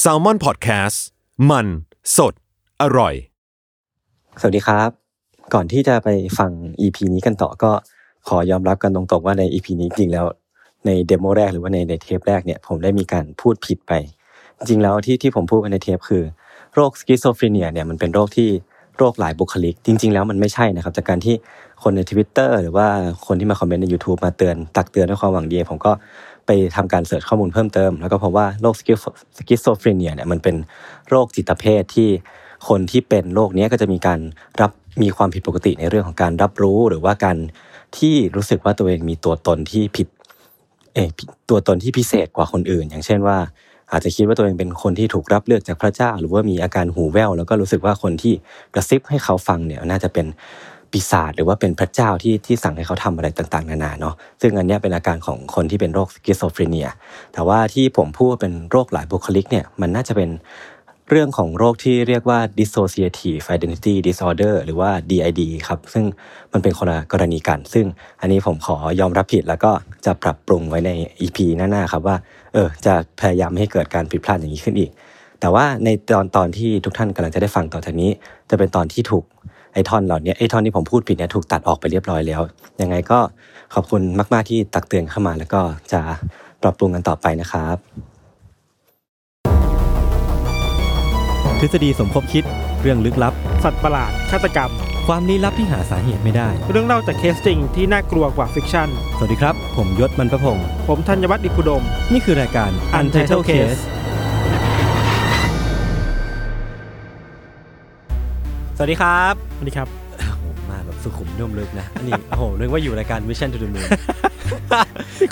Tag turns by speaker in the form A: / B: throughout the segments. A: แซลมอนพอดแคสต์มันสดอร่อย
B: สวัสดีครับ ก่อนที่จะไปฟัง EP นี้กันต่อก็ขอยอมรับกันตรงๆว่าใน EP นี้จริงแล้วในเดโมแรกหรือว่าในในเทปแรกเนี่ยผมได้มีการพูดผิดไป จริงแล้วที่ที่ผมพูดไปในเทปคือโรคสกิสโซฟรีเนียเนี่ยมันเป็นโรคที่โรคหลายบุคลิก จริง ๆ แล้วมันไม่ใช่นะครับ จากการที่คนใน Twitter หรือว่าคนที่มาคอมเมนต์ใน YouTube มาเตือนตักเตือนด้วยความหวังดี ผมก็ไปทำการเสิร์ชข้อมูลเพิ่มเติม แล้วก็พบว่าโรคสกิสโซฟรีเนียเนี่ยมันเป็นโรคจิตเภทที่ คนที่เป็นโรคเนี้ยก็จะมีการรับมีความผิดปกติในเรื่องของการรับรู้หรือว่าการที่รู้สึกว่าตัวเองมีตัวตนที่ผิดเออผิดตัวตนที่พิเศษกว่าคนอื่น อย่างเช่นว่า อาจจะคิดว่าตัวเองเป็นคนที่ถูกรับเลือกจากพระเจ้า หรือว่ามีอาการหูแว่วแล้วก็รู้สึกว่าคนที่กระซิบให้เขาฟังเนี่ยน่าจะเป็นปีศาจหรือว่าเป็นพระเจ้าที่ที่สั่งให้เขาทำอะไรต่างๆ นานาเนาะซึ่งอันเนี้ยเป็นอาการของคนที่เป็นโรคสกิสโซฟรีเนีย แต่ว่าที่ผมพูดว่าเป็นโรคหลายบุคลิกเนี่ยมันน่าจะเป็นเรื่องของโรคที่เรียกว่า dissociative identity disorder หรือว่า DID ครับ ซึ่งมันเป็นคนละกรณีกัน ซึ่งอันนี้ผมขอยอมรับผิดแล้วก็จะปรับปรุงไว้ใน EP หน้าๆครับว่า เออ จะพยายามไม่ให้เกิดการผิดพลาดอย่างนี้ขึ้นอีก แต่ว่าในตอนตอนที่ทุกท่านกำลังจะได้ฟังต่อจากนี้ จะเป็นตอนที่ถูกไอทอนเหล่านี้ไอทอนที่ผมพูดผิดเนี่ยถูกตัดออกไปเรียบร้อยแล้ว ยังไงก็ขอบคุณมาก ๆ ที่ตักเตือนเข้ามา แล้วก็จะปรับปรุงกันต่อไปนะครับ
C: ทฤษฎีสมคบคิด เรื่องลึกลับ
D: สัตว์ประหลาด ฆาตกรรม
C: ความลี้ลับที่หาสาเหตุไม่ได้
D: เรื่องเล่าจากเคสจริงที่น่ากลัวกว่าฟิกชั่น
C: สวัสดีครับ ผมยศมันประพงศ์
D: ผมธัญวัฒน์อิพุดม
C: นี่คือรายการ Untitled Case สวัสดีครับ
D: สวัสดีครับ
C: โอ้โหมาแบบสุขุมนุ่มลึกนะอันนี้ โอ้โหนึกว่าอยู่รายการ Mission to the Moon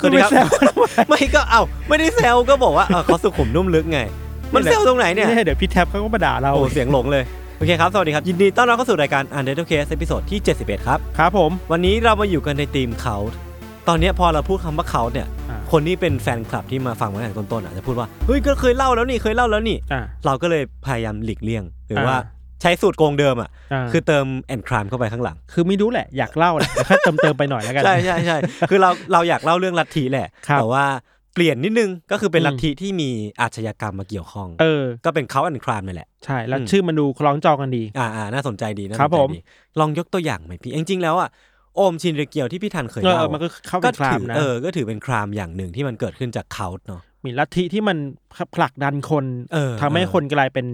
D: คุณไปแซวเขาทำ ไม
C: ไม่ก็เอ้าไม่ได้แซวก็บอกว่าเออเขาสุขุมนุ่มลึกไง มันแซวตรงไหนเนี่ย
D: เดี๋ยวพี่แท็บเขาก็มาด่าเรา
C: โอ้โหเสียงหลงเลย โอเคครับ สวัสดีครับ ยินดีต้อนรับเข้าสู่รายการ Untitled Case ตอนที่ 71 ครับ
D: ครับผม
C: วันนี้เรามาอยู่กันในทีมเขา ตอนเนี้ยพอเราพูดคำว่าเขาเนี่ย
D: อ่า
C: คนที่เป็นแฟนคลับที่มาฟังมาตั้งแต่ต้นๆอ่ะจะพูดว่า เฮ้ยก็เคยเล่าแล้วนี่ เคยเล่าแล้วนี่
D: อ่า
C: เราก็เลยพยายามหลีกเลี่ยง หรือว่า
D: อ่า
C: ใช้สูตรโกงเดิมอ่ะ
D: คื
C: คือ อเติมแอนครามเข้าไปข้างหลัง
D: คือไม่รู้แหละ อยากเล่าแหละแต่แค่เติมเติมๆไปหน่อยแล้วกัน
C: ใช่ใช่ใช่คือเราเราอยากเล่าเรื่องลัทธิแหละ
D: ครับ
C: แต่ว่าเปลี่ยนนิดนึง ก็คือเป็น
D: อืม
C: ลัทธิที่มีอาชญากรรมมาเกี่ยวข้อง
D: เออ
C: ก็เป็นเขาแอนครามนี่แหละ
D: ใช่แล้ว
C: อืม
D: ชื่อมันดูคล้องจองกันดี
C: อ่าอ่าน่าสนใจดีน่าสน
D: ครับ
C: ใจ
D: ผม
C: ดีลองยกตัวอย่างไหมพี่ จริงๆแล้วอ่ะ โอมชินเรเกียวที่พี่ทันเคย
D: เอ
C: เล่า
D: อ
C: อะ
D: มันก็เข้าไป
C: ก็
D: คลา
C: ถื
D: ม
C: อ
D: นะ
C: เออ ก็ถือเป็นครามอย่างหนึ่งที่มันเกิดขึ้นจากเขาเนาะ
D: มีลัทธิที่มันผลักดันคน
C: เออ
D: ทำให้
C: เออ
D: คนกลายเป็น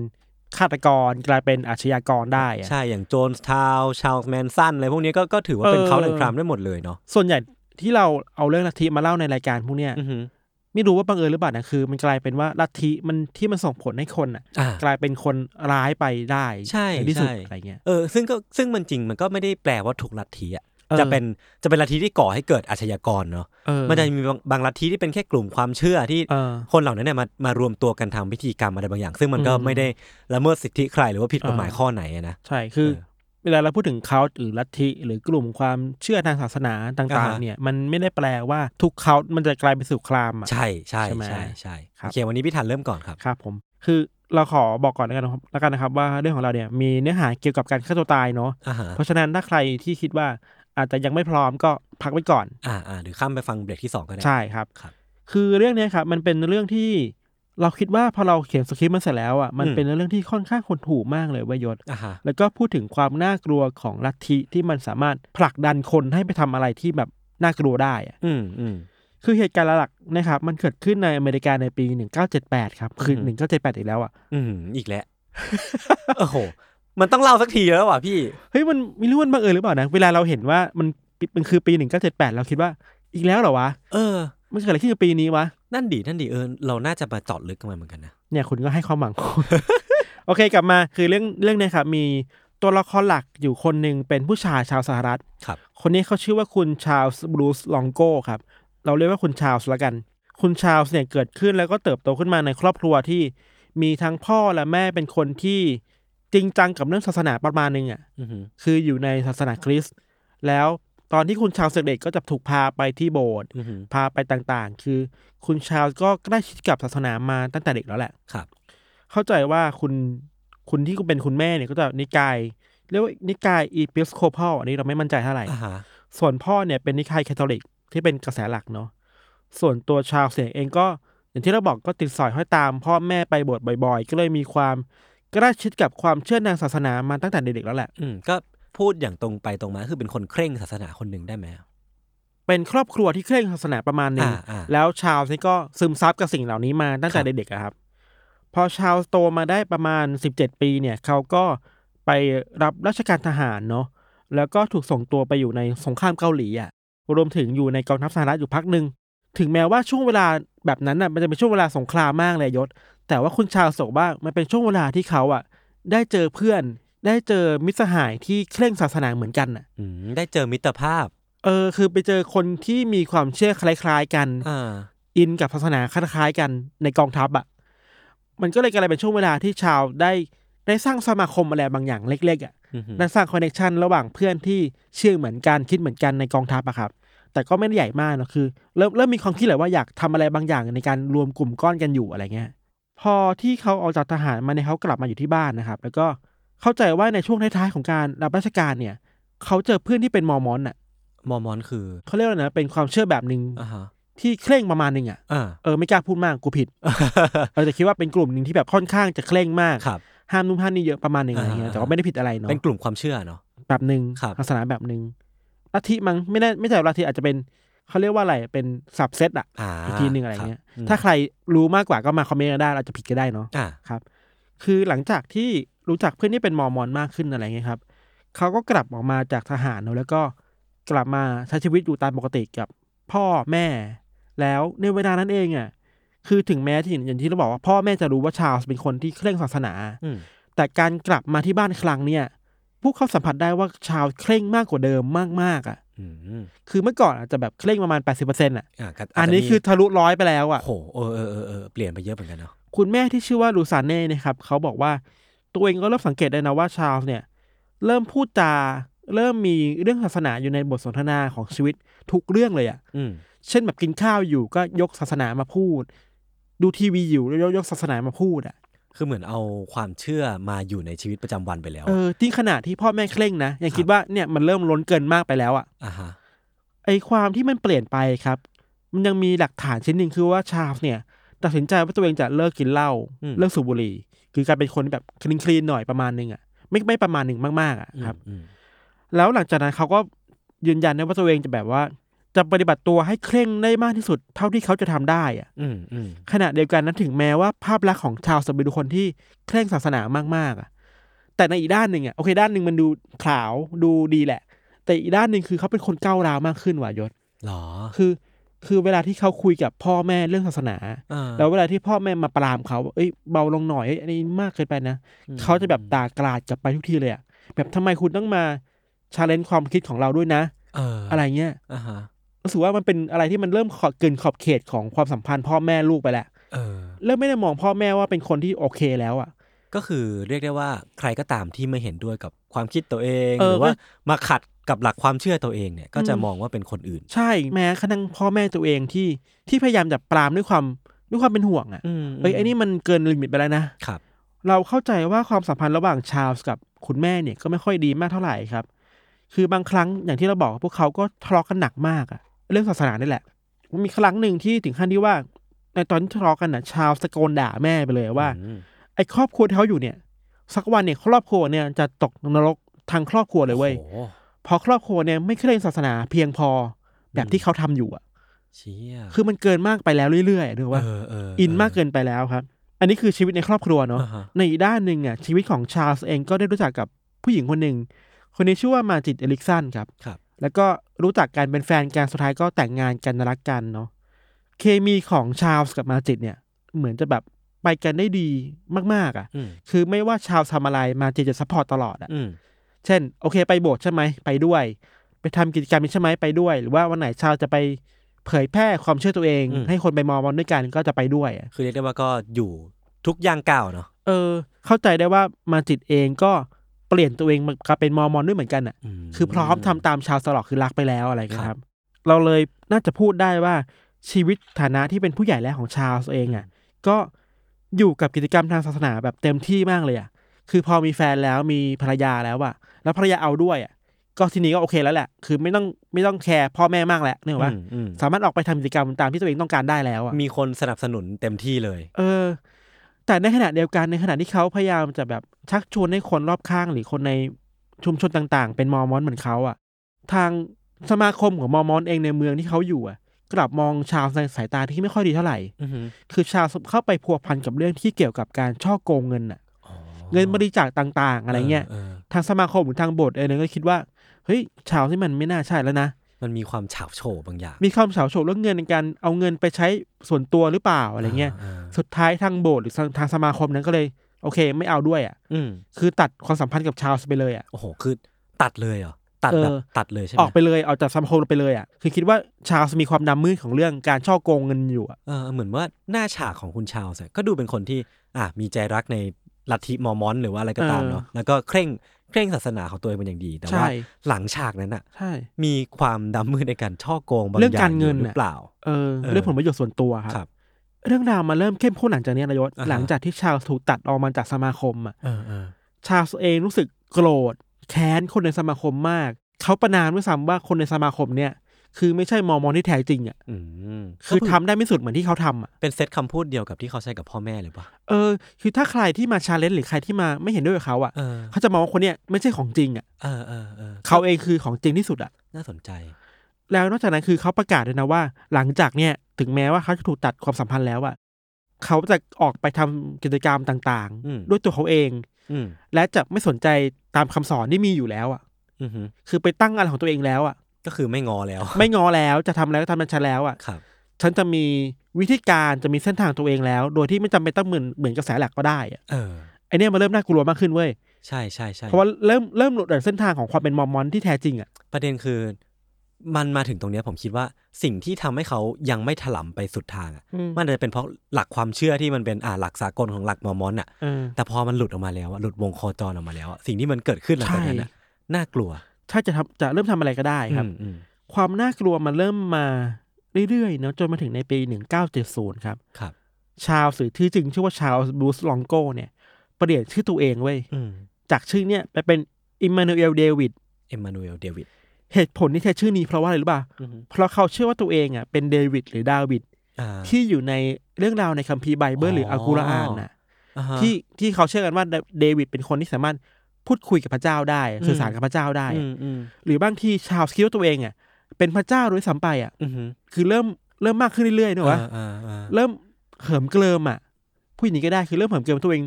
D: ฆาตกรกลายเป็นอาชญากรได้อะ
C: ใช่ อย่างโจนส์ทาวชาลส์แมนสันอะไรพวกนี้ก็ก็ถือว่าเป็น
D: เออ
C: เขาแห่งครามได้หมดเลยเนาะ
D: ส่วนใหญ่ที่เราเอาเรื่องลัทธิมาเล่าในรายการพวกเนี้ย
C: อือหือ
D: ไม่รู้ว่าบังเอิญหรือเปล่านะคือ มันกลายเป็นว่าลัทธิมันที่มันส่งผลให้คนอ่ะ
C: อ่า
D: กลายเป็นคนร้ายไปได้
C: ใช่
D: นที่สุด
C: ใช่
D: อะไรเงี้ย
C: เออ ซึ่งก็ซึ่งมันจริงมันก็ไม่ได้แปลว่าถูกลัทธิอ่ะ
D: ออ
C: จะเป็นจะเป็นลัทธิที่ก่อให้เกิดอาชญากรเนาะ
D: เออ
C: มันจะมีบางบางลัทธิที่เป็นแค่กลุ่มความเชื่อที่
D: เออ
C: คนเหล่านั้นเนี่ยมามารวมตัวกันทำพิธีกรรมอะไรบางอย่าง ซึ่งมันก็
D: อืม
C: ไม่ได้ละเมิดสิทธิใครหรือว่าผิดกฎหมาย
D: เออ
C: ข้อไหนอะนะ
D: ใช่คือ
C: เออ
D: เวลาเราพูดถึงเขาหรือลัทธิหรือกลุ่มความเชื่อทางศาสนาต่าง
C: อ่าฮะ
D: ๆ เนี่ย มันไม่ได้แปลว่าทุกเขามันจะกลายเป็นสุครามอ่ะ
C: ใช่ใช่
D: ใช่ไหม
C: ใช่ใช่
D: ครับ
C: โอเควันนี้พี่ทันเริ่มก่อนครับ
D: ครับผม คือเราขอบอกก่อนแล้วกันนะครับแล้วกันนะครับว่าเรื่องของเราเนี่ยมีเนื้อหาเกี่ยวกับการฆ่าตัวตายเนาะ
C: อ่าฮะ
D: เพราะฉะนั้นถ้าใครที่คิดว่าอาจจะยังไม่พร้อมก็พักไว้ก่อน
C: อ่าอ่าหรือข้ามไปฟังเบรกที่สองก็ได้
D: ใช่ครับ
C: ครับ
D: คือเรื่องเนี้ยครับมันเป็นเรื่องที่เราคิดว่าพอเราเขียนสคริปต์มันเสร็จแล้วอ่ะมันเป็นเรื่องที่ค่อนข้างคนถูมากเลยเวยยศ
C: อ่าฮะ
D: แล้วก็พูดถึงความน่ากลัวของลัทธิที่มันสามารถผลักดันคนให้ไปทำอะไรที่แบบน่ากลัวได้อะ
C: อืมอืม
D: คือเหตุการณ์หลักๆนะครับมันเกิดขึ้นในอเมริกาในปี 1978 ครับคือ
C: อืม
D: 1978 อีกแล้วอ่ะ
C: อืมอีก แล้ว โอ้โห มันต้องเล่าสักทีแล้วว่ะพี่
D: เฮ้ยมันไม่รู้มันบังเอิญหรือเปล่านะเวลาเราเห็นว่ามันปิมันคือปี 1978 เราคิดว่าอีกแล้วเหรอวะ
C: เออ
D: มันเกิดอะไรขึ้นกับปีนี้วะ
C: นั่นดีนั่นดีเออ เราน่าจะมาเจาะลึกกันมาเหมือนกันนะ
D: เนี่ยคุณก็ให้ความหวังคุณ โอเคกลับมาคือเรื่องเรื่องเนี้ครับมีตัวละครหลักอยู่คนหนึ่งเป็นผู้ชายชาวสหรัฐ
C: ครับ
D: คนนี้เขาชื่อว่าคุณชาลส์บรูซลองโก้ครับ เราเรียกว่าคุณชาลส์ละกัน คุณชาลส์เนี่ยเกิดขึ้นแล้วก็เติบโตขึ้นมาในครอบครัวที่มีทั้งพ่อและแม่เป็นคนที่จริงจังกับเรื่องศาสนาประมาณหนึงอ่ะ
C: อือหือ
D: คืออยู่ในศาสนาคริสต์แล้วตอนที่คุณชาลส์เด็กๆก็จะถูกพาไปที่โบสถ์
C: อือหือ
D: พาไปต่างๆ คือคุณชาลส์ก็ใกล้ชิดกับศาสนามาตั้งแต่เด็กแล้วแหละ
C: ครับ
D: เข้าใจว่าคุณคุณที่เป็นคุณแม่เนี่ยก็จะนิกาย เรียกว่านิกายอีพิสโคพอลอันนี้เราไม่มั่นใจเท่าไหร่
C: อ่าฮะ
D: ส่วนพ่อเนี่ยเป็นนิกายแคทอลิกที่เป็นกระแสหลักเนาะส่วนตัวชาวเสียงเองก็ อย่างที่เราบอกก็ติดสอยห้อยตามพ่อแม่ไปโบสถ์บ่อยๆ ก็เลยมีความใกล้ชิดกับความเชื่อทางศาสนามาตั้งแต่เด็กๆแล้วแหละ
C: อืมก็พูดอย่างตรงไปตรงมาคือเป็นคนเคร่งศาสนาคนหนึ่งได้ไหม
D: เป็นครอบครัวที่เคร่งศาสนาประมาณหนึ่ง
C: อ่าอ่า
D: แล้วชาวนี่ก็ซึมซับกับสิ่งเหล่านี้มาตั้งแต่
C: ครับ
D: เด็กๆอะครับ พอชาวโตมาได้ประมาณ 17 ปีเนี่ยเขาก็ไปรับราชการทหารเนาะแล้วก็ถูกส่งตัวไปอยู่ในสงครามเกาหลีอ่ะรวมถึงอยู่ในกองทัพสหรัฐอยู่พักหนึ่งถึงแม้ว่าช่วงเวลาแบบนั้นน่ะมันจะเป็นช่วงเวลาสงครามมากเลยยศ แต่ว่าคุณชาวโศกว่ามันเป็นช่วงเวลาที่เขาอ่ะได้เจอเพื่อน ได้เจอมิตรสหายที่เคร่งศาสนาเหมือนกันน่ะ
C: อืมได้เจอมิตรภาพ
D: เออคือไปเจอคนที่มีความเชื่อคล้ายๆกัน
C: อ่า
D: อินกับศาสนาคล้ายๆกันในกองทัพอ่ะมันก็เลยกลายเป็นช่วงเวลาที่ชาวได้ได้สร้างสมาคมอะไรบางอย่างเล็กๆอ่ะ
C: อือหือ
D: ได้สร้างคอนเนคชันระหว่างเพื่อนที่เชื่อเหมือนกันคิดเหมือนกันในกองทัพอะครับแต่ก็ไม่ได้ใหญ่มากเนอะคือเริ่มเริ่มมีความคิดแหละว่าอยากทำอะไรบางอย่างในการรวมกลุ่มก้อนกันอยู่อะไรเงี้ยพอที่เขาออกจากทหารมาเนี่ยเขากลับมาอยู่ที่บ้านนะครับแล้วก็เข้าใจว่าในช่วงท้ายๆของการรับราชการเนี่ยเขาเจอเพื่อนที่เป็นมอร์มอนอ่ะ
C: มอร์มอนคือ
D: เขาเรียกว่าอะไรนะเป็นความเชื่อแบบหนึ่ง
C: อ่าฮะ
D: ที่เคร่งประมาณหนึ่งอ่ะ
C: อ่า
D: เออไม่กล้าพูดมากกูผิด เราจะคิดว่าเป็นกลุ่มหนึ่งที่แบบค่อนข้างจะเคร่งมาก
C: ครับ
D: ห้ามนุ่มห้ามนี่เยอะประมาณหนึ่งอะไรเงี้ย
C: อ่า
D: แต่ว่าไม่ได้ผิดอะไรเนาะ
C: เป็นกลุ่มความเชื่อเนาะ
D: แบบหนึ่ง
C: ครับ
D: ศาสนาแบบหนึ่งลัทธิมั้งไม่แน่ไม่ใช่ลัทธิอาจจะเป็นเขาเรียกว่าอะไรเป็นสับเซตอ่ะ
C: อ่า
D: อีกทีหนึ่งอะไรเงี้ย
C: คบ
D: ถ้าใครรู้มากกว่าก็มาคอมเมนต์กันได้เราจะผิดก็ได้เนาะ
C: อ่า
D: ครับคือหลังจากที่รู้จักเพื่อนที่เป็นมอร์มอนมากขึ้นอะไรเงี้ยครับเขาก็กลับออกมาจากทหารเนอะแล้วก็กลับมาใช้ชีวิตอยู่ตามปกติกับพ่อแม่ แล้วในเวลานั้นเองอ่ะคือถึงแม้ที่อย่างที่เราบอกว่าพ่อแม่จะรู้ว่าชาร์ลส์เป็นคนที่เคร่งศาสนา
C: อืม
D: แต่การกลับมาที่บ้านครั้งเนี่ยพวกเขาสัมผัสได้ว่าชาร์ลส์เคร่งมากกว่าเดิมมากๆอ่ะ
C: อืม
D: คือเมื่อก่อนอาจจะแบบเคร่งประมาณ 80%อ่ะ
C: อ่าก็าจจะ
D: อันนี้คือทะลุร้อยไปแล้วอ่ะ
C: โอ้โหเออเออเออเออเปลี่ยนไปเยอะเหมือนกันเนาะ
D: คุณแม่ที่ชื่อว่าลูซานเน่นะครับเขาบอกว่าตัวเองก็เริ่มสังเกตได้นะว่าชาร์ลส์เนี่ย เริ่มพูดจา เริ่มมีเรื่องศาสนาอยู่ในบทสนทนาของชีวิตทุกเรื่องเลยอะ่ะ
C: อืม
D: เช่นแบบกินข้าวอยู่ก็ยกศาสนามาพูด ดูทีวีอยู่แล้วยกยกศาสนามาพูดอะ่ะ
C: คือเหมือนเอาความเชื่อมาอยู่ในชีวิตประจำวันไปแล้ว
D: เออที่ขนาดที่พ่อแม่เคร่งนะยังคิดว่าเนี่ยมันเริ่มล้นเกินมากไปแล้วอ่ะ
C: อ่าฮะ
D: ไอความที่มันเปลี่ยนไปครับ มันยังมีหลักฐานชิ้นหนึ่งคือว่าชาร์ลส์เนี่ยตัดสินใจว่าตัวเองจะเลิกกินเหล้า
C: อืม
D: เลิกสูบบุหรี่คือการเป็นคนแบบคลีนคลีนหน่อยประมาณหนึ่งอ่ะไม่ไม่ประมาณหนึ่งมากๆอ่ะครับ
C: อืม
D: แล้วหลังจากนั้นเขาก็ยืนยันได้ว่าตัวเองจะแบบว่า จะปฏิบัติตัวให้เคร่งได้มากที่สุดเท่าที่เขาจะทำได้อ่ะ
C: อืมอืม
D: ขณะเดียวกันนั้นถึงแม้ว่าภาพลักษณ์ของชาวสเปนทุกคนที่เคร่งศาสนามากๆอ่ะแต่ในอีกด้านหนึ่งอ่ะโอเค ด้านหนึ่งมันดูขาวดูดีแหละ แต่อีกด้านหนึ่งคือเขาเป็นคนก้าวร้าวมากขึ้นว่ะยศ
C: หรอ
D: คือ คือเวลาที่เขาคุยกับพ่อแม่เรื่องศาสนา
C: อ่า
D: แล้วเวลาที่พ่อแม่มาปรามเขาว่าเอ้ยเบาลงหน่อยเอ้ยอันนี้มากเกินไปนะ
C: อืม
D: เขาจะแบบด่ากราดกลับไปทุกทีเลยอะแบบทำไมคุณต้องมาชาเลนจ์ความคิดของเราด้วยนะ
C: เอออะ
D: อะไรเงี้ย
C: อ่าฮะ
D: รู้สึกว่ามันเป็นอะไรที่มันเริ่มขอบเกินขอบเขตของความสัมพันธ์พ่อแม่ลูกไปแล้ว
C: เออ
D: เริ่มไม่ได้มองพ่อแม่ว่าเป็นคนที่โอเคแล้วอะ
C: ก็คือเรียกได้ว่าใครก็ตามที่ไม่เห็นด้วยกับความคิดตัวเอง
D: เออ
C: หรือว่า
D: ก็
C: มาขัดกับหลักความเชื่อตัวเองเนี่ย ก็จะ
D: อืม
C: มองว่าเป็นคนอื่น
D: ใช่แม้กระทั่งพ่อแม่ตัวเองที่ที่พยายามจะปรามด้วยความด้วยความเป็นห่วงอะ
C: อืม
D: เอ้ยไอ้นี่มันเกินลิมิตไปแล้วนะ
C: ครับ
D: เราเข้าใจว่าความสัมพันธ์ระหว่างชาร์ลส์กับคุณแม่เนี่ยก็ไม่ค่อยดีมากเท่าไหร่ครับ คือบางครั้งอย่างที่เราบอกพวกเขาก็ทะเลาะกันหนักมากอะเรื่องศาสนานี่แหละ มีครั้งหนึ่งที่ถึงขั้นที่ว่าในตอนที่ทะเลาะกันน่ะชาร์ลส์ตะโกนด่าแม่ไปเลยว่า
C: อืม
D: ไอ้ครอบครัวที่เขาอยู่เนี่ย สักวันเนี่ยครอบครัวเนี่ยจะตกนรกทางครอบครัวเลยเว้ย
C: โอ้โห
D: เพราะครอบครัวเนี่ยไม่เคร่งศาสนาเพียงพอแบบที่เขาทำอยู่อะ
C: เชี่ย
D: คือมันเกินมากไปแล้วเรื่อยๆนึกว่า
C: เออเออ
D: อิน
C: เ
D: มากเกินไปแล้วครับ อันนี้คือชีวิตในครอบครัวเนาะ
C: อ่าฮะ
D: ในอีกด้านหนึ่งอ่ะชีวิตของชาร์ลส์เองก็ได้รู้จักกับผู้หญิงคนหนึ่ง คนนี้ชื่อว่ามาจิตเอลิกสันครับ
C: ครับ
D: แล้วก็รู้จักกันเป็นแฟนกันสุดท้ายก็แต่งงานกันรักกันเนาะ เคมีของชาร์ลส์กับมาจิตเนี่ย เหมือนจะแบบไปกันได้ดีมากๆอ่ะ
C: อืม
D: คือไม่ว่าชาร์ลส์ทำอะไรมาจิตจะซัพพอร์ตตลอดอ่ะ
C: อืม
D: เช่น โอเคไปโบสถ์ใช่ไหมไปด้วย ไปทำกิจกรรมนี้ใช่ไหมไปด้วย หรือว่าวันไหนชาร์ลส์จะไปเผยแพร่ความเชื่อตัวเอง ให้คนไปมอมอนด้วยกันก็จะไปด้วยอะ
C: คือเรียกได้ว่าก็อยู่ทุกย่างก้าวเนาะ
D: เออเข้าใจได้ว่ามาจิตเองก็เปลี่ยนตัวเองมากลายเป็นมอร์มอนด้วยเหมือนกันอ่ะ
C: ม
D: คือพร้อมทำตามชาวสลอกคือรักไปแล้วอะไรเงี้ยครับ เราเลยน่าจะพูดได้ว่าชีวิตฐานะที่เป็นผู้ใหญ่แล้วของชาวเองอ่ะ ก็อยู่กับกิจกรรมทางศาสนาแบบเต็มที่มากเลยอ่ะ คือพอมีแฟนแล้วมีภรรยาแล้วอ่ะ แล้วภรรยาเอาด้วยอ่ะ ก็ทีนี้ก็โอเคแล้วแหละ คือไม่ต้องไม่ต้องแคร์พ่อแม่มากแล้วนึกออกปะ
B: อืมอืม
D: สามารถออกไปทำกิจกรรมตามที่ตัวเองต้องการได้แล้วอะ
C: มีคนสนับสนุนเต็มที่เลย
D: เออ แต่ในขณะเดียวกันในขณะที่เขาพยายามจะแบบชักชวนให้คนรอบข้างหรือคนในชุมชนต่างๆ เป็นมอร์มอนเหมือนเขาอะ่ะ ทางสมาคมของมอร์มอนเองในเมืองที่เขาอยู่อะ่ะ กลับมองชาวในสายตาที่ไม่ค่อยดีเท่าไหร่ คือชาวเข้าไปพัวพันกับเรื่องที่เกี่ยวกับการช่อโกงเงินอ่ะ เงินบริจาคต่าง ๆ อะไรเงี้ย
C: เออเออ
D: ทางสมาคมหรือทางโบสถ์เองเนี่ยก็คิดว่าเฮ้ยชาวที่มันไม่น่าใช่แล้วนะ
C: มันมีความเฉาโฉบบางอย่าง
D: มีความเฉาโฉบเรื่องเงินในการเอาเงินไปใช้ส่วนตัวหรือเปล่าอะไรเงี้ย
C: า
D: สุดท้ายทางโบสถ์หรือทางทางสมาคมนั้นก็เลย โอเค ไม่เอาด้วยอ่ะ
C: อืม
D: คือตัดความสัมพันธ์กับชาวไปเลยอ่ะ
C: โอ้โห คือตัดเลยเหรอ ตัดแบบ
D: เออ
C: ตัดเลยใช่ไหม
D: ออกไปเลยออกจากสมาคมไปเลยอ่ะ คือคิดว่าชาวมีความดำมืดของเรื่องการช่อโกงเงินอยู่อ่ะ
C: เออ เหมือนว่าหน้าฉากของคุณชาวเนี่ยก็ดูเป็นคนที่ อ่ะมีใจรักในลัทธิมอร์มอน หรือว่าอะไรก็ตามเนาะ แล้วก็เคร่ง เคร่งศาสนาของตัวเองเป็นอย่างดี แต่ว่า
D: ใช่
C: หลังฉากนั้นอ่ะ
D: ใช่
C: มีความดำมือในการช่อโกงบางอ
D: เรื่
C: ย่าง
D: องการเงิน
C: อยู่หรือ
D: น่ะ
C: เปล่า
D: เออ
C: เออ
D: เรื่องผลประโยชน์ส่วนตัวค
C: ครั
D: รับ บ เรื่องราวมาเริ่มเข้มข้นหลังจากเนี้ยนายศหลังจากที่ชาวถูกตัดออกมาจากสมาคมอ่ะ
C: เออเออ
D: ชาวเองรู้สึกโกรธแค้นคนในสมาคมมาก เขาประนามด้วยซ้ำว่าคนในสมาคมเนี่ย คือไม่ใช่มอมอนที่แท้จริงอ่ะ
C: อืม
D: คือทำได้ไม่สุดเหมือนที่เขาทำอ่ะ
C: เป็นเซตคำพูดเดียวกับที่เขาใช้กับพ่อแม่เลยปะ
D: เออคือถ้าใครที่มาชาเลนจ์หรือใครที่มาไม่เห็นด้วยกับเขาอ่ะ
C: เออ
D: เขาจะมองว่าคนเนี้ยไม่ใช่ของจริงอ่ะ
C: เออเออเออ
D: เขาเองคือของจริงที่สุดอ่ะ
C: น่าสนใจ
D: แล้วนอกจากนั้นคือเขาประกาศด้วยนะว่า หลังจากเนี่ยถึงแม้ว่าเขาจะถูกตัดความสัมพันธ์แล้วอ่ะเขาจะออกไปทำกิจกรรมต่าง
C: อืม
D: ด้วยตัวเขาเอง
C: อืม
D: และจะไม่สนใจตามคำสอนที่มีอยู่แล้วอ่ะ
C: อือหือ
D: คือไปตั้งอะไรของตัวเองแล้วอ่ะ
C: ก็คือไม่งอแล้ว
D: ไม่งอแล้วจะทำแล้วก็ทำมันชันแล้วอ่ะ
C: ครับ
D: ฉันจะมีวิธีการจะมีเส้นทางตัวเองแล้ว โดยที่ไม่จำเป็นต้องเหมือนเหมือนกระแสหลักก็ได้อ่ะ
C: เออ
D: ไอเนี้ยมันเริ่มน่ากลัวมากขึ้นเว้ย
C: ใช่ใช่ใช่
D: เพราะว่าเริ่มเริ่มหลุดจากเส้นทางของความเป็นมอมมอนที่แท้จริงอ่ะ
C: ประเด็นคือ มันมาถึงตรงเนี้ยผมคิดว่าสิ่งที่ทำให้เขายังไม่ถลำไปสุดทางอะ
D: อืม
C: มันอาจจะเป็นเพราะหลักความเชื่อที่มันเป็นอ่าหลักสากลของหลักมอร์มอนอ่ะ แต่พอมันหลุดออกมาแล้วอะหลุดวงโคจรออกมาแล้วอะสิ่งที่มันเกิดขึ้นหลังจากนั้นอะน่ากลัว
D: ถ้าจะทำจะเริ่มทำอะไรก็ได้ครับ
C: อืมอืม
D: ความน่ากลัวมันเริ่มมาเรื่อยๆเนาะจนมาถึงในปี 1970 ครับ
C: ครับ
D: ชาวสื่อที่อจริงชื่อว่าชาวบรูซลองโกเนี่ยเปลี่ยนชื่อตัวเองเว้ย
C: อืม
D: จากชื่อเนี่ยไปเป็นอิมมานูเอลเดวิด
C: เอ็มมานูเอลเดวิด
D: เหตุผลที่ใช้ชื่อนี้เพราะว่าอะไรรู้ป่ะเพราะเขาเชื่อว่าตัวเองอ่ะเป็นเดวิดหรือดาวิด
C: อ่า
D: ที่อยู่ในเรื่องราวในคัมภีร์ไบเบิลหรืออัลกุรอานน่ะ
C: อ่าฮะ
D: ที่ที่เขาเชื่อกันว่าเดเดวิดเป็นคนที่สามารถพูดคุยกับพระเจ้าได้ สื่อสารกับพระเจ้าได้
C: อืมอืม
D: หรือบางทีชาวคิดว่าตัวเองอ่ะเป็นพระเจ้าด้วยซ้ำไปอ่ะ
C: อือหือ
D: คือเริ่มเริ่มมากขึ้นเรื่อยๆเนอะวะ
C: อ่าอ่าอ่า
D: เริ่มเหิมเกลิมอ่ะผู้หญิงนี้ก็ได้คือเริ่มเหิมเกลิมตัวเอง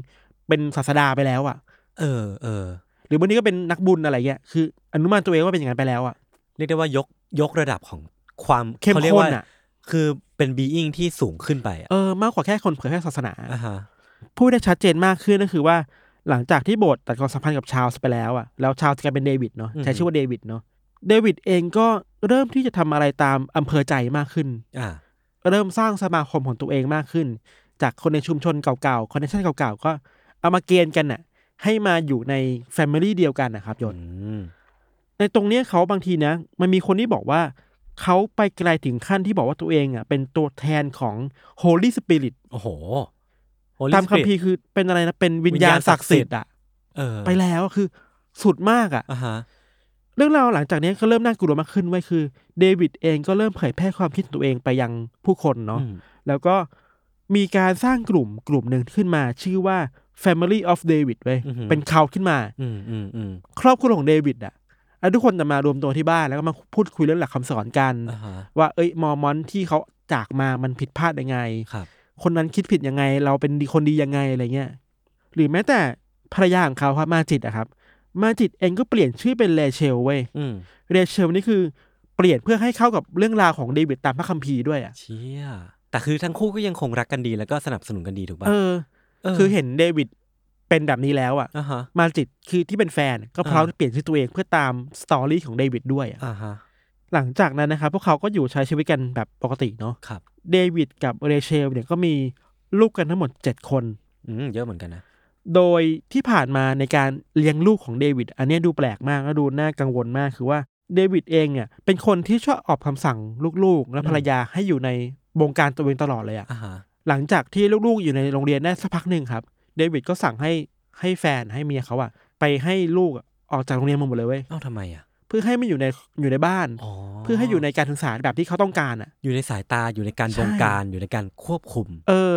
D: เป็นศาสดาไปแล้วอ่ะ
C: เออเออ
D: หรือบางทีก็เป็นนักบุญอะไรเงี้ยคือ อนุมานตัวเองว่าเป็นอย่างนั้นไปแล้วอ่ะ
C: เรียกได้ว่ายกยกระดับของความ
D: เข้มข้น
C: เขาเรียกว่า
D: อะ
C: คือเป็นบีอิงที่สูงขึ้นไปอ่ะ
D: เออมากกว่าแค่คนเผยแพร่ศาสนา
C: อ่าฮะ
D: พูดได้ชัดเจนมากขึ้นก็คือว่าหลังจากที่โบสถ์ตัดความสัมพันธ์กับชาวไปแล้วอ่ะแล้วชาวจะกลายเป็นเดวิดเนาะใช้ชื่อว่าเดวิดเนาะเดวิดเองก็เริ่มที่จะทำอะไรตามอำเภอใจมากขึ้น
C: อ่า
D: เริ่มสร้างสมาคมของตัวเองมากขึ้น จากคนในชุมชนเก่าๆคอนเนคชั่นเก่าๆ ก็เอามาเกณฑ์กันน่ะให้มาอยู่ในแฟมิลี่เดียวกันนะครับยศ
C: อืม
D: ในตรงเนี้ยเขาบางทีนะ มันมีคนที่บอกว่า เขาไปไกลถึงขั้นที่บอกว่าตัวเองอ่ะเป็นตัวแทนของ Holy Spirit
C: โอ้โห
D: ตามคัมภีร์คือเป็นอะไรนะเป็นวิญญาณศักดิ์สิทธิ์อ่ะ
C: ไป
D: ไปแล้วคือสุดมากอะ
C: อ่าฮะ
D: เรื่องราวหลังจากนี้ก็เริ่มน่ากลัวมากขึ้นไว้ยคือเดวิดเองก็เริ่มเผยแพร่ความคิดตัวเองไปยังผู้คนเนาะ
C: อืม
D: แล้วก็มีการสร้างกลุ่มกลุ่มหนึ่งขึ้นมาชื่อว่า Family of David เว้ยเป็นเขาขึ้นมา
C: อืมอืมอืม
D: ครอบครัวของเดวิดอะแล้วทุกคนจะมารวมตัวที่บ้านแล้วก็มาพูดคุยเรื่องหลักคำสอนกัน
C: อ่าฮะ
D: ว่าเอ้ยมอร์มอนที่เขาจากมามันผิดพลาดยังไง
C: ครับ
D: คนนั้นคิดผิดยังไง เราเป็นดีคนดียังไงอะไรเงี้ยหรือแม้แต่ภรรยาของเขาครับมาจิตอะครับ มาจิตเองก็เปลี่ยนชื่อเป็นเรเชลเว้ย
C: อืม
D: เรเชลนี่คือเปลี่ยนเพื่อให้เข้ากับเรื่องราวของเดวิดตามพระคัมภีร์ด้วยอะ
C: เชี่ยแต่คือทั้งคู่ก็ยังคงรักกันดีแล้วก็สนับสนุนกันดีถูกป่ะ
D: เออ คือเห็นเดวิดเป็นแบบนี้แล้วอะ
C: อ่าฮะ
D: มาจิตคือที่เป็นแฟนก็พร้อม
C: อ่า
D: จะเปลี่ยนชื่อตัวเองเพื่อตามสตอรี่ของเดวิดด้วยอะ
C: อ่าฮะ
D: หลังจากนั้นนะครับพวกเขาก็อยู่ใช้ชีวิตกันแบบปกติเนาะ
C: ครับ
D: เดวิดกับเรเชลเนี่ยก็มีลูกกันทั้งหมดเจ็ดคน
C: อืมเยอะเหมือนกันนะ
D: โดยที่ผ่านมาในการเลี้ยงลูกของเดวิดอันเนี้ยดูแปลกมากและดูน่ากังวลมากคือว่าเดวิดเองเนี่ยเป็นคนที่ชอบออกคำสั่งลูกๆ และภรรยาให้อยู่ในวงการตัวเองตลอดเลยอะ
C: อ่าฮะ
D: หลังจากที่ลูกๆอยู่ในโรงเรียนได้สักพักหนึ่งครับ เดวิดก็สั่งให้ให้แฟนให้เมียเขาอะไปให้ลูกอะออกจากโรงเรียนมาหมดเลยเว้ย
C: เอ้าทำไมอ่ะ
D: ไป พื่อให้มันอยู่ในอยู่ในบ้าน
C: อ๋อ
D: เพื่อให้อยู่ในการศึกษาแบบที่เขาต้องการอ่ะ
C: อยู่ในสายตาอยู่ในการบงการอยู่ในการควบคุม
D: เออ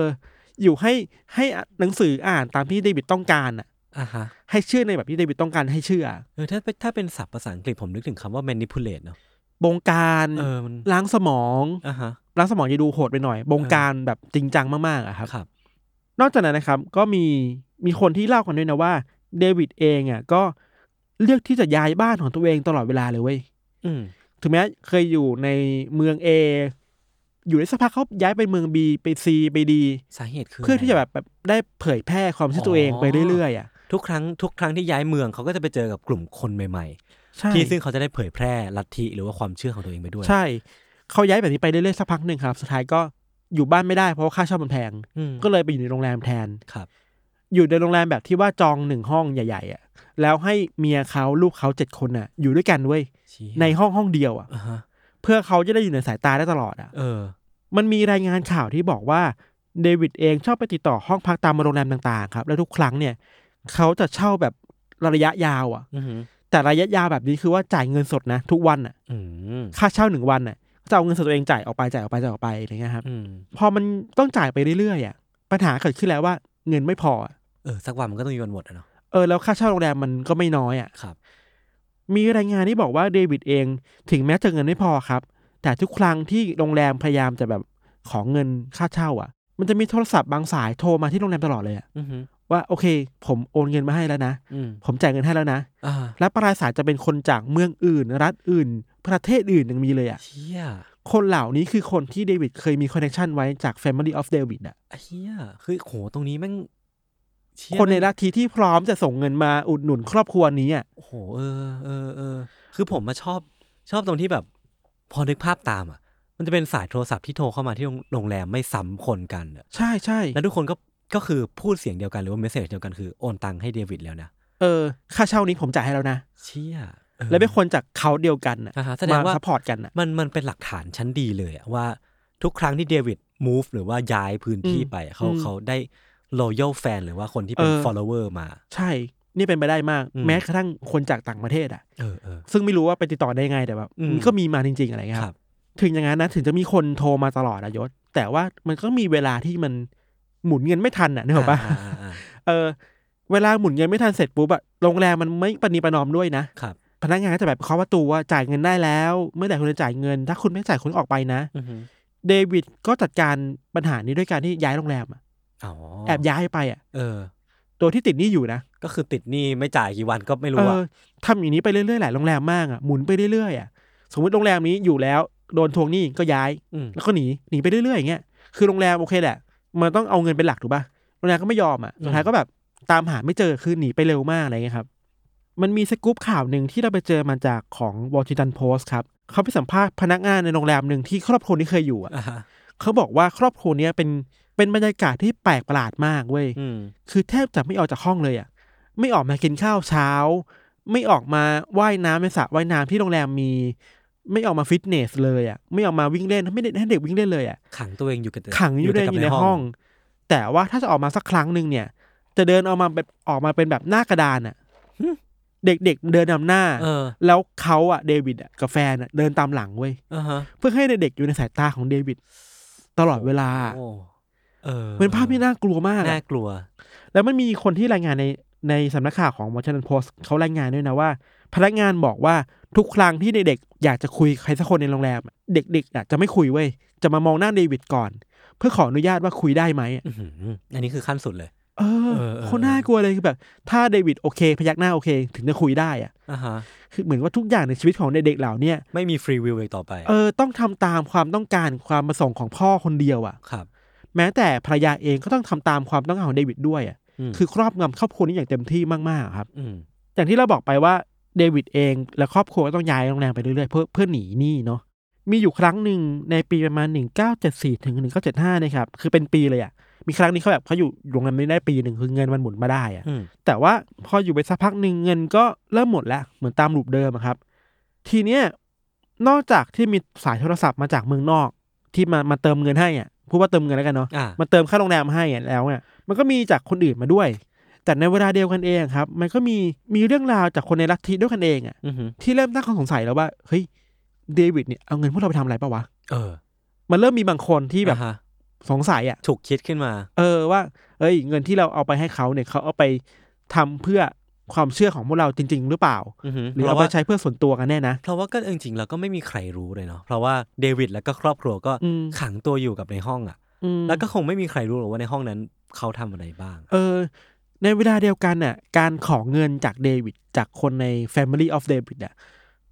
D: อยู่ให้ให้หนังสืออ่านตามที่เดวิดต้องการอ่ะ
C: อ่ะฮะ
D: ให้เชื่อในแบบที่เดวิดต้องการให้เชื่อ
C: เออถ้าเป็นถ้าเป็นศัพท์ภาษาอังกฤษผมนึกถึงคำว่า manipulate เนอะ
D: บงการ
C: เออมัน
D: ล้างสมอง
C: อ่ะฮะ
D: ล้างสมองจะดูโหดไปหน่อย บงการแบบจริงจังมากๆอะครับ
C: ครับ
D: นอกจากนั้นนะครับ ก็มีมีคนที่เล่ากันด้วยนะว่าเดวิดเองอ่ะก็เลือกที่จะย้ายบ้านของตัวเองตลอดเวลาเลยเว้ย
C: อืม
D: ถึงแม้เคยอยู่ในเมือง A อยู่ได้สักพักเขาย้ายไปเมือง B ไป C ไป D
C: สาเหตุคือ
D: เพื่อที่จะ
C: ไร
D: แบบแบบได้เผยแพร่ความคิดตัวเองไปเรื่อยๆอ่ะ
C: ทุกครั้งทุกครั้งที่ย้ายเมืองเขาก็จะไปเจอกับกลุ่มคนใหม่
D: ใช่
C: ๆ ที่ซึ่งเขาจะได้เผยแพร่ลัทธิหรือว่าความเชื่อของตัวเองไปด้วย
D: ใช่ เขาย้ายแบบนี้ไปเรื่อยๆสักพักหนึ่งครับ สุดท้ายก็อยู่บ้านไม่ได้เพราะว่าค่าเช่ามันแพง
C: อืม
D: ก็เลยไปอยู่ในโรงแรมแทน
C: ครับ
D: อยู่ในโรงแรมแบบที่ว่าจองหนึ่งห้องใหญ่ ๆอ่ะแล้วให้เมียเขาลูกเขาเจ็ดคนอ่ะ อยู่ด้วยกันเว้ย
C: ชี้
D: ในห้องห้องเดียวอ่ะ
C: อ่าฮะ
D: เพื่อเขาจะได้อยู่ในสายตาได้ตลอดอ่ะ
C: เออ
D: มันมีรายงานข่าวที่บอกว่าเดวิดเองชอบไปติดต่อห้องพักตามโรงแรมต่างๆ ครับ แล้วทุกครั้งเนี่ย เขาจะเช่าแบบระยะยาวอะ่ะ
C: อือหือ
D: แต่ระยะยาวแบบนี้คือว่าจ่ายเงินสดนะ ทุกวันอะ่ะ
C: อืม
D: ค่าเช่าหนึ่งวันอะ่ะก็จะเอาเงินสดตัวเองจ่ายออกไปจ่ายออกไปจ่ายออกไปอะไรเงี้ยครับ
C: อืม
D: พอมันต้องจ่ายไปเรื่อยๆอะ่ะปัญหาเกิดขึ้นแล้วว่าเงินไม่พออะ
C: เออสักวันมันก็ต้องมีวันหมดอะเนาะ
D: เออแล้วค่าเช่าโรงแรมมันก็ไม่น้อยอะ่ะ
C: ครับ
D: มีรายงานที่บอกว่าเดวิดเองถึงแม้จะเงินไม่พอครับ แต่ทุกครั้งที่โรงแรมพยายามจะแบบขอเงินค่าเช่าอะ่ะ มันจะมีโทรศัพท์บางสายโทรมาที่โรงแรมตลอดเลยอะ
C: อือหือ
D: ว่าโอเค ผมโอนเงินมาให้แล้วนะ
C: อืม
D: ผมจ่ายเงินให้แล้วนะ
C: อ่า
D: และปลายสายจะเป็นคนจากเมืองอื่น รัฐอื่น ประเทศอื่นยังมีเลยอะ่ะ
C: เชี่ย
D: คนเหล่านี้คือคนที่เดวิดเคยมีคอนเนคชันไว้จาก Family of David อะ่ะ
C: ไอ้เฮียคือโหตรงนี้แม่งเชี่ย
D: คนใน
C: แม่ง
D: ลัทธิที่พร้อมจะส่งเงินมาอุดหนุนครอบครัวนี้อะ่ะ
C: โอ้โหเออเออเออคือผมมาชอบชอบตรงที่แบบ พอนึกภาพตามอ่ะ มันจะเป็นสายโทรศัพท์ที่โทรเข้ามาที่โรงโรงแรมไม่ซ้ำคนกันอะ
D: ใช่ใช่
C: แล้วทุกคนก็ก็คือพูดเสียงเดียวกันหรือว่าเมสเซจเดียวกันคือโอนตังค์ให้เดวิดแล้วนะ
D: เออ ค่าเช่านี้ผมจ่ายให้แล้วนะ
C: เชี่ยออ
D: และเป็นคนจากเขาเดียวกัน
C: อ่า
D: อะ่ะ
C: ฮะแสดงว่า
D: ซัพพอร์ตกันอะ่ะ
C: มันมันเป็นหลักฐานชั้นดีเลยอะว่าทุกครั้งที่เดวิด move หรือว่าย้ายพื้นที่
D: อืม
C: ไปอะเขา
D: อืม
C: เขาได้ loyal fan หรือว่าคนที่เป็น
D: เออ
C: follower มา
D: ใช่ นี่เป็นไปได้มาก
C: อืม
D: แม้กระทั่งคนจากต่างประเทศอ่ะ
C: เออเออ
D: ซึ่งไม่รู้ว่าไปติดต่อได้ยังไงแต่แบบ
C: อืม
D: มันก็มีมาจริงๆอะไรเงี้ย
C: ค
D: ครับ
C: รับ
D: ถึงอย่างนั้นนะถึงจะมีคนโทรมาตลอดอะยศ แต่ว่ามันก็มีเวลาที่มันหมุนเงินไม่ทันอะนึกออกปะ
C: อ่าอ่าอ่า
D: เออ เวลาหมุนเงินไม่ทันเสร็จปุ๊บอะโรงแรมมันไม่ปณีประนอมด้วยนะครับ พนักงานก็จะแบบเคาะประตูว่าจ่ายเงินได้แล้ว เมื่อไหร่คุณจะจ่ายเงิน ถ้าคุณไม่จ่ายคุณออกไปนะ
C: อือหือ
D: เดวิดก็จัดการปัญหานี้ด้วยการที่ย้ายโรงแรมอะ
C: อ๋อ
D: แอบย้ายไปอะ
C: เออ
D: ตัวที่ติดหนี่อยู่นะ
C: ก็คือติดหนี้ไม่จ่ายกี่วันก็ไม่
D: เอ
C: รู้อะ
D: อทำอย่างนี้ไปเรื่อยๆหลายโรงแรมมากอะหมุนไปเรื่อยๆอะสมมติโรงแรมนี้อยู่แล้วโดนทวงหนี้ก็ย้าย
C: ม
D: แล้วก็หนีหนีไปเรื่อยๆอย่างเงี้ย คือโรงแรมโอเคแหละ มันต้องเอาเงินเป็นหลักถูกป่ะ โรงแรมก็ไม่ยอมอ่ะ สุดท้ายก็แบบตามหาไม่เจอ คือหนีไปเร็วมากอะไรเงี้ยครับ มันมีสกู๊ปข่าวหนึ่งที่เราไปเจอมาจากของวอชิงตันโพสต์ครับ เขาไปสัมภาษณ์พนักงานในโรงแรมหนึ่งที่ครอบครัวนี้เคยอยู่อ่ะ
C: อ่าฮะ
D: เขาบอกว่าครอบครัวเนี้ยเป็นเป็นบรรยากาศที่แปลกประหลาดมากเว้ย
C: อืม
D: คือแทบจะไม่ออกจากห้องเลยอ่ะ ไม่ออกมากินข้าวเช้า ไม่ออกมาว่ายน้ำในสระว่ายน้ำที่โรงแรมมี ไม่ออกมาฟิตเนสเลยอ่ะ ไม่ออกมาวิ่งเล่น ไม่ได้ให้เด็กวิ่งเล่นเลยอ่ะ
C: ขังตัวเองอยู่กับแต่
D: ขังอยู่
C: แต่
D: ใน
C: กับ
D: อยู่ในห้อง แต่ว่าถ้าจะออกมาสักครั้งหนึ่งเนี่ย จะเดินออกมาแบบออกมาเป็นแบบหน้ากระดานอ่ะ เด็กๆเดินนำหน้า
C: เออ
D: แล้วเขาอ่ะเดวิดอ่ะกับแฟนอ่ะเดินตามหลังเว้ย
C: อ่าฮะ
D: เพื่อให้เด็กๆอยู่ในสายตาของเดวิดตลอดเวลา
C: โอ้เออ
D: เป็นภาพที่น่ากลัวมาก
C: น่า
D: อะ
C: กลัว
D: แล้วมันมีคนที่รายงานในในสำนักข่าวของวอชิงตันโพสต์เขารายงานด้วยนะว่า พนักงานบอกว่าทุกครั้งที่เด็กๆอยากจะคุยใครสักคนในโรงแรมอะเด็กๆอ่ะจะไม่คุยเว้ยจะมามองหน้าเดวิดก่อน เพื่อขออนุญาตว่าคุยได้ไหมอะ
C: อื้อหืออันนี้คือขั้นสุดเลย
D: เออ
C: เออเออ
D: คนน่ากลัวเลยคือแบบ ถ้าเดวิดโอเค พยักหน้าโอเค ถึงจะคุยได้อะ
C: อ่าฮะ
D: คือเหมือนว่าทุกอย่างในชีวิตของเด็กๆเหล่าเนี้ย
C: ไม่มีฟรีวิวอีกต่อไป
D: เออต้องทำตามความต้องการความประสงค์ของพ่อคนเดียวอะ
C: ครับ
D: แม้แต่ภรรยาเองก็ต้องทำตามความต้องการของเดวิดด้วยอะ
C: อืม
D: คือครอบงำครอบครัวนี้อย่างเต็มที่มากๆอะครับ
C: ม
D: อย่างที่เราบอกไปว่าเดวิดเองและครอบครัวก็ต้องย้ายโรงแรมไปเรื่อยๆเพื่อเพื่อหนีหนี้เนาะมีอยู่ครั้งหนึ่งในปีประมาณ 1974ถึง1975นะครับคือเป็นปีเลยอะมีครั้งนี้เขาแบบเขาอยู่โรงแรมนี้ได้ปีหนึ่งคือเงินมันหมุนมาได้อะ
C: อืม
D: แต่ว่าพออยู่ไปสักพักหนึ่งเงินก็เริ่มหมดแล้ว เหมือนตามรูปเดิมอะครับ ทีเนี้ยนอกจากที่มีสายโทรศัพท์มาจากเมืองนอก ที่มามาเติมเงินให้อ่ะพูดว่าเติมเงินแล้วกันเนาะ
C: อ่า
D: มาเติมค่าโรงแรมให้อะแล้วเนี่ยมันก็มีจากคนอื่นมาด้วย แต่ในเวลาเดียวกันเองครับ มันก็มีมีเรื่องราวจากคนในลัทธิด้วยกันเองอะ
C: อือหือ
D: ที่เริ่มตั้งข้อสงสัยแล้วว่าเฮ้ยเดวิดเนี่ยเอาเงินพวกเราไปทำอะไรปะวะ
C: เออ
D: มันเริ่มมีบางคนที่แบบ
C: อ่าฮะ
D: สงสัยอะ
C: ถูกคิดขึ้นมา
D: เออว่าเอ้ย เงินที่เราเอาไปให้เขาเนี่ยเขาเอาไปทำเพื่อความเชื่อของพวกเราจริง ๆ หรือเปล่า
C: อือหือ
D: หรือ
C: เพ
D: เอา
C: ราะ
D: ไป
C: ว่า
D: ใช้เพื่อส่วนตัวกันแน่นะ
C: เพราะว่าก็จริงๆเราก็ไม่มีใครรู้เลยเนาะเพราะว่าเดวิดแล้วก็ครอบครัวก็
D: อืม
C: ขังตัวอยู่กับในห้องอ่ะ
D: อืม
C: แล้วก็คงไม่มีใครรู้หรอกว่าในห้องนั้นเขาทำอะไรบ้าง
D: เออในเวลาเดียวกันน่ะการขอเงินจากเดวิดจากคนใน Family of David อ่ะ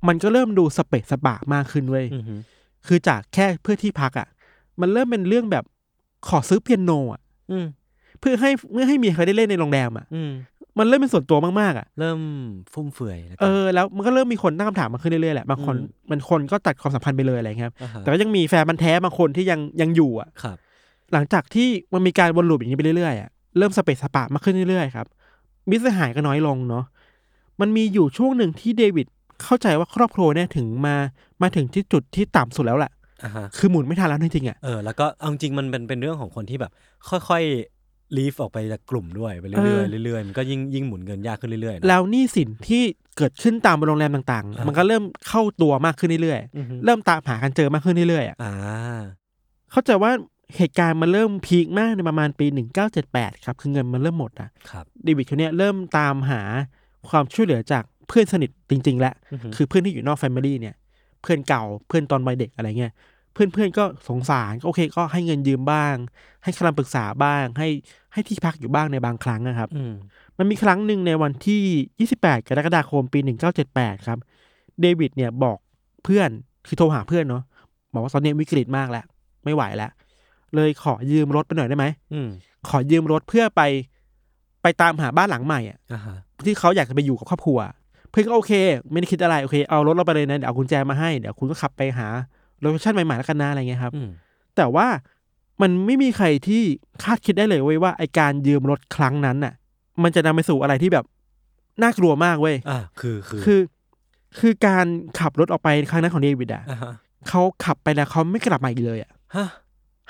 D: มันก็เริ่มดูสเปะสปะมากขึ้นเว้ย
C: อือหือ
D: คือจากแค่เพื่อที่พักอ่ะมันเริ่มเป็นเรื่องแบบขอซื้อเปียโนอ่ะ
C: อืม
D: เพื่อให้เพื่อให้เมียเขาได้เล่นในโรงแรมอ่ะ
C: อืม
D: มันเริ่มเป็นส่วนตัวมากๆอ่ะ
C: เริ่มฟุ่มเฟือยแล้วกั
D: เอน อแล้วมันก็เริ่มมีคนตั้งคำถามมาขึ้นเรื่อยๆแหละบางคน
C: อืม
D: มันคนก็ตัดความสัมพันธ์ไปเลยอะไรเงี้ยครับ
C: ฮะ
D: แต่ก็ยังมีแฟนมันธุ์แท้บางคนที่ยังยังอยู่อ่ะ
C: ครับ
D: หลังจากที่มันมีการวนลูปอย่างนี้ไปเรื่อยๆอะเริ่มสเปซสปะมากขึ้นเรื่อยๆครับมิตรสหายก็น้อยลงเนาะมันมีอยู่ช่วงหนึ่งที่เดวิดเข้าใจว่าครอบครัวเนี่ยถึงมามาถึงที่จุดที่ต่ำสุดแล้วแหละ
C: อ่าฮะ
D: คือหมุนไม่ทันแล้วจริงๆอ่ะ
C: เออ แล้วก็เอาจริงๆมันเป็นเป็นเรื่องของคนที่แบบ ค่อยๆ ลีฟออกไปจากกลุ่มด้วยไปเรื่อยๆเรื่อยๆมันก็ยิ่งยิ่งหมุนเงินยากขึ้นเรื่อยๆนะ
D: แล้วหนี้สินที่เกิดขึ้นตามโรงแรมต่าง
C: อ่ามั
D: ๆมันก็เริ่มเข้าตัวมากขึ้นเรื่อย
C: อือฮึ
D: ๆ เริ่มตามหากันเจอมากขึ้นเรื่อยๆอะ
C: อ่า
D: เข้าใจว่าเหตุการณ์มันเริ่มพีคมากในประมาณปี 1978ครับคือเงินมันเริ่มหมดอ่ะ
C: ครับ
D: เดวิดเขาเนี่ยเริ่มตามหาความช่วยเหลือจากเพื่อนสนิทจริงๆแล้ว
C: คื
D: คือ อเพื่อนที่อยู่นอกแฟมิลี่เนี่ย เพื่อนเก่าเพื่อนตอนวัยเด็กอะไรเงี้ยเพื่อนเพื่อนๆก็สงสารก็โอเคก็ให้เงินยืมบ้าง ให้คำปรึกษาบ้าง ให้ให้ที่พักอยู่บ้างในบางครั้งนะครับ
C: อืม
D: มันมีครั้งหนึ่งในวันที่ 28 กรกฎาคมปี 1978 ครับ เดวิดเนี่ยบอกเพื่อนคือโทรหาเพื่อนเนาะบอกว่าตอนนี้วิกฤตมากแล้วไม่ไหวแล้ว เลยขอยืมรถไปหน่อยได้ไหม
C: อืม
D: ขอยืมรถเพื่อไปไปตามหาบ้านหลังใหม่อะ
C: อ่าฮะ
D: ที่เขาอยากจะไปอยู่กับครอบครัว เพื่อนก็โอเค ไม่ได้คิดอะไรโอเคเอารถเราไปเลยนะเดี๋ยวเอากุญแจมาให้ เดี๋ยวคุณก็ขับไปหาโลเคชั่นใหม่ๆแล้วกันนะอะไรเงี้ยครับ
C: อืม
D: แต่ว่ามันไม่มีใครที่คาดคิดได้เลยเว้ยว่าไอการยืมรถครั้งนั้นน่ะ มันจะนำไปสู่อะไรที่แบบน่ากลัวมากเว้ย
C: อ่า คือคือ
D: คือ คือการขับรถออกไปครั้งนั้นของเดวิดอ่ะ
C: อ่าฮะ
D: เขาขับไปแล้วเขาไม่กลับมาอีกเลยอ่ะ
C: ฮะ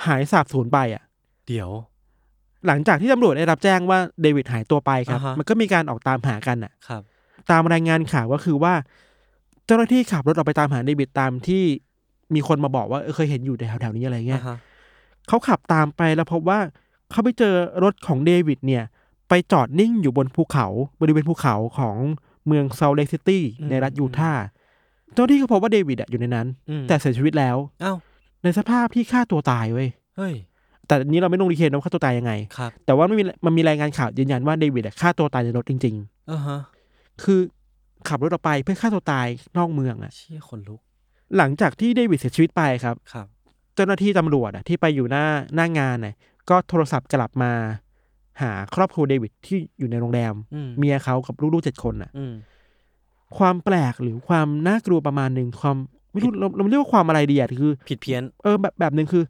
D: หายสาบสูญไปอ่ะ
C: เดี๋ยว
D: หลังจากที่ตำรวจได้รับแจ้งว่าเดวิดหายตัวไปครับ
C: อ่าฮะ
D: มันก็มีการออกตามหากันอ่ะ
C: ครับ
D: ตามรายงานข่าวก็คือว่า เจ้าหน้าที่ขับรถออกไปตามหาเดวิดตามที่มีคนมาบอกว่าเออเคยเห็นอยู่แถวแถวๆนี้อะไรเงี้
C: อ่าย ฮะ
D: เขาขับตามไปแล้วพบว่าเขาไปเจอรถของเดวิดเนี่ย ไปจอดนิ่งอยู่บนภูเขาบริเวณภูเขาของเมืองเซาเล t ซิตี้
C: อืม
D: ในรัฐยูทาห์เจ้าหน้าที่ก็พบว่าเดวิดอะอยู่ในนั้น
C: อืม
D: แต่เสียชีวิตแล้ว
C: เอ้า
D: ในสภาพที่ฆ่าตัวตายเว้ย
C: เฮ้ย
D: แต่อันนี้เราไม่ลงดีเทลนะว่าฆ่าตัวตายยังไง
C: ครับ
D: แต่ว่ามันมีมันมีรายงานข่าวยืนยันว่าเดวิดอะฆ่าตัวตายในรถจริง ๆ
C: อ่าฮะ
D: คือขับรถออกไปเพื่อฆ่าตัวตายนอกเมืองอะ
C: เชี่ยคนลุก
D: หลังจากที่เดวิดเสียชีวิตไปครับ
C: ครับ
D: เจ้าหน้าที่ตำรวจอะที่ไปอยู่หน้าหน้างานน่ะก็โทรศัพท์กลับมา หาครอบครัวเดวิดที่อยู่ในโรงแรม
C: อืม
D: เมียเขากับลูกๆเจ็ดคนน่ะ
C: อืม
D: ความแปลกหรือความน่ากลัวประมาณหนึ่งความไม่รู้เราเราไม่เรียกว่าความอะไรดีอะคือ
C: ผิดเพี้ยน
D: เออแบบแบบหนึ่งคือ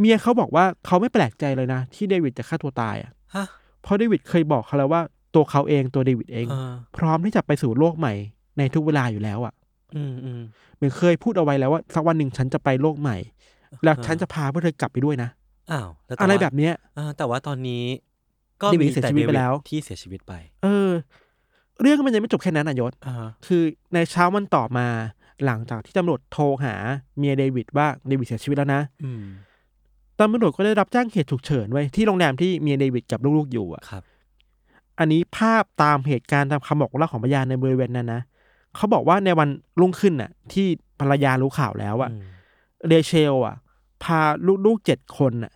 D: เมียเขาบอกว่าเขาไม่แปลกใจเลยนะ ที่เดวิดจะฆ่าตัวตายอะ
C: ฮะ
D: เพราะเดวิดเคยบอกเขาแล้วว่าตัวเขาเองตัวเดวิดเอง
C: เออ
D: พร้อมที่จะไปสู่โลกใหม่ในทุกเวลาอยู่แล้วอะ
C: อืมอืม
D: เหมือนเคยพูดเอาไว้แล้วว่าสักวันหนึ่งฉันจะไปโลกใหม่ แล้วฉันจะพาพวกเธอกลับไปด้วยนะ
C: อ้าวล้วต่
D: อะไร
C: ว่า
D: แบบเนี้ย
C: อ่าแต่ว่าตอนนี้ก็
D: เดวิ
C: มี
D: ดเสีย
C: แต่
D: ชีวิตไปแล้ว
C: เดดที่เสียชีวิตไป
D: เออ เรื่องมันยังไม่จบแค่นั้นนายศ
C: อ่า
D: คือในเช้าวันต่อมา หลังจากที่ตำรวจโทรหาเมียเดวิดว่าเดวิดเสียชีวิตแล้วนะ
C: อืม
D: ตำรวจก็ได้รับแจ้งเหตุฉุกเฉินไว้ยที่โรงแรมที่เมียเดวิดกับลูกๆอยู่อ่ะ
C: ครับ
D: อันนี้ภาพตามเหตุการณ์ตามคำบอกเล่าของพยานในบริเวณนั้นนะเขาบอกว่าในวันรุ่งขึ้นน่ะ ที่ภรรยารู้ข่าวแล้วอ่ะ
C: อืม
D: เรเชลอ่ะ พาลูกๆเจ็ดคนน่ะ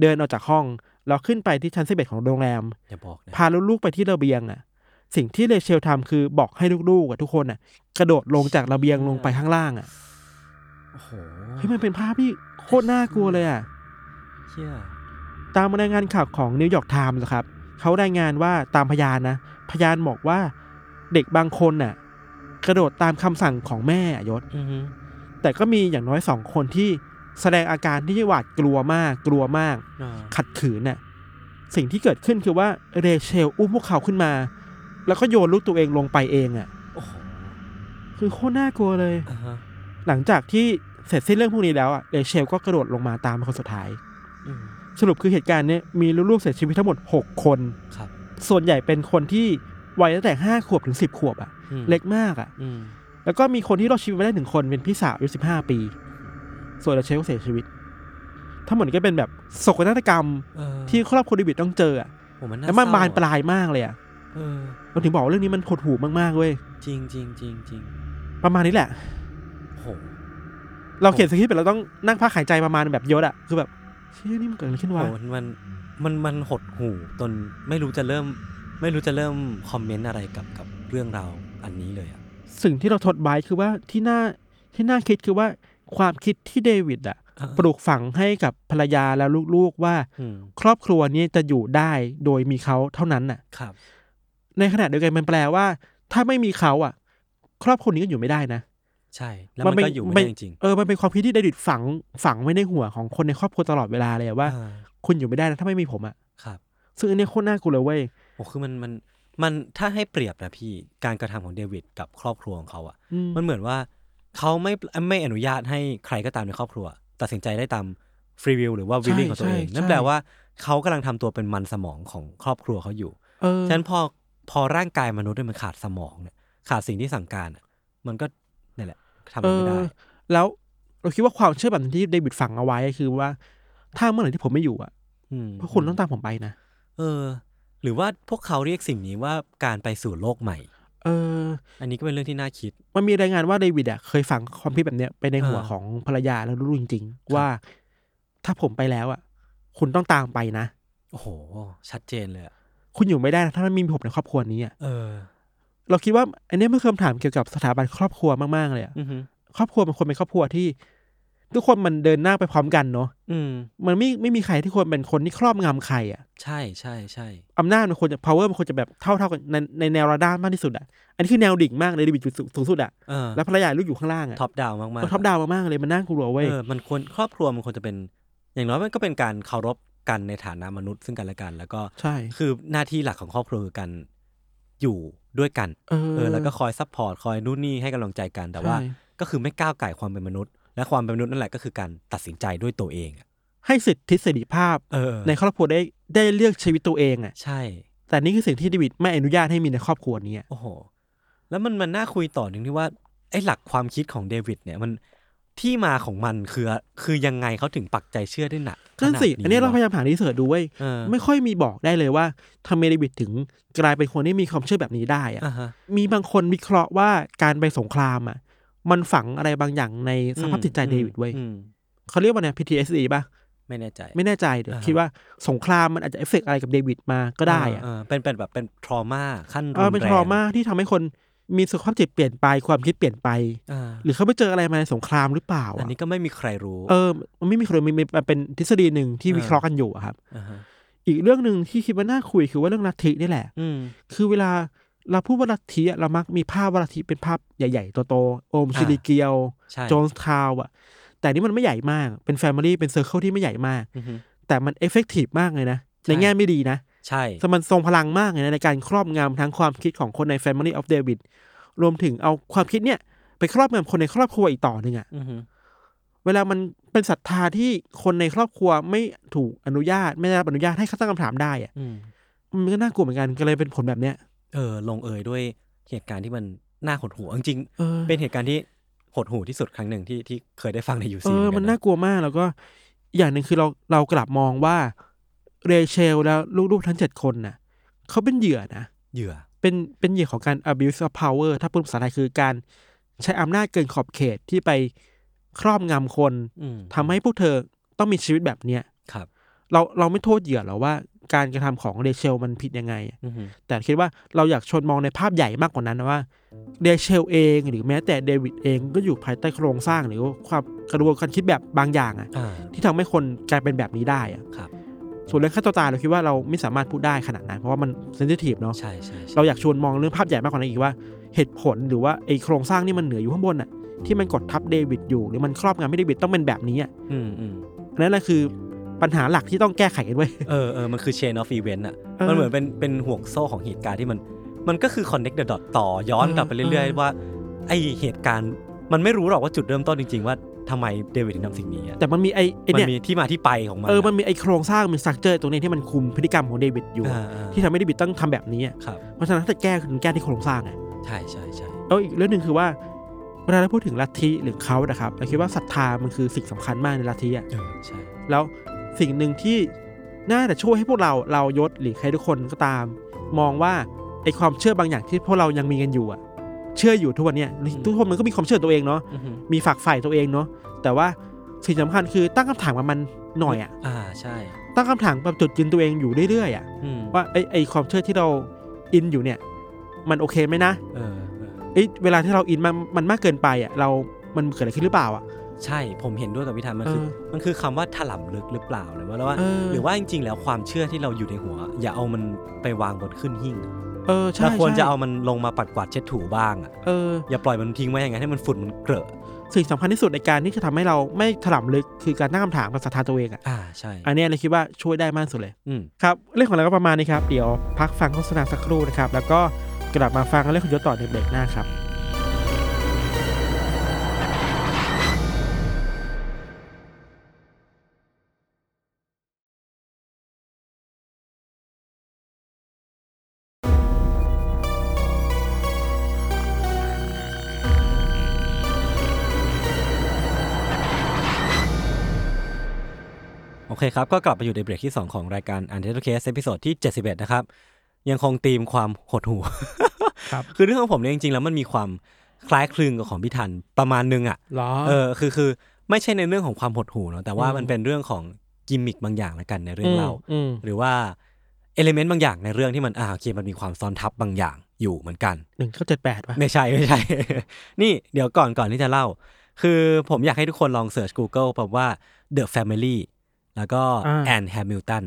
D: เดินออกจากห้องแล้วขึ้นไปที่ชั้นสิบเอ็ดของโรงแรม
C: อย่าบอกนะ
D: พาลูกๆไปที่ระเบียงอ่ะ สิ่งที่เรเชลทำคือบอกให้ลูกๆอ่ะทุกคนอ่ะ กระโดดลงจากระเบียงลงไปข้างล่างอ่ะ
C: โอ้โห
D: เฮ้ยมันเป็นภาพที่โคตรน่ากลัวเลยอ่ะ
C: เชี่ย
D: ตามรายงานข่าวของนิวยอร์กไทม์นะครับเขารายงานว่าตามพยานนะ พยานบอกว่าเด็กบางคนน่ะ กระโดดตามคำสั่งของแม่อะยศ
C: อือฮึ
D: แต่ก็มีอย่างน้อยสองคนที่แสดงอาการที่หวาดกลัวมากกลัวมาก
C: อ่า
D: ขัดขืนน่ะสิ่งที่เกิดขึ้นคือว่าเรเชลอุ้มพวกเขาขึ้นมา แล้วก็โยนลูกตัวเองลงไปเองอ่ะ
C: โอ้โห
D: คือโคตรน่ากลัวเลย
C: อ่าฮะ
D: หลังจากที่เสร็จสิ้นเรื่องพวกนี้แล้วอ่ะเรเชลก็กระโดดลงมาตามเป็นคนสุดท้าย
C: อืม
D: สรุปคือเหตุการณ์เนี้ยมีลูกๆเสียชีวิตทั้งหมด 6 คน
C: ครับ
D: ส่วนใหญ่เป็นคนที่วัยตั้งแต่ห้าขวบถึงสิบขวบอะ
C: อืม
D: เล็กมากอะ
C: อืม
D: แล้วก็มีคนที่รอดชีวิตมาได้หนึ่งคนเป็นพี่สาวอายุสิบห้าปี ส่วนเราเชลก็เสียชีวิต ทั้งหมดนี้ก็เป็นแบบโศกนาฏกรรม
C: เออ
D: ที่ครอบครัวเดวิดต้องเจออะ
C: โหมันน่า
D: แล้วมัน
C: เศร้
D: บานปลายมากเลยอะ
C: เออ
D: เราถึงบอกว่าเรื่องนี้มันหดหู่มากๆเว้ย
C: จริงจริงจริงจริง
D: ประมาณนี้แหละ
C: โห
D: เราเขียนสคริปต์ไปเราต้องนั่งพักหายใจประมาณแบบยศอะคือแบบเชี่ยนี่มันเกิดอะไรขึ้นวะ
C: โอ้มันมันมันมันหดหูจนไม่รู้จะเริ่ม ไม่รู้จะเริ่มคอมเมนต์อะไรกับกับเรื่องราวอันนี้เลยอ่ะ
D: สิ่งที่เราทดไว้คือว่าที่น่าที่น่าคิดคือว่าความคิดที่เดวิดอะปลูกฝังให้กับภรรยาและลูกๆว่า
C: อืม
D: ครอบครัวเนี้จะอยู่ได้โดยมีเขาเท่านั้นน่ะ
C: ครับ
D: ในขณะเดียวกันมันแปลว่า ถ้าไม่มีเขาอะครอบครัวนี้ก็อยู่ไม่ได้นะ
C: ใช่ แล้วมัน
D: มันเป็
C: ก็
D: น
C: อยู่
D: เป็
C: ไม่
D: น
C: ได้จริง
D: เออมันเป็นความคิดที่เดวิดฝังฝังไว้ในหัวของคนในครอบครัวตลอดเวลาเลยอะว่า
C: เออ
D: คุณอยู่ไม่ได้นะถ้าไม่มีผมอะ
C: ครับ
D: ซึ่งอันเนี้ยโคตรน่ากลัวเลยเว้ย
C: โอ้คือมันมันมันถ้าให้เปรียบนะพี่การกระทำของเดวิดกับครอบครัวของเขาอ่ะ
D: อืม
C: มันเหมือนว่าเขาไม่ไม่อนุญาตให้ใครก็ตามในครอบครัว ตัดสินใจได้ตามฟรีวิลหรือว่าวิลลิ่งของตัวเอง
D: ใช่ใช่
C: นั่นแปลว่าเขากำลังทำตัวเป็นมันสมองของครอบครัวเขาอยู่
D: เออ
C: ฉะนั้นพอพอร่างกายมนุษย์เนี่ยมันขาดสมองเนี่ยขาดสิ่งที่สั่งการอะมันก็นี่แหละทำอะไรไม่ได้
D: เออแล้วเราคิดว่าความเชื่อแบบที่เดวิดฝังเอาไว้คือว่า ถ้าเมื่อไหร่ที่ผมไม่อยู่อ่ะ
C: ม
D: พวกคุณต้องตามผมไปนะ
C: เออ หรือว่าพวกเขาเรียกสิ่งนี้ว่าการไปสู่โลกใหม่
D: เออ
C: อันนี้ก็เป็นเรื่องที่น่าคิด
D: มันมีรายงานว่าเดวิดอ่ะเคยฝังความคิดแบบเนี้ยไปในหัว
C: อ่า
D: ของภรรยาแล้วลูกจริง ๆ ว่า ถ้าผมไปแล้วอ่ะ คุณต้องตามไปนะ
C: โอ้โห ชัดเจนเลยอะ
D: คุณอยู่ไม่ได้นะถ้าไม่มีผมในครอบครัวนี้อ่ะ
C: เออ
D: เราคิดว่าอันเนี้ยมันคือคำถามเกี่ยวกับสถาบันครอบครัวมากๆเลยอะ
C: อือหือ
D: ครอบครัวมันควรเป็นครอบครัวที่ ทุกคนมันเดินหน้าไปพร้อมกันเนาะ
C: อืม
D: มันไม่ไม่มีใครที่ควรเป็นคนที่ครอบงำใครอ่ะ
C: ใช่ใช่ใช่
D: อำนาจมันควรจะ power มันควรจะแบบเท่าเท่าๆกันในในแนวระด้านมากที่สุดอ่ะ อันนี้คือแนวดิ่งมากในดิบิทสูงสูงสุดอ่ะ
C: เออ
D: แล้วภรรยาลูกอยู่ข้างล่างอ่ะ
C: ท็อปดาวมาก
D: เออท็อปดาวมากๆเลยมันน่ากลัวเว้ย
C: เออมันควรครอบครัวมันควรจะเป็น อย่างน้อยมันก็เป็นการเคารพกันในฐานะมนุษย์ซึ่งกันและกัน แล้วก็
D: ใช่
C: คือหน้าที่หลักของครอบครัวคือการอยู่ด้วยกัน
D: เออ
C: เออแล้วก็คอยซัพพอร์ตคอยนู่นนี่ให้กำลังใจกันแต่ว่า
D: ใช่
C: ก็คือไม่ก้าวไก่ายความเป็นมนุษย์ และความเป็นมนุษย์นั่นแหละก็คือการตัดสินใจด้วยตัวเองอะ
D: ให้สิทธิเสรีภาพ
C: เออ
D: ในครอบครัวได้ได้เลือกชีวิตตัวเองอ่ะ
C: ใช่
D: แต่นี่คือสิ่งที่เดวิดไม่อนุญาตให้มีในครอบครัวนี้อะ
C: โอ้โห แล้วมันมันน่าคุยต่อถึงที่ว่าไอ้หลักความคิดของเดวิดเนี่ยมันที่มาของมันคือคือยังไงเขาถึงปักใจเชื่อได้หนักข
D: นั่น
C: นาด
D: สิ อันนี้เราพยาว
C: ะ
D: ยามหารีเสิร์ชดูเว้ย
C: เออ
D: ไม่ค่อยมีบอกได้เลยว่าทำไมเดวิดถึงกลายเป็นคนที่มีความเชื่อแบบนี้ได้อ่ะ
C: อ่าฮะ
D: มีบางคนวิเคราะห์ว่าการไปสงครามอ่ะ มันฝังอะไรบางอย่างในสภาพ
C: อืม
D: จิตใจเดวิดเว้ย
C: อืม
D: เขาเรียกว่าเนี่ย PTSD ป่ะ
C: ไม่แน่ใจ
D: ไม่แน่ใจเดี๋ยวคิดว่าสงครามมันอาจจะเอฟเฟกอะไรกับเดวิดมาก็ได้อะ
C: เเเป็นเป็นแบบเป็นทรมาขั้นรุน
D: เอ
C: แร
D: อง เป็นทรมาที่ทำให้คนมีสุขภาพจิตเปลี่ยนไปความคิดเปลี่ยนไป
C: อ่า
D: หรือเขาไปเจออะไรมาในสงครามหรือเปล่า
C: อัน
D: อะ
C: นี้ก็ไม่มีใครรู้
D: เออมันไม่มีใครมีมีมันเป็นทฤษฎีหนึ่งที่วิเคราะห์กันอยู่อะครับ
C: าฮะ
D: อีกเรื่องหนึ่งที่คิดว่าน่าคุยคือว่าเรื่องลัทธินี่แหละ
C: อืม
D: คือเวลาเราพูดว่าลัทธิอะเรามักมีภาพว่าลัทธิเป็นภาพใหญ่ๆโตๆโอมชิลิเกียว
C: ใช่
D: โจนส์ทาวอะแต่นี่มันไม่ใหญ่มาก เป็นแฟมิลี่ เป็นเซอร์เคิลที่ไม่ใหญ่มาก
C: อือฮึ
D: แต่มันเอฟเฟกตีฟมากเลยนะ
C: ใช่
D: ในแง่ไม่ดีนะ
C: ใช่
D: แต่มันทรงพลังมากเลยนะในการครอบงำทั้งความคิดของคนใน Family of David รวมถึงเอาความคิดเนี่ย ไปครอบงำคนในครอบครัวอีกต่อหนึ่งอะ
C: อือฮึ
D: เวลามันเป็นศรัทธาที่คนในครอบครัวไม่ถูกอนุญาต ไม่ได้รับอนุญาตให้เขาตั้งคำถามได้อะ
C: อืม
D: มันก็น่ากลัวเหมือนกันก็เลยเป็นผลแบบเนี้ย
C: เออ ลงเอยด้วยเหตุการณ์ที่มันน่าหดหู่จริง
D: เออ
C: ๆ เป็นเหตุการณ์ที่หดหู่ที่สุดครั้งหนึ่งที่ที่เคยได้ฟังในยู
D: เอ
C: ซี
D: อมันน่ากลัวมากแล้วก็อย่างหนึ่งคือเราเรากลับมองว่าเรเชลแล้วลูกๆทั้งเจ็ดคนน่ะเขาเป็นเหยื่อนะ
C: เหยื่อ
D: เป็นเป็นเหยื่อของการ abuse of power ถ้าพูดภาษาไทยคือการใช้อำนาจเกินขอบเขตที่ไปครอบงำคน
C: อืม
D: ทำให้พวกเธอต้องมีชีวิตแบบเนี้ย
C: ครับ
D: เราเราไม่โทษเหยื่อหรอกว่าการกระทำของเรเชลมันผิดยังไง
C: อือฮึ
D: แต่คิดว่าเราอยากชวนมองในภาพใหญ่มากกว่านั้นนะว่าเรเชลเองหรือแม้แต่เดวิดเองก็อยู่ภายใต้โครงสร้างหรือความกระบวนการคิดแบบบางอย่างอะ
C: อ่า
D: ที่ทำให้คนกลายเป็นแบบนี้ได้อะ
C: ครับ
D: ส่วนเรื่องฆ่าตัวตายเราคิดว่าเราไม่สามารถพูดได้ขนาดนั้นเพราะว่ามันเซนซิทีฟเนาะ
C: ใช่ใช่ใช่
D: เราอยากชวนมองเรื่องภาพใหญ่มากกว่านั้นอีกว่าเหตุผลหรือว่าไอ้โครงสร้างนี่มันเหนืออยู่ข้างบนน่ะที่มันกดทับเดวิดอยู่หรือมันครอบงำให้เดวิดต้องเป็นแบบนี้อ่ะ
C: อืมอืม
D: อันนั้นแหละคือปัญหาหลักที่ต้องแก้ไขกันเว้ย
C: เออเออมันคือ chain of event อ่ะ
D: เออ
C: มันเหมือนเป็นเป็นห่วงโซ่ของเหตุการณ์ที่มัน มันก็คือ connect the dot ต่อย้อน
D: เออก
C: ลับไปเรื่อย
D: เออ
C: ๆ ว่า ไอเหตุการณ์มันไม่รู้หรอกว่าจุดเริ่มต้นจริง ๆ ว่า ทำไมเดวิดถึงทำสิ่งนี้อะ
D: แต่มันมีไอ้ไอ้
C: มั
D: เนี่ย
C: นมีที่มาที่ไปของมัน
D: เออมันมีไอ้โครงสร้างมีสักเจอตรงนี้ที่มันคุมพฤติกรรมของเดวิดอยู่
C: อ่าอ่า
D: ที่ทำให้เดวิดต้องทำแบบนี้อะ
C: ครับ
D: เพราะฉะนั้นถ้าจะแก้คือแก้ที่โครงสร้างไง
C: ใช่ใช่ใช่
D: แล้วอีกเรื่องหนึ่งคือว่าเวลาเราพูดถึงลัทธิหรือเขานะครับเราคิดว่าศรัทธามันคือสิ่งสำคัญมากในลัทธิอ่ะ
C: เออใช่
D: แล้วสิ่งหนึ่งที่น่าจะช่วยให้พวกเราเรายศหรือใครทุกคนก็ตาม มองว่าไอความเชื่อบางอย่างที่พวกเรายังมีกันอยู่อ่ะ เชื่ออยู่ทุกวันเนี้ยทุกคนมันก็มีความเชื่อตัวเองเนาะ
C: อือฮึ
D: มีฝักใฝ่ตัวเองเนาะแต่ว่าสิ่งสำคัญคือตั้งคำถามกับมันหน่อยอ่ะ
C: อ่าใช่
D: ตั้งคำถามกับจุดยืนตัวเองอยู่เรื่อยๆอ่ะ
C: อืม
D: ว่าไอไอความเชื่อที่เราอินอยู่เนี่ย มันโอเคไหมนะ
C: เออเออ
D: เอ้ยเวลาที่เราอินมันมันมากเกินไปอ่ะเรา มันเกิดอะไรขึ้นหรือเปล่าอ่ะ
C: ใช่ผมเห็นด้วยกับพิธานมัน
D: เอ
C: คื
D: อ
C: อมันคือคำว่าถล่มลึกหรือเปล่าหรือว่าแล้วว่า
D: เออ
C: หรือว่าจริงๆ แล้วความเชื่อที่เราอยู่ในหัว อย่าเอามันไปวางบนขึ้นหิ้ง
D: เออใช่
C: เราควร
D: ใช่
C: จะเอามันลงมาปัดกวาดเช็ดถูบ้างอะ
D: เออ
C: อย่าปล่อยมันทิ้งไว้อย่างนั้นให้มันฝุ่นมันเกลอะ
D: สิ่งสำคัญที่สุดในการที่จะทำให้เราไม่ถลำลึกคือการตั้งคำถามกับศรัทธาตัวเองอ่ะ
C: อ่าใช่
D: อันเนี้ยเราคิดว่าช่วยได้มากที่สุดเลย
C: อืม
D: ครับ เรื่องของเราก็ประมาณนี้ครับ เดี๋ยวพักฟังโฆษณาสักครู่นะครับ แล้วก็กลับมาฟังเรื่องของยศต่อในเบรกหน้าครับ
C: โอเคครับ ก็กลับไปอยู่ในเบรกที่ 2 ของรายการ u n t e r Case เอพิโซดที่ 71 นะครับ ยังคงธีมความหดหู่
D: ครับ
C: คือเรื่องของผมเนี่ยจริงๆ แล้วมันมีความคล้ายคลึงกับของพิธันประมาณนึงอ่ะ
D: หรอ
C: เออคือคือไม่ใช่ในเรื่องของความหดหู่เนาะแต่ว่า
D: อืม
C: มันเป็นเรื่องของกิมมิคบางอย่างละกันในเรื่องเล่า
D: อืม
C: หรือว่าเอลิเมนต์บางอย่างในเรื่องที่มันอ่าโอเคมันมีความซ้อนทับบางอย่างอยู่เหมือนกัน
D: หนึ่งเก้าเจ็ดแปดป่ะ
C: ไม่ใช่ไม่ ใช่ นี่เดี๋ยวก่อนก่อนที่จะเล่า คือผมอยากให้ทุกคนลองเสิร์ช Google พบว่า The Family แล้วก็แอนแฮมิลตัน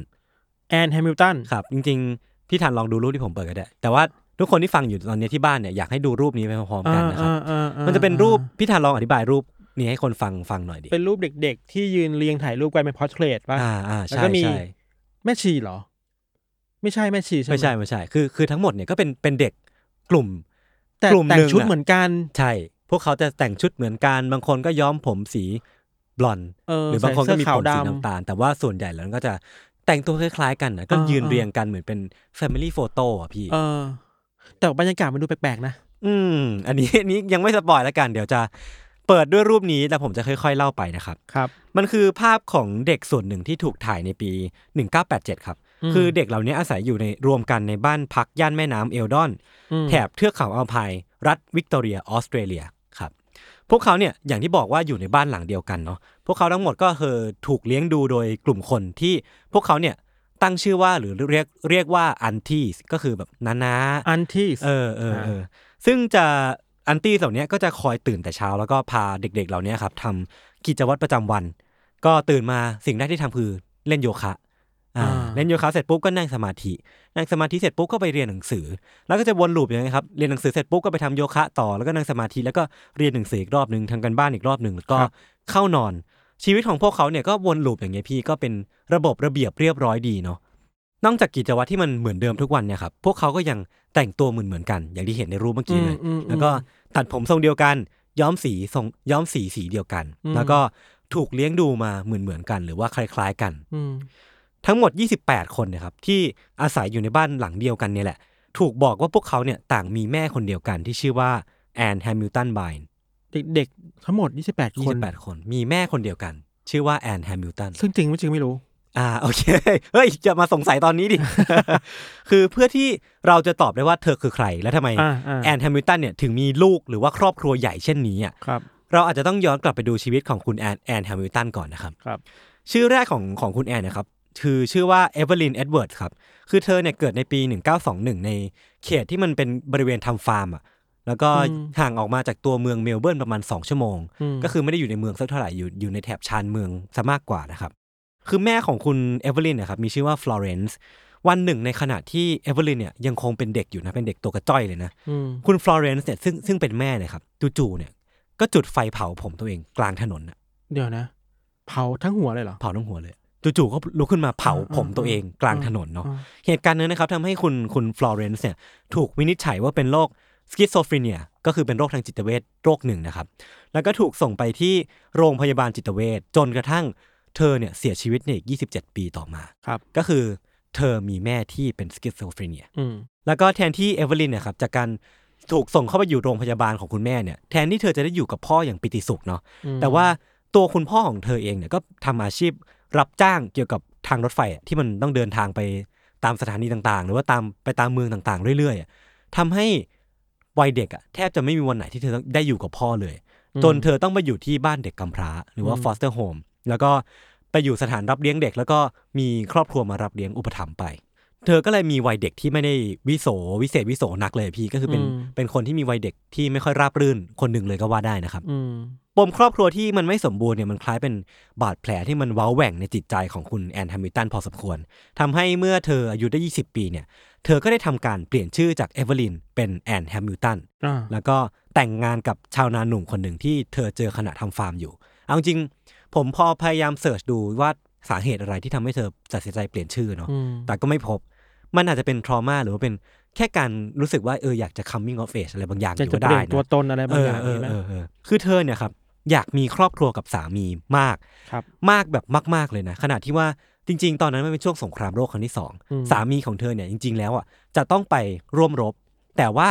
D: แอนแฮมิลตัน
C: ครับ จริงๆ พี่ทันลองดูรูปที่ผมเปิดก็ได้ แต่ว่าทุกคนที่ฟังอยู่ตอนนี้ที่บ้านเนี่ยอยากให้ดูรูปนี้ไปพร้อมๆกันนะครับมันจะเป็นรูปพี่ทันลองอธิบายรูปนี้ให้คนฟังฟังหน่อยดิ
D: เป็นรูปเด็ก ๆ ที่ยืนเรียงถ่ายรูปกันเป็นพอร์เทรตป่ะ
C: อ่าอ่า
D: แล้
C: ใช่
D: วก็มี
C: ใช่
D: แม่ชีเหรอ ไม่ใช่แม่ชีใช่ไหม
C: ไม่ใช่ไม่ใช่ คือคือทั้งหมดเนี่ยก็เป็นเป็นเด็กกลุ่ม
D: แต่
C: กลุ่ม
D: แต่
C: หนึ่
D: ง
C: ง
D: ชุด
C: อะ
D: เหมือนกัน
C: ใช่ พวกเขาจะแต่งชุดเหมือนกัน บางคนก็ย้อมผมสีบลอนด์
D: เห
C: รือบางคนก็มี
D: ใส่เสื้อขา
C: ผมสี
D: วดำ
C: น้ำตาล แต่ว่าส่วนใหญ่แล้วก็จะแต่งตัวคล้ายๆกันนะก็
D: อ่ายื
C: ยืนเรียงกันเหมือนเป็น Family Photo อ่ะพี่
D: เออ แต่บรรยากาศมันดูแปลกๆนะ
C: อืม อันนี้ อันนี้ยังไม่สปอยแล้วกัน เดี๋ยวจะเปิดด้วยรูปนี้แล้วผมจะค่อยๆเล่าไปนะครับ
D: ครับ
C: มันคือภาพของเด็กส่วนหนึ่งที่ถูกถ่ายในปี 1987 ครับ
D: อืม
C: คือเด็กเหล่านี้อาศัยอยู่ในรวมกันในบ้านพักย่านแม่น้ำเอลดอน แถบเทือกเขาอัลไพน์รัฐวิกตอเรียออสเตรเลียครับ พวกเขาเนี่ยอย่างที่บอกว่าอยู่ในบ้านหลังเดียวกันเนาะพวกเขาทั้งหมดก็คือถูกเลี้ยงดูโดยกลุ่มคนที่พวกเขาเนี่ยตั้งชื่อว่าหรือเรียกเรียกว่าอันทีสก็คือแบบนานา
D: อันที่
C: เออเออเออ
D: อ่า
C: ซึ่งจะอันตี้เหล่าเนี้ยก็จะคอยตื่นแต่เช้าแล้วก็พาเด็กๆ เหล่าเนี้ยครับทำกิจวัตรประจำวัน ก็ตื่นมาสิ่งแรกที่ทำคือเล่นโยคะอ่าเล่นโยคะเสร็จปุ๊บก็นั่งสมาธิ นั่งสมาธิเสร็จปุ๊บก็ไปเรียนหนังสือ แล้วก็จะวนลูปอย่างนี้ยครับ เรียนหนังสือเสร็จปุ๊บก็ไปทำโยคะต่อ แล้วก็นั่งสมาธิ แล้วก็เรียนหนังสืออีกรอบหนึ่งทำกันบ้านอีกรอบหนึ่งแล้วก็
D: ครับ
C: เข้านอน ชีวิตของพวกเขาเนี่ยก็วนลูปอย่างเงี้ยพี่ก็เป็นระบบระเบียบเรียบร้อยดีเนาะ นอกจากกิจวัตรที่มันเหมือนเดิมทุกวันเนี่ยครับ พวกเขาก็ยังแต่งตัวเหมือนเหมือนๆกัน อย่างที่เห็นในรูปเมื่อกี้เลย
D: อืมอืมอืม
C: แล้วก็ตัดผมทรงเดียวกัน ย้อมสีทรงย้อมสีสีเดียวกัน
D: อืม
C: แล้วก็ถูกเลี้ยงดูมาเหมือนเหมือนๆกัน หรือว่าคล้าย ๆ กัน
D: อืม
C: ทั้งหมด 28 คนนะครับที่อาศัยอยู่ในบ้านหลังเดียวกันเนี่ยแหละ ถูกบอกว่าพวกเขาเนี่ยต่างมีแม่คนเดียวกันที่ชื่อว่าแอนแฮมิลตันไบน์
D: เด็กๆ ทั้งหมด 28 คน
C: 28 คนมีแม่คนเดียวกัน ชื่อว่าแอนแฮมิลตัน
D: ซึ่งจริงไม่จริงไม่รู้
C: อ่า โอเค เฮ้ยจะมาสงสัยตอนนี้ดิ คือเพื่อที่เราจะตอบได้ว่าเธอคือใคร และทำไม
D: อ่าอ่า
C: แอนแฮมิลตันเนี่ยถึงมีลูกหรือว่าครอบครัวใหญ่เช่นนี้อ่ะ
D: ครับ
C: เราอาจจะต้องย้อนกลับไปดูชีวิตของคุณแอนแอนแฮมิลตันก่อนนะครับ
D: ครับ
C: ชื่อแรกของของคุณแอนนะครับคือชื่อว่าเอเวอร์ลินเอ็ดเวิร์ดครับ คือเธอเนี่ยเกิดในปี 1921 ในเขตที่มันเป็นบริเวณทำฟาร์มอ่ะแล้วก็
D: อืม
C: ห่างออกมาจากตัวเมืองเมลเบิร์นประมาณ 2 ชั่วโมง
D: ม
C: ก็คือไม่ได้อยู่ในเมืองสักเท่าไหร่อยู่อยู่ในแถบชานเมืองซะมากกว่านะครับ คือแม่ของคุณเอเวอร์ลินเนะครับมีชื่อว่าฟลอเรนซ์วันหนึ่งในขณะที่เอเวอร์ลินเนี่ยยังคงเป็นเด็กอยู่นะเป็นเด็กตัวกระจ้อยเลยนะ
D: ม
C: คุณฟลอเรนซ์เนี่ยซึ่งซึ่งเป็นแม่เนี่ยครับจู่ๆเนี่ยก็จุดไฟเผาผมตัวเองกลางถนนน่ะ
D: เดี๋ยวนะ เผาทั้งหัวเลยเหรอ
C: เผาทั้งหัวเลยจู่ๆก็ลุกขึ้นมาเผา
D: อ่า
C: ผมตัวเองกลาง
D: อ่า
C: ถนนเนาะ
D: อ๋อ
C: เหตุการณ์นี้นะครับทำให้คุณคุณฟลอเรนซ์เนี่ยถูกวินิจฉัยว่าเป็นโรคสกิสโซฟรีเนีย ก็คือเป็นโรคทางจิตเวชโรคหนึ่งนะครับ แล้วก็ถูกส่งไปที่โรงพยาบาลจิตเวชจนกระทั่งเธอเนี่ยเสียชีวิตในอีก27 ปีต่อมา
D: ครับ
C: ก็คือเธอมีแม่ที่เป็นสกิสโซฟรีเนีย
D: อืม
C: แล้วก็แทนที่เอเวอร์ลินเนี่ยครับจากการถูกส่งเข้าไปอยู่โรงพยาบาลของคุณแม่เนี่ยแทนที่เธอจะได้อยู่กับพ่ออย่างปิติสุขเนาะ
D: อืม
C: แต่ว่าตัวคุณพ่อของเธอเองเนี่ยก็ทำอาชีพรับจ้างเกี่ยวกับทางรถไฟอะที่มันต้องเดินทางไปตามสถานีต่างๆ หรือว่าตามไปตามเมืองต่างๆ เรื่อยๆอะทำให้วัยเด็กอะแทบจะไม่มีวันไหนที่เธอได้อยู่กับพ่อเลย จนเธอต้องไปอยู่ที่บ้านเด็กกำพร้า หรือว่า foster home แล้วก็ไปอยู่สถานรับเลี้ยงเด็ก แล้วก็มีครอบครัวมารับเลี้ยงอุปถัมภ์ไป เธอก็เลยมีวัยเด็กที่ไม่ได้วิโสวิเศษวิโสนักเลยพี่ก็คือเป็น
D: อืม
C: เป็นคนที่มีวัยเด็กที่ไม่ค่อยราบรื่นคนหนึ่งเลยก็ว่าได้นะครับ
D: อืม
C: ปมครอบครัวที่มันไม่สมบูรณ์เนี่ยมันคล้ายเป็นบาดแผลที่มันเว้าแหว่งในจิตใจของคุณแอนแฮมิลตันพอสมควรทำให้เมื่อเธออายุได้ 20 ปีเนี่ยเธอก็ได้ทำการเปลี่ยนชื่อจากเอเวอร์ลินเป็นแอนแฮมิลตัน
D: อ่า
C: แล้วก็แต่งงานกับชาวนาหนุ่มคนหนึ่งที่เธอเจอขณะทำฟาร์มอยู่ เอาจริงๆผมพอพยายามเสิร์ชดูว่าสาเหตุอะไรที่ทำให้เธอตัดสินใจเปลี่ยนชื่อเนาะ
D: อืม
C: แต่ก็ไม่พบ มันอาจจะเป็นทรมาหรือว่าเป็นแค่การรู้สึกว่าเอออยากจะ coming of age อะไรบางอย่าง
D: จะ
C: อยู่
D: จะ
C: ก็
D: เป
C: ได้
D: ลี่ยน
C: นะ
D: ตัวตนอะไรบางอย่าง
C: เออ
D: นี้ไหม
C: เออเออคือเธอเนี่ยครับอยากมีครอบครัวกับสามีมาก
D: ครับ
C: มากแบบมาก ๆ เลยนะ ขณะที่ว่าจริง ๆ ตอนนั้นมันเป็นช่วงสงครามโลกครั้งที่สอง
D: อืม
C: สามีของเธอเนี่ยจริง ๆ แล้วอ่ะจะต้องไปร่วมรบ แต่ว่า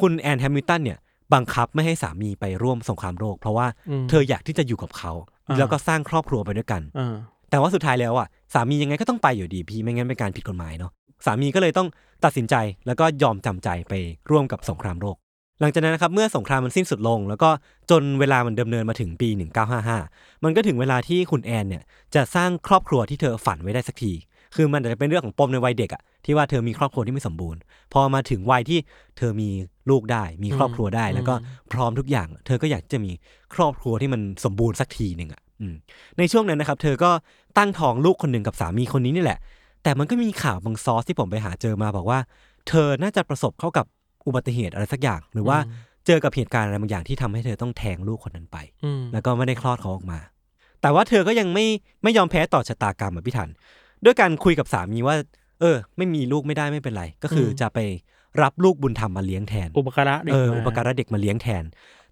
C: คุณแอนแฮมิลตันเนี่ยบังคับไม่ให้สามีไปร่วมสงครามโลก เพราะว่า
D: อืม
C: เธออยากที่จะอยู่กับเขา
D: อ่า
C: แล้วก็สร้างครอบครัวไปด้วยกัน
D: อ่า
C: แต่ว่าสุดท้ายแล้วอ่ะสามียังไงก็ต้องไปอยู่ดีพี่ไม่งั้นเป็นการผิดกฎหมายเนาะสามีก็เลยต้องตัดสินใจแล้วก็ยอมจำใจไปร่วมกับสงครามโลก หลังจากนั้นนะครับเมื่อสงครามมันสิ้นสุดลง แล้วก็จนเวลามันดำเนินมาถึงปี 1955 มันก็ถึงเวลาที่คุณแอนเนี่ยจะสร้างครอบครัวที่เธอฝันไว้ได้สักที คือมันอาจจะเป็นเรื่องของปมในวัยเด็กอะที่ว่าเธอมีครอบครัวที่ไม่สมบูรณ์ พอมาถึงวัยที่เธอมีลูกได้ มีครอบครัวได้
D: อืม
C: แล้วก็พร้อมทุกอย่าง เธอก็อยากจะมีครอบครัวที่มันสมบูรณ์สักทีหนึ่งอะอืม ในช่วงนั้นนะครับ เธอก็ตั้งท้องลูกคนหนึ่งกับสามีคนนี้นี่แหละ แต่มันก็มีข่าวบางซอสที่ผมไปหาเจอมาบอกว่า เธอน่าจะประสบเข้ากับอุบัติเหตุอะไรสักอย่าง หรือว่าเจอกับเหตุการณ์อะไรบางอย่างที่ทำให้เธอต้องแทงลูกคนนั้นไป
D: อืม
C: แล้วก็ไม่ได้คลอดเขาออกมา แต่ว่าเธอก็ยังไม่ไม่ยอมแพ้ต่อชะตากรรมอะพี่ทัน ด้วยการคุยกับสามีว่า เออ ไม่มีลูกไม่ได้ไม่เป็นไร ก็คืออ
D: ม
C: จะไปรับลูกบุญธรรมมาเลี้ยงแทน
D: อุปการะเด็ก
C: เออ
D: ม
C: อุปการะเด็กมาเลี้ยงแทน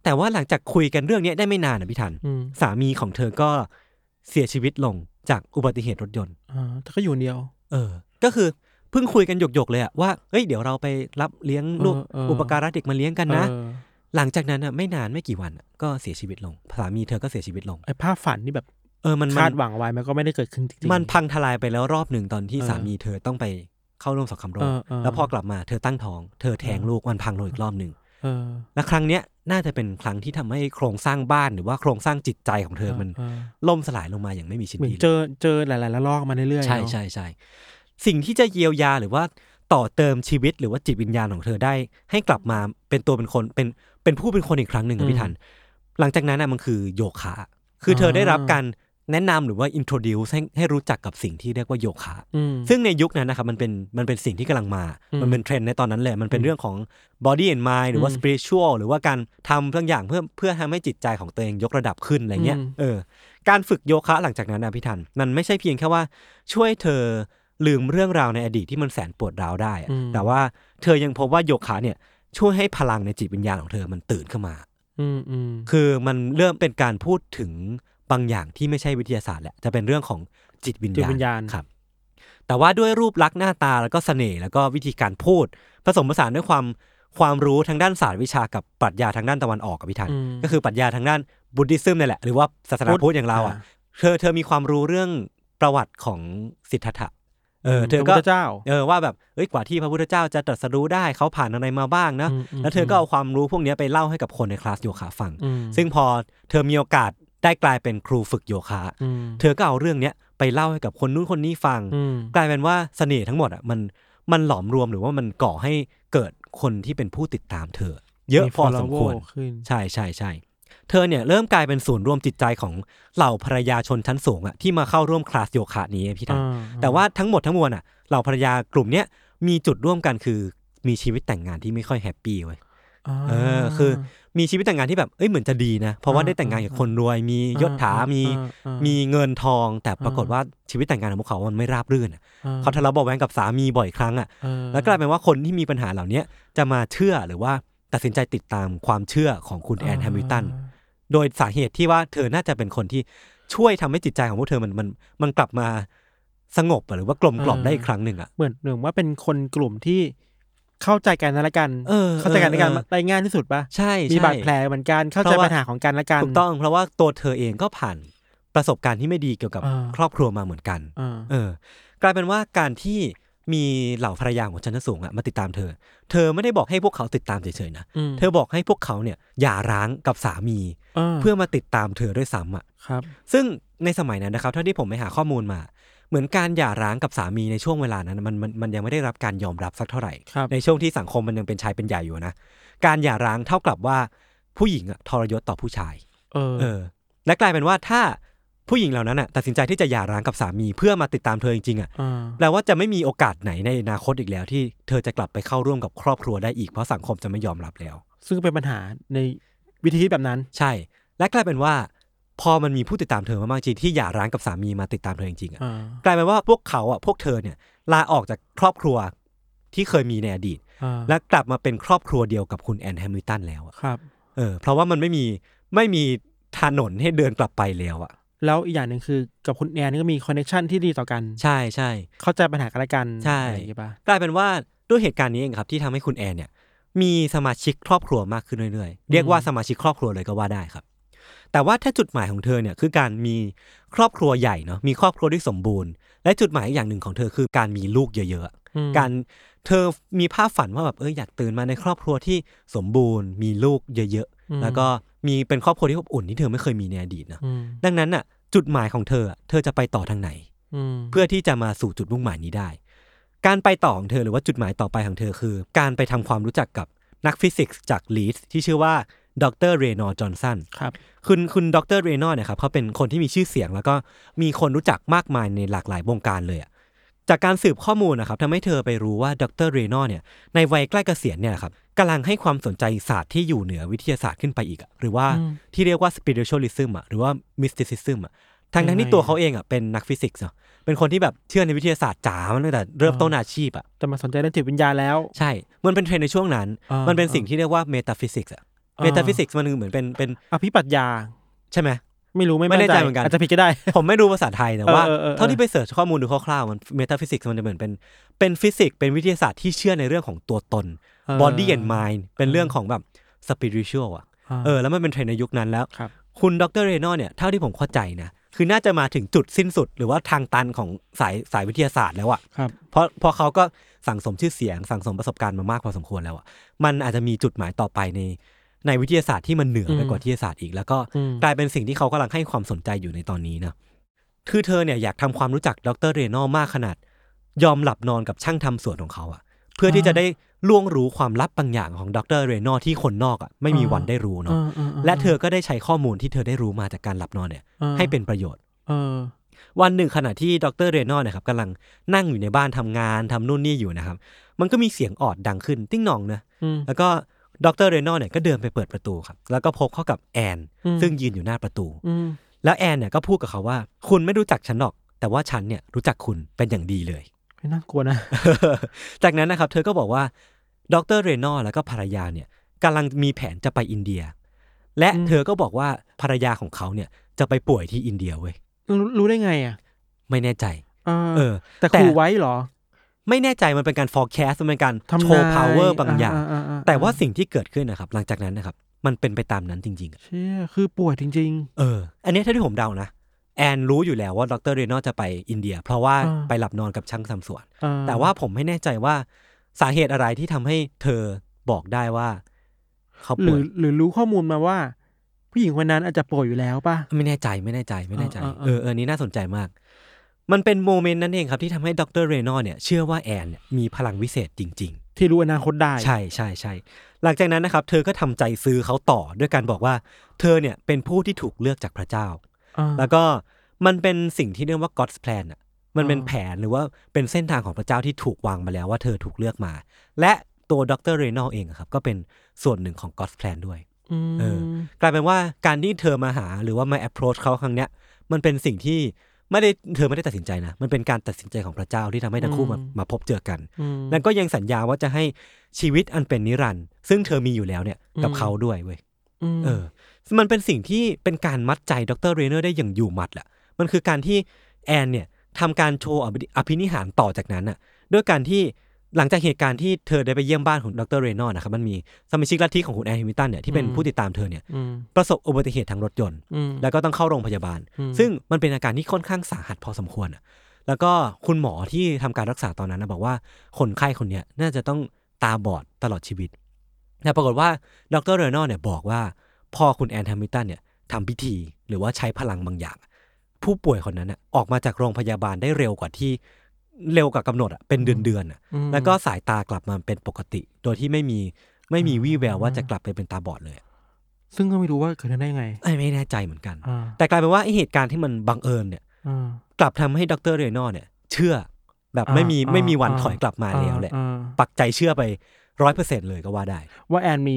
C: แต่ว่าหลังจากคุยกันเรื่องเนี้ยได้ไม่นานนะพี่ทัน
D: อืม
C: สามีของเธอก็เสียชีวิตลงจากอุบัติเหตุรถยนต์
D: อ่าแต่ก็อยู่คนเดียว
C: เออ ก็คือเพิ่งคุยกันหยกๆเลยอะว่า เอ้ย เดี๋ยวเราไปรับเลี้ยงลูก
D: เออเอออุ
C: อุปการะเด็กมาเลี้ยงกันนะ
D: เออ
C: หลังจากนั้นอะไม่นานไม่กี่วันอะก็เสียชีวิตลง สามีเธอก็เสียชีวิตลง
D: ไอ้ภาพฝันนี่แบบ
C: เออ มัน
D: คา
C: มั
D: ด
C: น
D: หวังไว้มันก็ไม่ได้เกิดขึ้นจริงๆ
C: มันพังทลายไปแล้วรอบหนึ่งตอนที่
D: เออ
C: สามีเธอต้องไปเข้าร่วมสงครามโล
D: เอก อเออ
C: แล้วพอกลับมาเธอตั้งท้อง เธอแท้งลูกมันพังลงอีกรอบหนึ่ง
D: เออ
C: และครั้งเนี้ยน่าจะเป็นครั้งที่ทำให้โครงสร้างบ้านหรือว่าโครงสร้างจิตใจของเธอมัน
D: เออ
C: ล่มสลายลงมาอย่างไม่มีชิ้น
D: เหมือน
C: ดีเลย
D: เจอเจอหลายๆละลอกมาเรื่อยๆ
C: ใช่
D: เนอะ
C: ใช่ใช่สิ่งที่จะเยียวยาหรือว่าต่อเติมชีวิตหรือว่าจิตวิญญาณของเธอได้ ให้กลับมาเป็นตัวเป็นคนเป็นเป็นผู้เป็นคนอีกครั้งหนึ่งครับพี่ทัน หลังจากนั้นนะมันคือโยคะ คือเธอได้รับการแนะนำหรือว่า introduce ให้ให้รู้จักกับสิ่งที่เรียกว่าโยคะ
D: อืม
C: ซึ่งในยุคนั้นนะครับมันเป็นมันเป็นสิ่งที่กำลังมา
D: อืม
C: มันเป็นเทรนด์ในตอนนั้นเลย มันเป็นเรื่องของ body and mind หรือว่า
D: อืม
C: spiritual หรือว่าการทำบางอย่างเพื่อเพื่อทำให้จิตใจของตัวเองยกระดับขึ้นอะไรเงี้ย
D: อืม
C: เออ การฝึกโยคะหลังจากนั้นนะพี่ทัน มันไม่ใช่เพียงแค่ว่าช่วยเธอลืมเรื่องราวในอดีตที่มันแสนปวดร้าวได้อะ
D: อืม
C: แต่ว่าเธอยังพบว่าโยคะเนี่ยช่วยให้พลังในจิตวิญญาณของเธอมันตื่นขึ้นมา
D: อืมอืม
C: คือมันเริ่มเป็นการพูดถึงบางอย่างที่ไม่ใช่วิทยาศาสตร์แหละจะเป็นเรื่องของจิตวิญ
D: จิ
C: ญาณ
D: ตวิญญาณ
C: ครับ แต่ว่าด้วยรูปลักษณ์หน้าตาแล้วก็เสน่ห์แล้วก็วิธีการพูด ผสมผสานด้วยความความรู้ทางด้านศาสตร์วิชากับปรัชญาทางด้านตะวันออกกับพิธัน
D: ม
C: ก็คือปรัชญาทางด้านบุติซึมนี่แหละ หรือว่าศาสนา
D: พุทธ
C: พุทธอย่างเราอ่ะ
D: อ่า
C: เธอเธอมีความรู้เรื่องประวัติของสิทธัตถะเออเธอ
D: พ
C: ก็
D: ระพุทธเจ้า
C: เออว่าแบบเอ้ยกว่าที่พระพุทธเจ้าจะตรัสรู้ได้เขาผ่านอะไรมาบ้างนะ
D: มม
C: แล้วเธอก็เอาความรู้พวกเนี้ยไปเล่าให้กับคนในคลาสโยคะฟัง
D: อืม
C: ซึ่งพอเธอมีโอกาสได้กลายเป็นครูฝึกโยคะ
D: อืม
C: เธอก็เอาเรื่องเนี้ยไปเล่าให้กับคนนู้นคนนี้ฟัง
D: ม
C: กลายเป็นว่าเสน่ห์ทั้งหมดอ่ะมันมันหลอมรวมหรือว่ามันก่อให้เกิดคนที่เป็นผู้ติดตามเธอ เยอะ
D: มี
C: พอสมควร
D: follower ขึ้น
C: ใช่ใช่ใช่เธอเนี่ยเริ่มกลายเป็นศูนย์รวมจิตใจของเหล่าภรรยาชนชั้นสูงอ่ะที่มาเข้าร่วมคลาสโยคะนี้พี่ทัน
D: อ่า
C: แต่ว่าทั้งหมดทั้งมวลอ่ะเหล่าภรรยากลุ่มเนี้ยมีจุดร่วมกันคือมีชีวิตแต่งงานที่ไม่ค่อยแฮปปี้เว้ย
D: า
C: เออคือ มีชีวิตแต่งงานที่แบบเอ้ยเหมือนจะดีนะ เพราะว่า
D: อ่า
C: ได้แต่งงานกับ
D: อ่า
C: คนรวย มียศถา
D: อ่
C: มี
D: อ่าอ่า
C: มีเงินทอง แต่ปรากฏ
D: อ่า
C: ว่าชีวิตแต่งงานของพวกเขา มันไม่ราบรื่นอะ
D: อ่
C: เขาทะเลาะเบาะแว้งกับสามีบ่อยครั้งอ่ะ
D: เออ
C: แล้วกลายเป็นว่าคนที่มีปัญหาเหล่าเนี้ยจะมาเชื่อหรือว่า ตัดสินใจติดตามความเชื่อของคุณแอนแฮมิลตัน โดยสาเหตุที่ว่าเธอน่าจะเป็นคนที่ช่วยทำให้จิตใจของพวกเธอมันมันมันกลับมาสงบอะหรือว่ากลมกล่อม
D: อ่า
C: ได้อีกครั้งหนึ่งอ่ะ
D: เหมือนเหมือนว่าเป็นคนกลุ่มที่เข้าใจกันและกัน
C: เออ
D: เข้าใจกันและกัน
C: เออ
D: ได้ง่ายที่สุดปะ
C: ใช่ใช่
D: มีบาดแผลเหมือนกันเข้าใจ
C: เพราะว่า
D: ปัญหาของกันและกัน
C: ถูกต้องเพราะว่าตัวเธอเองก็ผ่านประสบการณ์ที่ไม่ดีเกี่ยวกับ
D: อ่า
C: ครอบครัวมาเหมือนกัน
D: อ่า
C: เออกลายเป็นว่าการที่มีเหล่าภรรยาของชั้นสูงอะมาติดตามเธอ เธอไม่ได้บอกให้พวกเขาติดตามเฉยๆนะ
D: ม
C: เธอบอกให้พวกเขาเนี่ยอย่าร้างกับสามี
D: า
C: เพื่อมาติดตามเธอด้วยซ้ำอะ
D: ครับ
C: ซึ่งในสมัยนั้นนะครับเท่าที่ผมไปหาข้อมูลมา เหมือนการหย่าร้างกับสามีในช่วงเวลานั้นมันมันมันยังไม่ได้รับการยอมรับสักเท่าไหร่
D: ครับ
C: ในช่วงที่สังคมมันยังเป็นชายเป็นใหญ่อยู่นะ การหย่าร้างเท่ากับว่าผู้หญิงอะทรยศต่อผู้ชาย
D: เออ
C: เออและกลายเป็นว่าถ้าผู้หญิงเหล่านั้นน่ะตัดสินใจที่จะหย่าร้างกับสามีเพื่อมาติดตามเธอจริงๆอ่ะ
D: อ่า
C: แปลว่าจะไม่มีโอกาสไหนในอนาคตอีกแล้ว ที่เธอจะกลับไปเข้าร่วมกับครอบครัวได้อีกเพราะสังคมจะไม่ยอมรับแล้ว
D: ซึ่งเป็นปัญหาในวิธีคิดแบบนั้น
C: ใช่ และกลายเป็นว่า พอมันมีผู้ติดตามเธอมากๆจริงที่หย่าร้างกับสามีมาติดตามเธอจริงๆอ่ะ
D: อ่าก
C: ลายเป็นว่าพวกเขาอ่ะพวกเธอเนี่ยลาออกจากครอบครัวที่เคยมีในอดีต
D: อ่า
C: และกลับมาเป็นครอบครัวเดียวกับคุณแอนแฮมิลตันแล้วอะ
D: ครับ
C: เออเพราะว่ามันไม่มีไม่มีถนนให้เดินกลับไปแล้วอ่ะ
D: แล้วอีกอย่างหนึ่งคือกับคุณแอนนี่ก็มีคอนเนคชันที่ดีต่อกัน
C: ใช่ใช่
D: เข้าใจปัญหากันและกัน
C: ใช่
D: อะไรอย่างงี้ปะ
C: กลายเป็นว่าด้วยเหตุการณ์นี้เองครับที่ทำให้คุณแอนเนี่ยมีสมาชิกครอบครัวมากขึ้นเรื่อยๆ เรียกว่าสมาชิกครอบครัวเลยก็ว่าได้ครับ แต่ว่าถ้าจุดหมายของเธอเนี่ยคือการมีครอบครัวใหญ่เนาะมีครอบครัวที่สมบูรณ์ และจุดหมายอีกอย่างหนึ่งของเธอคือการมีลูกเยอะ
D: อืม
C: ๆ การเธอมีภาพฝันว่าแบบเอออยากตื่นมาในครอบครัวที่สมบูรณ์ มีลูกเยอะ
D: อืม
C: ๆ แล้วก็มีเป็นครอบครัวที่อบอุ่นที่เธอไม่เคยมีในอดีตนะ
D: อืม
C: ดังนั้นน่ะจุดหมายของเธออะเธอจะไปต่อทางไหน
D: อืม
C: เพื่อที่จะมาสู่จุดมุ่งหมายนี้ได้ การไปต่อของเธอหรือว่าจุดหมายต่อไปของเธอคือ การไปทำความรู้จักกับนักฟิสิกส์จากลีดส์ที่ชื่อว่าดรเรนอจอห์นสัน
D: ครับ
C: คุณคุณดรเรโนอเนี่ยครับเขาเป็นคนที่มีชื่อเสียง แล้วก็มีคนรู้จักมากมายในหลากหลายวงการเลยอะจากการสืบข้อมูลนะครับทำให้เธอไปรู้ว่าดรเรโนอเนี่ยในวัยใกล้เกษียณเนี่ยนะครับกำลังให้ความสนใจศาสตร์ที่อยู่เหนือวิทยาศาสตร์ขึ้นไปอีกอะหรือว่า
D: อืม
C: ที่เรียกว่า spiritualism อะหรือว่า mysticism อะทาง
D: ยั
C: ทั้
D: ง
C: ง
D: ไง
C: ที่ตัวเขาเองอะเป็นนักฟิสิกส์เนาะเป็นคนที่แบบเชื่อในวิทยาศาสตร์จ๋ามาตั้งแต่เริ่มต้นอาชีพอะ
D: จะมาสนใจเรื่องจิตวิญญาณแล้ว
C: ใช่ มันเป็นเทรนด์ในช่วงนั้น
D: อ่ามั
C: มันเป็นสิ่งที่เรียกว่า metaphysics อะ
D: อ่า
C: metaphysics มันคือเหมือนเป็นเป็น
D: อภิปรัชญา
C: ใช่ไหม
D: ไม่รู้ไม่
C: ไม่แน่ใจเหมือนกัน
D: อาจจะผิดก็ได้
C: ผมไม่รู้ภาษาไทยนะว่า
D: เออเออเออ
C: เท่าที่ไปเสิร์ชข้อมูลดูคร่าวๆมันเมตาฟิสิกส์มันจะเหมือนเป็นเป็นฟิสิกส์เป็นวิทยาศาสตร์ที่เชื่อในเรื่องของตัวตน body and mind เป็นเรื่องของแบบ spiritual อ่ะเออแล้วมันเป็นเทรนด์ในยุคนั้นแล้ว
D: ครับ
C: คุณดรเรโนเนี่ยเท่าที่ผมเข้าใจนะ คือน่าจะมาถึงจุดสิ้นสุด หรือว่าทางตันของสายสายวิทยาศาสตร์แล้วอ่ะ
D: ครับ
C: เพราะเพราะเขาก็สั่งสมชื่อเสียง สั่งสมประสบการณ์มามากพอสมควรแล้วอ่ะมันอาจจะมีจุดหมายต่อไปในในวิทยาศาสตร์ที่มันเหนือไปกว่าวิทยาศาสตร์อีกแล้วก็
D: อืม
C: กลายเป็นสิ่งที่เขากำลังให้ความสนใจอยู่ในตอนนี้นะ คือเธอเนี่ยอยากทำความรู้จักดรเรโนอมากขนาด ยอมหลับนอนกับช่างทำสวนของเขาอะเพื่อที่จะได้ล่วงรู้ความลับบางอย่างของดรเรโนอที่คนนอกอะไม่มีวันได้รู้
D: อ่า
C: เนาะ
D: อ่าอ่า
C: และเธอก็ได้ใช้ข้อมูลที่เธอได้รู้มาจากการหลับนอนเนี่ย
D: อ่า
C: ให้เป็นประโยชน์
D: เออ
C: วันหนึ่งขณะที่ดรเรโนอเนี่ยครับกำลังนั่งอยู่ในบ้านทำงานทำนู่นนี่อยู่นะครับ มันก็มีเสียงออดดังขึ้นติ้งหนองนะ
D: อืม
C: แล้วก็ดรเรโนอเนี่ยก็เดินไปเปิดประตูครับ แล้วก็พบเข้ากับแอน
D: อืม
C: ซึ่งยืนอยู่หน้าประตู
D: อืม
C: แล้วแอนเนี่ยก็พูดกับเขาว่า คุณไม่รู้จักฉันหรอก แต่ว่าฉันเนี่ยรู้จักคุณเป็นอย่างดีเลย
D: ไม่น่ากลัวนะ
C: จากนั้นนะครับ เธอก็บอกว่าดรเรโนอแล้วก็ภรรยาเนี่ยกำลังมีแผนจะไปอินเดีย และ
D: อืม
C: เธอก็บอกว่าภรรยาของเขาเนี่ยจะไปป่วยที่อินเดียเว้ย
D: รู้รู้ได้ไงอ่ะ
C: ไม่แน่ใจ
D: อ่า
C: เออ
D: แต่
C: แต่
D: ขู่ไว้เหรอ
C: ไม่แน่ใจมันเป็นการ forecast มันเป็นการ
D: ทำ
C: โชว์
D: น
C: power บางอย่าง แต่ว่า
D: อ่
C: สิ่งที่เกิดขึ้นนะครับ หลังจากนั้นนะครับ มันเป็นไปตามนั้นจริง ๆ
D: เชี่ยคือป่วยจริง
C: เออ อันนี้ถ้าที่ผมเดานะ แอนรู้อยู่แล้วว่าดรเรโนจะไปอินเดีย เพราะว่า
D: อ่า
C: ไปหลับนอนกับช่างทำสวน
D: ๆอ่
C: แต่ว่าผมไม่แน่ใจว่าสาเหตุอะไรที่ทำให้เธอบอกได้ว่าเขา
D: หรื
C: ป่ว
D: อยหรือรู้ข้อมูลมาว่า ผู้หญิงคนนั้นอาจจะป่วยอยู่แล้วป่ะ
C: ไม่แน่ใจไม่แน่ใจไม่แน่ใจ
D: อ่าอ่าอ่า
C: เออเออนี่น่าสนใจมาก มันเป็นโมเมนต์นั้นเองครับที่ทำให้ดรเรโนเนี่ยเชื่อว่าแอนเนี่ยมีพลังวิเศษจริง
D: ที่รู้อนาคตได้
C: ๆ ใช่ใช่ใช่หลังจากนั้นนะครับ เธอก็ทำใจซื้อเขาต่อด้วยการบอกว่า เธอเนี่ยเป็นผู้ที่ถูกเลือกจากพระเจ้า
D: อ่า
C: แล้วก็มันเป็นสิ่งที่เรียกว่า God's plan อ่ะ มันเป็น
D: อ่า
C: แผนหรือว่าเป็นเส้นทางของพระเจ้าที่ถูกวางมาแล้วว่าเธอถูกเลือกมา และตัวดรเรโนเองอะครับก็เป็นส่วนหนึ่งของ God's plan ด้วย
D: ม
C: เออ กลายเป็นว่าการที่เธอมาหาหรือว่ามา approach เขาครั้งเนี้ย มันเป็นสิ่งที่ ไม่ได้เธอไม่ได้ตัดสินใจนะ มันเป็นการตัดสินใจของพระเจ้าที่ทำให้ทั้งคู่มา
D: อืม
C: มาพบเจอกัน
D: อืม
C: แล้วก็ยังสัญญาว่าจะให้ชีวิตอันเป็นนิรันดร์ซึ่งเธอมีอยู่แล้วเนี่ยกับ
D: อืม
C: เขาด้วยเว้ย
D: ม
C: เออ มันเป็นสิ่งที่เป็นการมัดใจดรเรเนอร์ได้อย่างอยู่หมัดแหละ มันคือการที่แอนเนี่ยทำการโชว์อภิอภินิหารต่อจากนั้นน่ะ ด้วยการที่หลังจากเหตุการณ์ที่เธอได้ไปเยี่ยมบ้านของดรเรเนอร์นะครับ มันมีสมาชิกลัทธิของคุณแอนฮิมิลตันเนี่ยที่เป็นผู้ติดตามเธอเนี่ย
D: อืม
C: ประสบอุบัติเหตุทางรถยนต์
D: อืม
C: แล้วก็ต้องเข้าโรงพยาบาล
D: อืม
C: ซึ่งมันเป็นอาการที่ค่อนข้างสาหัสพอสมควรอะแล้วก็คุณหมอที่ทำการรักษาตอนนั้นนะบอกว่าคนไข้คนเนี้ยน่าจะต้องตาบอดตลอดชีวิต แต่ปรากฏว่าดรเรโนอเนี่ยบอกว่าพอคุณแอนแฮมิลตันเนี่ยทำพิธีหรือว่าใช้พลังบางอย่าง ผู้ป่วยคนนั้นน่ะออกมาจากโรงพยาบาลได้เร็วกว่าที่เร็วกว่ากำหนดอะเป็นเดือนเดือนๆอะ
D: อืม
C: แล้วก็สายตากลับมาเป็นปกติ โดยที่ไม่มีไม่มีวี่แววว่าจะกลับไปเป็นตาบอดเลยอะ
D: ซึ่งก็ไม่รู้ว่าเกิดขึ้นได้ยังไง
C: เอ้ยไม่แน่ใจเหมือนกัน
D: อ่า
C: แต่กลายเป็นว่าไอ้เหตุการณ์ที่มันบังเอิญเนี่ย
D: อ่า
C: กลับทำให้ดรเรโนอเนี่ย เชื่อแบบ
D: อ่า
C: ไม่มี
D: อ่า
C: ไม่มีวัน
D: อ่า
C: ถอยกลับมาแล้วแหละ
D: อ่า
C: ปักใจเชื่อไปร้อยเปอร์เซ็นเลยก็ว่าได้
D: ว่าแอนมี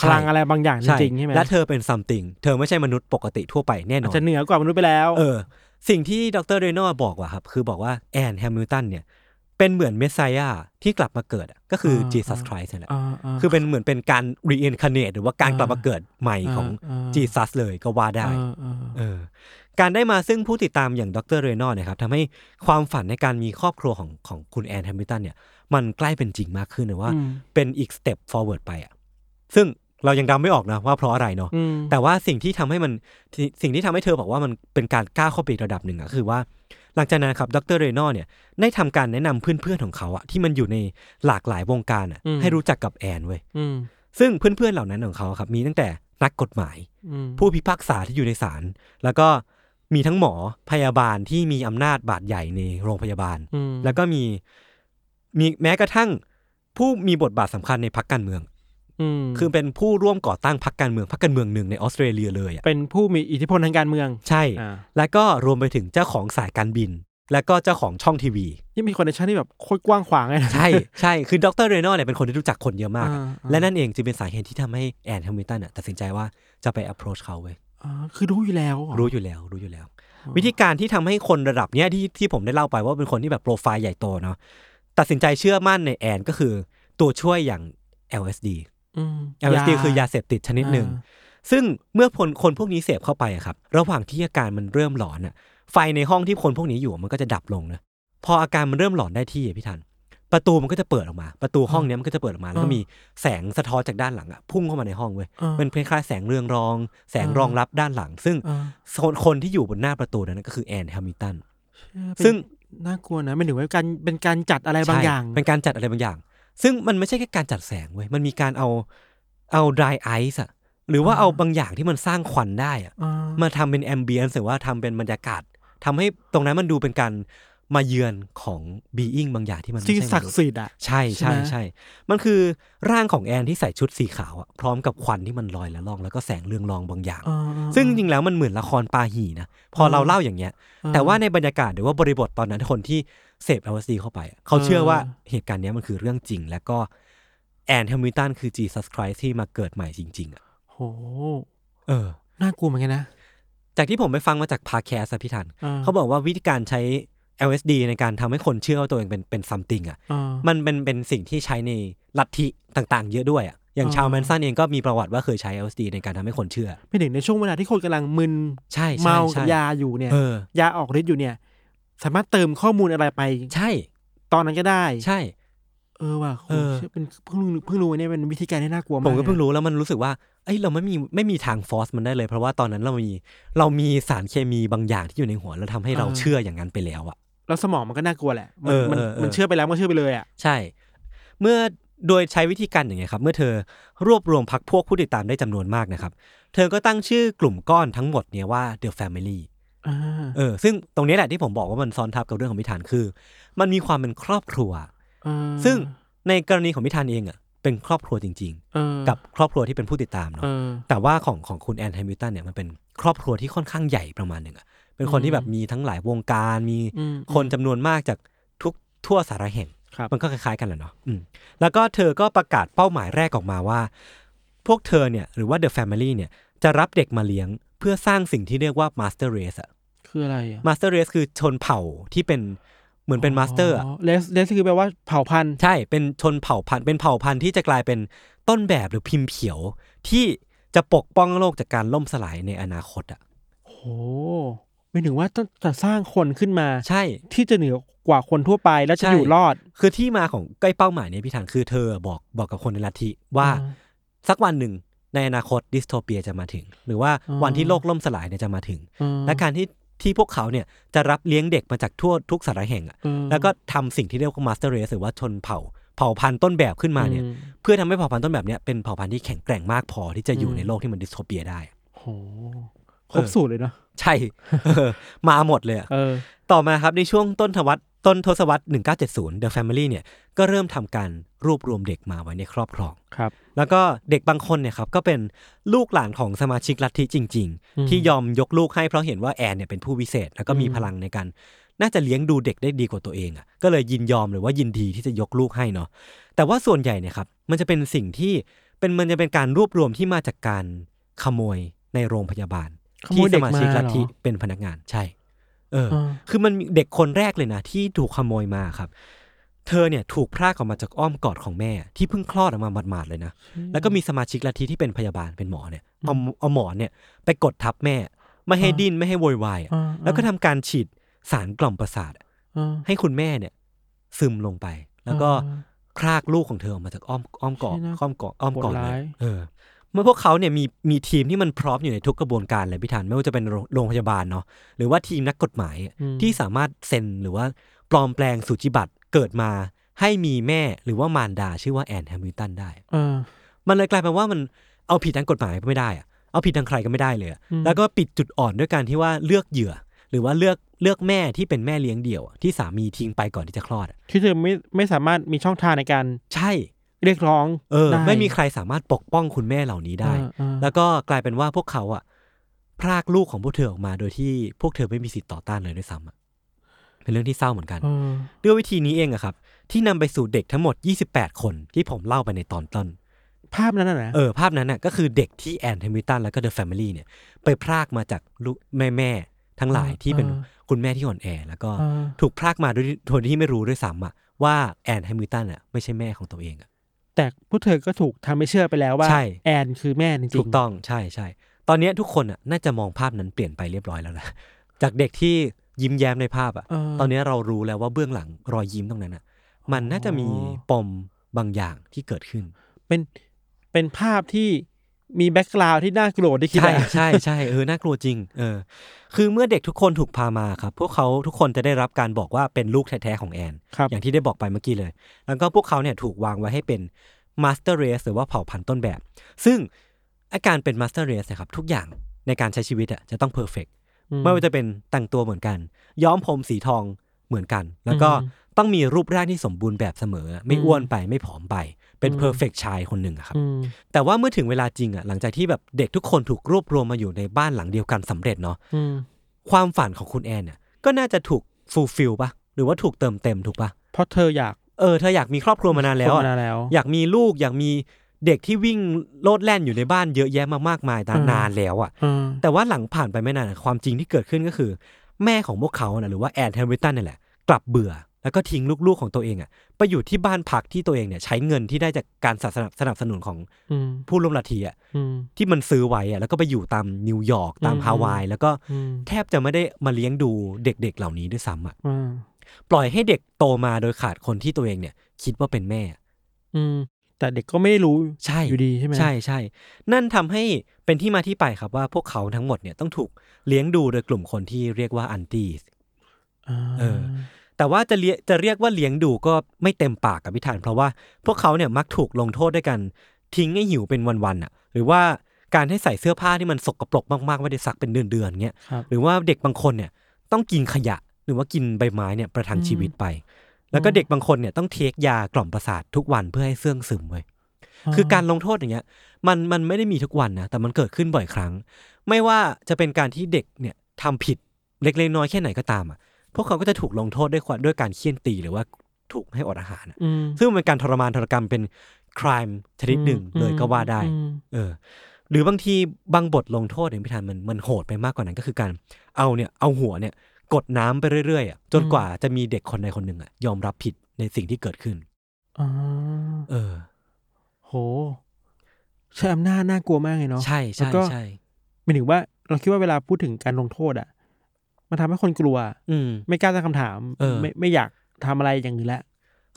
D: พลังอะไรบางอย่างจริงๆใช่ไหม
C: และเธอเป็นซัมติงเธอไม่ใช่มนุษย์ปกติทั่วไปแน่น
D: อาจ
C: อน
D: จะเหนือกว่ามนุษย์ไปแล้ว
C: เออ สิ่งที่ดรเรโนอบอกว่าครับ คือบอกว่าแอนแฮมิลตันเนี่ย เป็นเหมือนเมสไซยาที่กลับมาเกิดอะก็คือ
D: อ่า
C: จีซัส
D: อ่า
C: คริสต์แหละ
D: อ่าา
C: คือเป็นเหมือนเป็นการรีอินคาเนตหรือว่าการ
D: อ่าก
C: ลับมาเกิดใหม่ของ
D: อ่าอ่า
C: จีซัสเลยก็ว่าได้
D: อ่าอ่า
C: เออการได้มาซึ่งผู้ติดตามอย่างดรเรโนอลนะครับทำให้ความฝันในการมีครอบครัวของของคุณแอนแฮมิลตันเนี่ย มันใกล้เป็นจริงมากขึ้นหรือว่า
D: อืม
C: เป็นอีกสเต็ปฟอร์เวิร์ดไปอ่ะซึ่งเรายังเดาไม่ออกนะว่าเพราะอะไรเนาะ
D: อืม
C: แต่ว่าสิ่งที่ทำให้มันที่สิ่งที่ทำให้เธอบอกว่ามันเป็นการก้าวเข้าไปอีกระดับหนึ่งอ่ะคือว่า หลังจากนั้นครับดรเรโนอลเนี่ยได้ทำการแนะนำเพื่อนๆของเขาอ่ะที่มันอยู่ในหลากหลายวงการอ่ะให้รู้จักกับแอนเว้ย
D: อืม
C: ซึ่งเพื่อนๆเหล่านั้นของเขาครับมีตั้งแต่นักกฎหมาย
D: อืม
C: ผู้พิพากษาที่อยู่ในศาลแล้วก็มีทั้งหมอพยาบาลที่มีอำนาจบาดใหญ่ในโรงพยาบาล
D: อืม
C: แล้วก็มีมีแม้กระทั่ง ผู้มีบทบาทสำคัญในพักการเมือง
D: ม
C: คือเป็นผู้ร่วมก่อตั้งพักการเมืองพักการเมืองหนึ่งในออสเตรเลียเลยอะ
D: เป็นผู้มีอิทธิพลทางการเมือง
C: ใช่
D: อ่า
C: แล้วก็รวมไปถึงเจ้าของสายการบิน แล้วก็เจ้าของช่องทีวี
D: นี่มีคอนเนคชั่นที่แบบโคตรกว้างขวางเลยนะ
C: ใช่ ใช่คือดรเรโนอเนี่ยเป็นคนที่รู้จักคนเยอะมาก
D: อ่
C: อะ
D: อ่า
C: และนั่นเองจึงเป็นสาเหตุที่ทำให้แอนแฮมิลตันอะตัดสินใจว่าจะไป approach เขาเว้ย
D: อ่าคือรู้อยู่แล้วเหอ
C: รู้อยู่แล้วรู้อยู่แล้ว
D: อ๋อ
C: วิธีการที่ทำให้คนระดับเนี้ยที่ที่ผมได้เล่าไปว่าเป็นคนที่แบบโปรไฟล์ใหญ่โตเนาะตัดสินใจเชื่อมั่นในแอนก็คือตัวช่วยอย่าง LSD
D: อืม
C: LSD คือยาเสพติดชนิดหนึ่ง
D: อ่า
C: ซึ่งเมื่อคนคนพวกนี้เสพเข้าไปอะครับ ระหว่างที่อาการมันเริ่มหลอนอะไฟในห้องที่คนพวกนี้อยู่มันก็จะดับลงนะพออาการมันเริ่มหลอนได้ที่อะพี่ทัน ประตูมันก็จะเปิดออกมา ประตูห้องเนี้ยมันก็จะเปิดออกมา แล้วก็
D: อ่า
C: มี
D: มี
C: แสงสะท้อนจากด้านหลังอะพุ่งเข้ามาในห้องเว้ย
D: อ่ามั
C: มันคล้ายๆแสงเรืองรอง แสง
D: อ่าร ร
C: องรับด้านหลัง ซึ่ง
D: อ่า
C: คนคนที่อยู่บนหน้าประตูนั้นก็คือแอนแฮมิลตัน
D: เออเป็น
C: ซึ่ง
D: น่ากลัวนะเป็นถึงว่าการเป็นการจัดอะไรบางอย่าง
C: ใช่เป็นการจัดอะไรบางอย่าง ซึ่งมันไม่ใช่แค่การจัดแสงเว้ย มันมีการเอาเอา dry ice อะหรือว่า
D: อ่า
C: เอาบางอย่างที่มันสร้างควันได้อะ
D: อ่า
C: มาทำเป็นแอมเบียนหรือว่าทำเป็นบรรยากาศทำให้ตรงนั้นมันดูเป็นการมาเยือนของบีอิงบางอย่างที่มัน
D: สิ่ง
C: ไม่ใช่มนุษย์
D: ศักดิ์สิทธิ์อ่ะ
C: ใช่ใช่
D: ใช่ไหม
C: ใช่ มันคือร่างของแอนที่ใส่ชุดสีขาวอะพร้อมกับควันที่มันลอยละล่อง แล้วก็แสงเรืองรองบางอย่าง
D: อ่า
C: ซึ่งจริงๆแล้วมันเหมือนละครปาหีนะพอเราเล่าอย่างเงี้ย
D: อ่
C: แต่ว่าในบรรยากาศหรือว่าบริบทตอนนั้นคนที่เสพ LSD เข้าไปอะเขาเชื่อว่าเหตุการณ์เนี้ยมันคือเรื่องจริง แล้วก็แอนแฮมิลตันคือจีซัสคริสที่มาเกิดใหม่จริง ๆอ่ะ
D: โห
C: เออ
D: น่ากลัวเหมือนกันนะ
C: จากที่ผมไปฟังมาจากพาแคสพิธัน เขาบอกว่าวิธีการใช้ LSD ในการทำให้คนเชื่อว่าตัวเองเป็นเป็นซัมติงอ่ะ
D: มัน
C: มันเป็นเป็นสิ่งที่ใช้ในลัทธิต่างๆ เยอะด้วยอ่ะ อย่างชาว
D: อ่า
C: แมนซันเองก็มีประวัติว่าเคยใช้ LSD ในการทำให้คนเชื่อ
D: เป็นหนึ่งในช่วงเวลาที่คนกำลังมึน
C: ใช่ใช่
D: เมา
C: ใช่
D: กับยาอยู่เนี่ย
C: เออ
D: ยาออกฤทธิ์อยู่เนี่ย สามารถเติมข้อมูลอะไรไป
C: ใช่
D: ตอนนั้นก็ได้
C: ใช่
D: เออว่ะโห
C: เออ
D: เชื่อเป็นเพิ่งรู้เพิ่งรู้เนี่ยเป็นวิธีการที่น่ากลัวมา
C: ผ
D: ก
C: มก็เพิ่ง
D: ลยนะ
C: รู้แล้วมันรู้สึกว่า เอ้ยเราไม่มีไม่มีทางฟอร์สมันได้เลย เพราะว่าตอนนั้นเรามีเรามีสารเคมีบางอย่างที่อยู่ในหัวแล้วทำให้เราเชื่ออย่างนั้นไปแล้วอะ
D: แล้วสมองมันก็น่ากลัวแหละ มั
C: เออ
D: มั
C: เออเออ
D: มันเชื่อไปแล้วมันก็เชื่อไปเลยอ่ะ
C: ใช่ เมื่อโดยใช้วิธีการอย่างไงยครับ เมื่อเธอรวบรวมพักพวกผู้ติดตามได้จำนวนมากนะครับ เธอก็ตั้งชื่อกลุ่มก้อนทั้งหมดเนี่ยว่า The Family
D: อ่า
C: เออซึ่งตรงนี้แหละที่ผมบอกว่ามันซ้อนทับกับเรื่องของพิธานคือ มันมีความเป็นครอบครัว
D: เออ
C: ซึ่งในกรณีของพิธานเองอะเป็นครอบครัวจริง
D: เออ
C: ๆ กับครอบครัวที่เป็นผู้ติดตามเนาะ
D: เออ
C: แต่ว่าของของคุณแอนแฮมิลตันเนี่ยมันเป็นครอบครัวที่ค่อนข้างใหญ่ประมาณหนึ่งอะเป็นคน
D: อืม
C: ที่แบบมีทั้งหลายวงการมี
D: อืม
C: คนจำนวนมากจากทุกทั่วสารแห่ง
D: ครับ
C: มันก็คล้ายๆกันแหละเนาะอืมแล้วก็เธอก็ประกาศเป้าหมายแรกออกมาว่า พวกเธอเนี่ยหรือว่า The Family เนี่ยจะรับเด็กมาเลี้ยง เพื่อสร้างสิ่งที่เรียกว่า Master Race อะ
D: คืออะไรอะ
C: มาสเตอร์เรสคือชนเผ่าที่เป็นเหมือนเป็นมาสเตอร์อะ
D: เลสเลสคือแปลว่าเผ่าพันธุ์
C: ใช่เป็นชนเผ่าพันธุ์เป็นเผ่าพันธุ์ที่จะกลายเป็นต้นแบบหรือพิมพ์เขียว ที่จะปกป้องโลกจากการล่มสลายในอนาคตอ่ะ
D: โอ้โหไม่ถึงว่าต้องจะสร้างคนขึ้นมา
C: ใช่
D: ที่จะเหนือกว่าคนทั่วไปแล้วจะ
C: ใช่
D: อยู่รอด
C: คือที่มาของใกล้เป้าหมายเนี่ยพี่ถังคือเธอบอกบอกกับคนในลัทธิว่า
D: อ่า
C: สักวันหนึ่งในอนาคตดิสโทเปียจะมาถึง หรือว่า
D: อ่า
C: วันที่โลกล่มสลายเนี่ยจะมาถึง
D: อืม
C: และการที่ที่พวกเขาเนี่ยจะรับเลี้ยงเด็กมาจากทั่วทุกสารแห่งอะ
D: อืม
C: แล้วก็ทำสิ่งที่เรียกว่ามาสเตอร์เรสหรือว่าชนเผ่าเผ่าพันธุ์ต้นแบบขึ้นมาเนี่ย
D: อื
C: เพื่อทำให้เผ่าพันธุ์ต้นแบบเนี่ยเป็นเผ่าพันธุ์ที่แข็งแกร่งมากพอที่จะอยู่
D: อืม
C: ในโลกที่มันดิสโทเปียได้
D: โหครบสูตรเลยเนาะ
C: ใช่ เออมาหมดเลยอะ
D: เออ
C: ต่อมาครับ ในช่วงต้นทวัตต้นทศวรรษ 1970 The Family เนี่ยก็เริ่มทำการรวบรวมเด็กมาไว้ในครอบครอง
D: ครับ
C: แล้วก็เด็กบางคนเนี่ยครับก็เป็นลูกหลานของสมาชิกลัทธิจริง
D: อื
C: ๆ
D: ม
C: ที่ยอมยกลูกให้เพราะเห็นว่าแอนเนี่ยเป็นผู้วิเศษ แล้วก็มี
D: อืม
C: พลังในการน่าจะเลี้ยงดูเด็กได้ดีกว่าตัวเองอ่ะก็เลยยินยอมหรือว่ายินดีที่จะยกลูกให้เนาะแต่ว่าส่วนใหญ่เนี่ยครับมันจะเป็นสิ่งที่เป็นมันจะเป็นการรวบรวมที่มาจากการขโมยในโรงพยาบาล
D: ขโม
C: ที่
D: ย
C: ส
D: เด็ก
C: มา
D: มา
C: ชิก
D: เหร
C: ลัทธิ
D: อ
C: เป็นพนักงานใช่ เออ
D: อ่า
C: คือมันมีเด็กคนแรกเลยนะ ที่ถูกขโมยมาครับ เธอเนี่ยถูกพรากออกมาจากอ้อมกอดของแม่ ที่เพิ่งคลอดออกมาหมาดๆเลยนะ แล้วก็มีสมาชิกลัทธิที่เป็นพยาบาลเป็นหมอเนี่ยเอาเอาหมอนเนี่ยไปกดทับแม่ ไม่ให้
D: อ่า
C: ดิ้นไม่ให้โวยวายอะ
D: อ่า
C: แล้วก็ทำการฉีดสารกล่อมประสาทอะ
D: อ่า
C: ให้คุณแม่เนี่ยซึมลงไป แล้วก็
D: อ่า
C: คลากลูกของเธอออกมาจากอ้อมอ้อมกอด
D: ใช่นะ
C: อ้อมกอดอ้อมกอด
D: โหด
C: เล
D: ร้าย
C: ยเออ เมื่อพวกเขาเนี่ยมีมีทีมที่มันพร้อมอยู่ในทุกกระบวนการเลยพี่ธันไม่ว่าจะเป็นโรงโรงพยาบาลเนาะหรือว่าทีมนักกฎหมายอะ
D: อืม
C: ที่สามารถเซ็นหรือว่าปลอมแปลงสูจิบัตรเกิดมา ให้มีแม่หรือว่ามารดาชื่อว่าแอนแฮมิลตันได้
D: เออ
C: มันเลยกลายเป็นว่ามันเอาผิดทางกฎหมายก็ไม่ได้อะเอาผิดทางใครก็ไม่ได้เลยอะ
D: อืม
C: แล้วก็ปิดจุดอ่อนด้วยการที่ว่าเลือกเหยื่อ หรือว่าเลือกเลือกแม่ที่เป็นแม่เลี้ยงเดี่ยวอะที่สามีทิ้งไปก่อนที่จะคลอดอะ
D: ที่เธอไม่ไม่สามารถมีช่องทางในการ
C: ใช่
D: เรียกร้อง
C: เออ
D: ด้
C: ไม่มีใครสามารถปกป้องคุณแม่เหล่านี้ได้
D: เออเออ
C: แล้วก็กลายเป็นว่าพวกเขาอะพรากลูกของพวกเธอออกมาโดยที่พวกเธอไม่มีสิทธิ์ต่อต้านเลยด้วยซ้ำอะเป็นเรื่องที่เศร้าเหมือนกัน
D: เออ
C: ด้วยวิธีนี้เองอะครับ ที่นำไปสู่เด็กทั้งหมด 28 คนที่ผมเล่าไปในตอนต้น
D: ภาพนั้นน่ะนะ
C: เออภาพนั้นน่ะก็คือเด็กที่แอนแฮมิลตันแล้วก็เดอะแฟมิลี่เนี่ย ไปพรากมาจากลูกแม่แม่ทั้งหลายที่เป็นคุณแม่ที่อ่อนแอ แล้วก็
D: เออ
C: ถูกพรากมาด้วยโดยที่ไม่รู้ด้วยซ้ำอะว่าแอนแฮมิลตันอะไม่ใช่แม่ของตัวเองอะ
D: แต่พวกเธอก็ถูกทำให้เชื่อไปแล้วว่า
C: ใช่
D: แอนคือแม่จริงๆ
C: ถูกต้องใช่ใช่ตอนเนี้ยทุกคนอะน่าจะมองภาพนั้นเปลี่ยนไปเรียบร้อยแล้วนะ จากเด็กที่ยิ้มแย้มในภาพอะ
D: เออ
C: ตอนเนี้ยเรารู้แล้วว่าเบื้องหลังรอยยิ้มตรงนั้นอะมันน่าจะมี
D: อ๋อ
C: ปมบางอย่างที่เกิดขึ้น
D: เป็นเป็นภาพที่มีแบ็กกราวด์ที่น่ากลัวที่คิด
C: ใช่
D: อะ
C: ใช่ใช่เออน่ากลัวจริงเออคือเมื่อเด็กทุกคนถูกพามาครับ พวกเขาทุกคนจะได้รับการบอกว่าเป็นลูกแท้ๆของแอน
D: ครับ
C: อย่างที่ได้บอกไปเมื่อกี้เลย แล้วก็พวกเขาเนี่ยถูกวางไว้ให้เป็นมาสเตอร์เรสหรือว่าเผ่าพันธุ์ต้นแบบ ซึ่งอาการเป็นมาสเตอร์เรสนะครับทุกอย่างในการใช้ชีวิตอ่ะจะต้องเพอร์เฟกไม่ว่าจะเป็นแต่งตัวเหมือนกัน ย้อมผมสีทองเหมือนกัน แล้วก็
D: อืม
C: ต้องมีรูปร่างที่สมบูรณ์แบบเสมอ ไม่
D: อืม
C: อ้วนไปไม่ผอมไป เป็น
D: อืม
C: เพอร์เฟกชายคนหนึ่งอะครับ
D: อืม
C: แต่ว่าเมื่อถึงเวลาจริงอ่ะหลังจากที่แบบเด็กทุกคนถูกรวบรวมมาอยู่ในบ้านหลังเดียวกันสำเร็จเนาะ
D: อืม
C: ความฝันของคุณแอนเนี่ยก็น่าจะถูกฟูลฟิลปะหรือว่าถูกเติมเต็มถูกปะ
D: เพราะเธออยาก
C: เออเธออยากมีครอบครัวมานานแล้ว
D: ค
C: อะ
D: นมาแล้ว
C: อยากมีลูกอยากมีเด็กที่วิ่งโลดแล่นอยู่ในบ้านเยอะแยะมามากมายนา
D: อื
C: น
D: ม
C: นานแล้วอ่ะ
D: เออ
C: แต่ว่าหลังผ่านไปไม่นานอะความจริงที่เกิดขึ้นก็คือ แม่ของพวกเขาน่ะหรือว่าแอนแฮมิลตันนี่แหละ กลับเบื่อแล้วก็ทิ้งลูกๆของตัวเองอ่ะไปอยู่ที่บ้านพักที่ตัวเองเนี่ยใช้เงินที่ได้จากการสนับสนับสนุนของ
D: อืม
C: ผู้ร่วมลัทธิอ่ะ
D: อืม
C: ที่มันซื้อไว้อะแล้วก็ไปอยู่ตามนิวยอร์กตาม
D: อืม
C: ฮาวาย แล้วก็
D: อืม
C: แทบจะไม่ได้มาเลี้ยงดูเด็กๆเหล่านี้ด้วยซ้ำอะ
D: อืม
C: ปล่อยให้เด็กโตมาโดยขาดคนที่ตัวเองเนี่ย คิดว่าเป็นแม่
D: อืมแต่เด็กก็ไม่ได้รู้
C: ใช่
D: อยู่ดีใช่ไหม
C: ใช่ใช่นั่นทำให้เป็นที่มาที่ไปครับว่าพวกเขาทั้งหมดเนี่ยต้องถูกเลี้ยงดูโดยกลุ่มคนที่เรียกว่าอันตี้
D: า
C: เออ แต่ว่าจะเรียจะเรียกว่าเลี้ยงดูก็ไม่เต็มปากกับพิธาน เพราะว่าพวกเขาเนี่ยมักถูกลงโทษด้วยกันทิ้งให้หิวเป็นวันๆอ่ะ หรือว่าการให้ใส่เสื้อผ้าที่มันสกปรกมากๆไม่ได้ซักเป็นเดือนๆเงี้ย
D: ครับ
C: หรือว่าเด็กบางคนเนี่ยต้องกินขยะหรือว่ากินใบไม้เนี่ยประทัง
D: อืม
C: ชีวิตไป แล้วก็เด็กบางคนเนี่ยต้องเทคยากล่อมประสาททุกวันเพื่อให้เสื่องซึมเว้ยคือการลงโทษอย่างเงี้ยมันมันไม่ได้มีทุกวันนะแต่มันเกิดขึ้นบ่อยครั้ง ไม่ว่าจะเป็นการที่เด็กเนี่ยทำผิดเล็กๆน้อยๆแค่ไหนก็ตามอ่ะพวกเขาก็จะถูกลงโทษด้วยความด้วยการเคี่ยนตีหรือว่าถูกให้อดอาหารอะ
D: อืม
C: ซึ่งมันเป็นการทรมานทรกรรมเป็น crime ชนิดหนึ่งเลยก็ว่าได้
D: อืม
C: เออ หรือบางทีบางบทลงโทษเนี่ยพี่ธันมันมันโหดไปมากกว่านั้นก็คือการเอาเนี่ยเอาหัวเนี่ยกดน้ำไปเรื่อยๆอะจน
D: อืม
C: กว่าจะมีเด็กคนใดคนหนึ่งอะยอมรับผิดในสิ่งที่เกิดขึ้น
D: อ๋อ
C: เออ
D: โห ใช้อำนาจน่ากลัวมากเลยเนาะ
C: ใช่ใช่
D: แล้วก็
C: ใช่
D: หมายถึงว่าเราคิดว่าเวลาพูดถึงการลงโทษอ่ะ มันทำให้คนกลัว
C: อืม
D: ไม่กล้าตั้งคำถาม
C: เออ
D: ไม่ไม่อยากทำอะไรอย่างอื่นแล้ว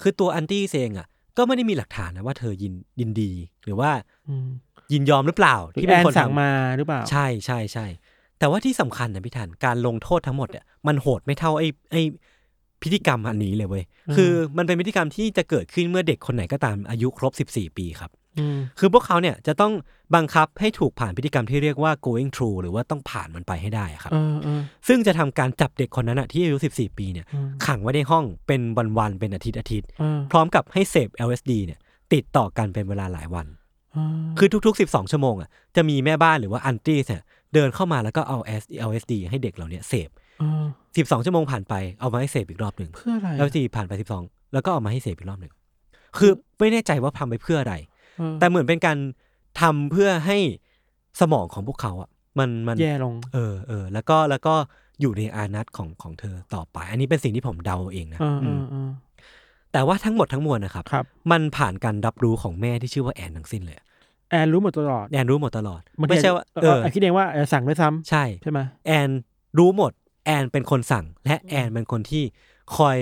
C: คือตัวอันตี้เองอ่ะ ก็ไม่ได้มีหลักฐานนะว่าเธอยินยินดี หรือว่า
D: อืม
C: ยินยอมหรือเปล่า
D: หรือ
C: ที่
D: แอ
C: เป็น
D: น
C: คน
D: สั่ง
C: ทำ
D: มาหรือเปล่า
C: ใช่ใช่ใช่ แต่ว่าที่สำคัญนะพี่ทันการลงโทษทั้งหมดเนี่ยมันโหดไม่เท่าไอ้ไอ้พิธีกรรมอันนี้เลยเว้ย
D: อืม
C: คือมันเป็นพิธีกรรมที่จะเกิดขึ้นเมื่อเด็กคนไหนก็ตามอายุครบ 14 ปีครับ
D: อืม
C: คือพวกเขาเนี่ยจะต้องบังคับให้ถูกผ่านพิธีกรรมที่เรียกว่า going through หรือว่าต้องผ่านมันไปให้ได้ครับ
D: เออเออ
C: ซึ่งจะทำการจับเด็กคนนั้นอะที่อายุ 14 ปีเนี่ย
D: อืม
C: ขังไว้ในห้องเป็นวันๆเป็นอาทิตย์อาทิตย์
D: เออ
C: ๆพร้อมกับให้เสพ LSD เนี่ยติดต่อกันเป็นเวลาหลายวัน
D: เออ
C: คือทุกๆ 12 ชั่วโมงอ่ะจะมีแม่บ้านหรือว่าอันตี้เนี่ยเดินเข้ามาแล้วก็เอา LSD ให้เด็กเหล่าเนี้ยเสพ
D: เออ
C: 12 ชั่วโมงผ่านไปเอามาให้เสพอีกรอบหนึ่ง
D: เพื่ออะไรอะ
C: LSD ผ่านไป 12 แล้วก็เอามาให้เสพอีกรอบหนึ่ง คือไม่แน่ใจว่าทำไปเพื่ออะไร
D: เออ
C: แต่เหมือนเป็นการทำเพื่อให้สมองของพวกเขาอ่ะมันมัน
D: แย่ลง
C: เออเออแล้วก็แล้วก็อยู่ในอานัตของของเธอต่อไป อันนี้เป็นสิ่งที่ผมเดาเองนะ
D: เออเอ
C: ม
D: อเออ
C: แต่ว่าทั้งหมดทั้งมวลนะครับ
D: ครับ
C: มันผ่านการรับรู้ของแม่ที่ชื่อว่าแอนทั้งสิ้นเลย
D: แอนรู้หมดตลอด
C: แอนรู้หมดตลอด
D: บงที
C: ไม่ใช่ว่า
D: เอ
C: เอ
D: อ
C: อ
D: แอนคิดเองว่าแอนสั่งด้วยซ้ำ
C: ใช่
D: ใช่ไหม
C: แอนรู้หมด แอนเป็นคนสั่ง และแอนเป็นคนที่คอย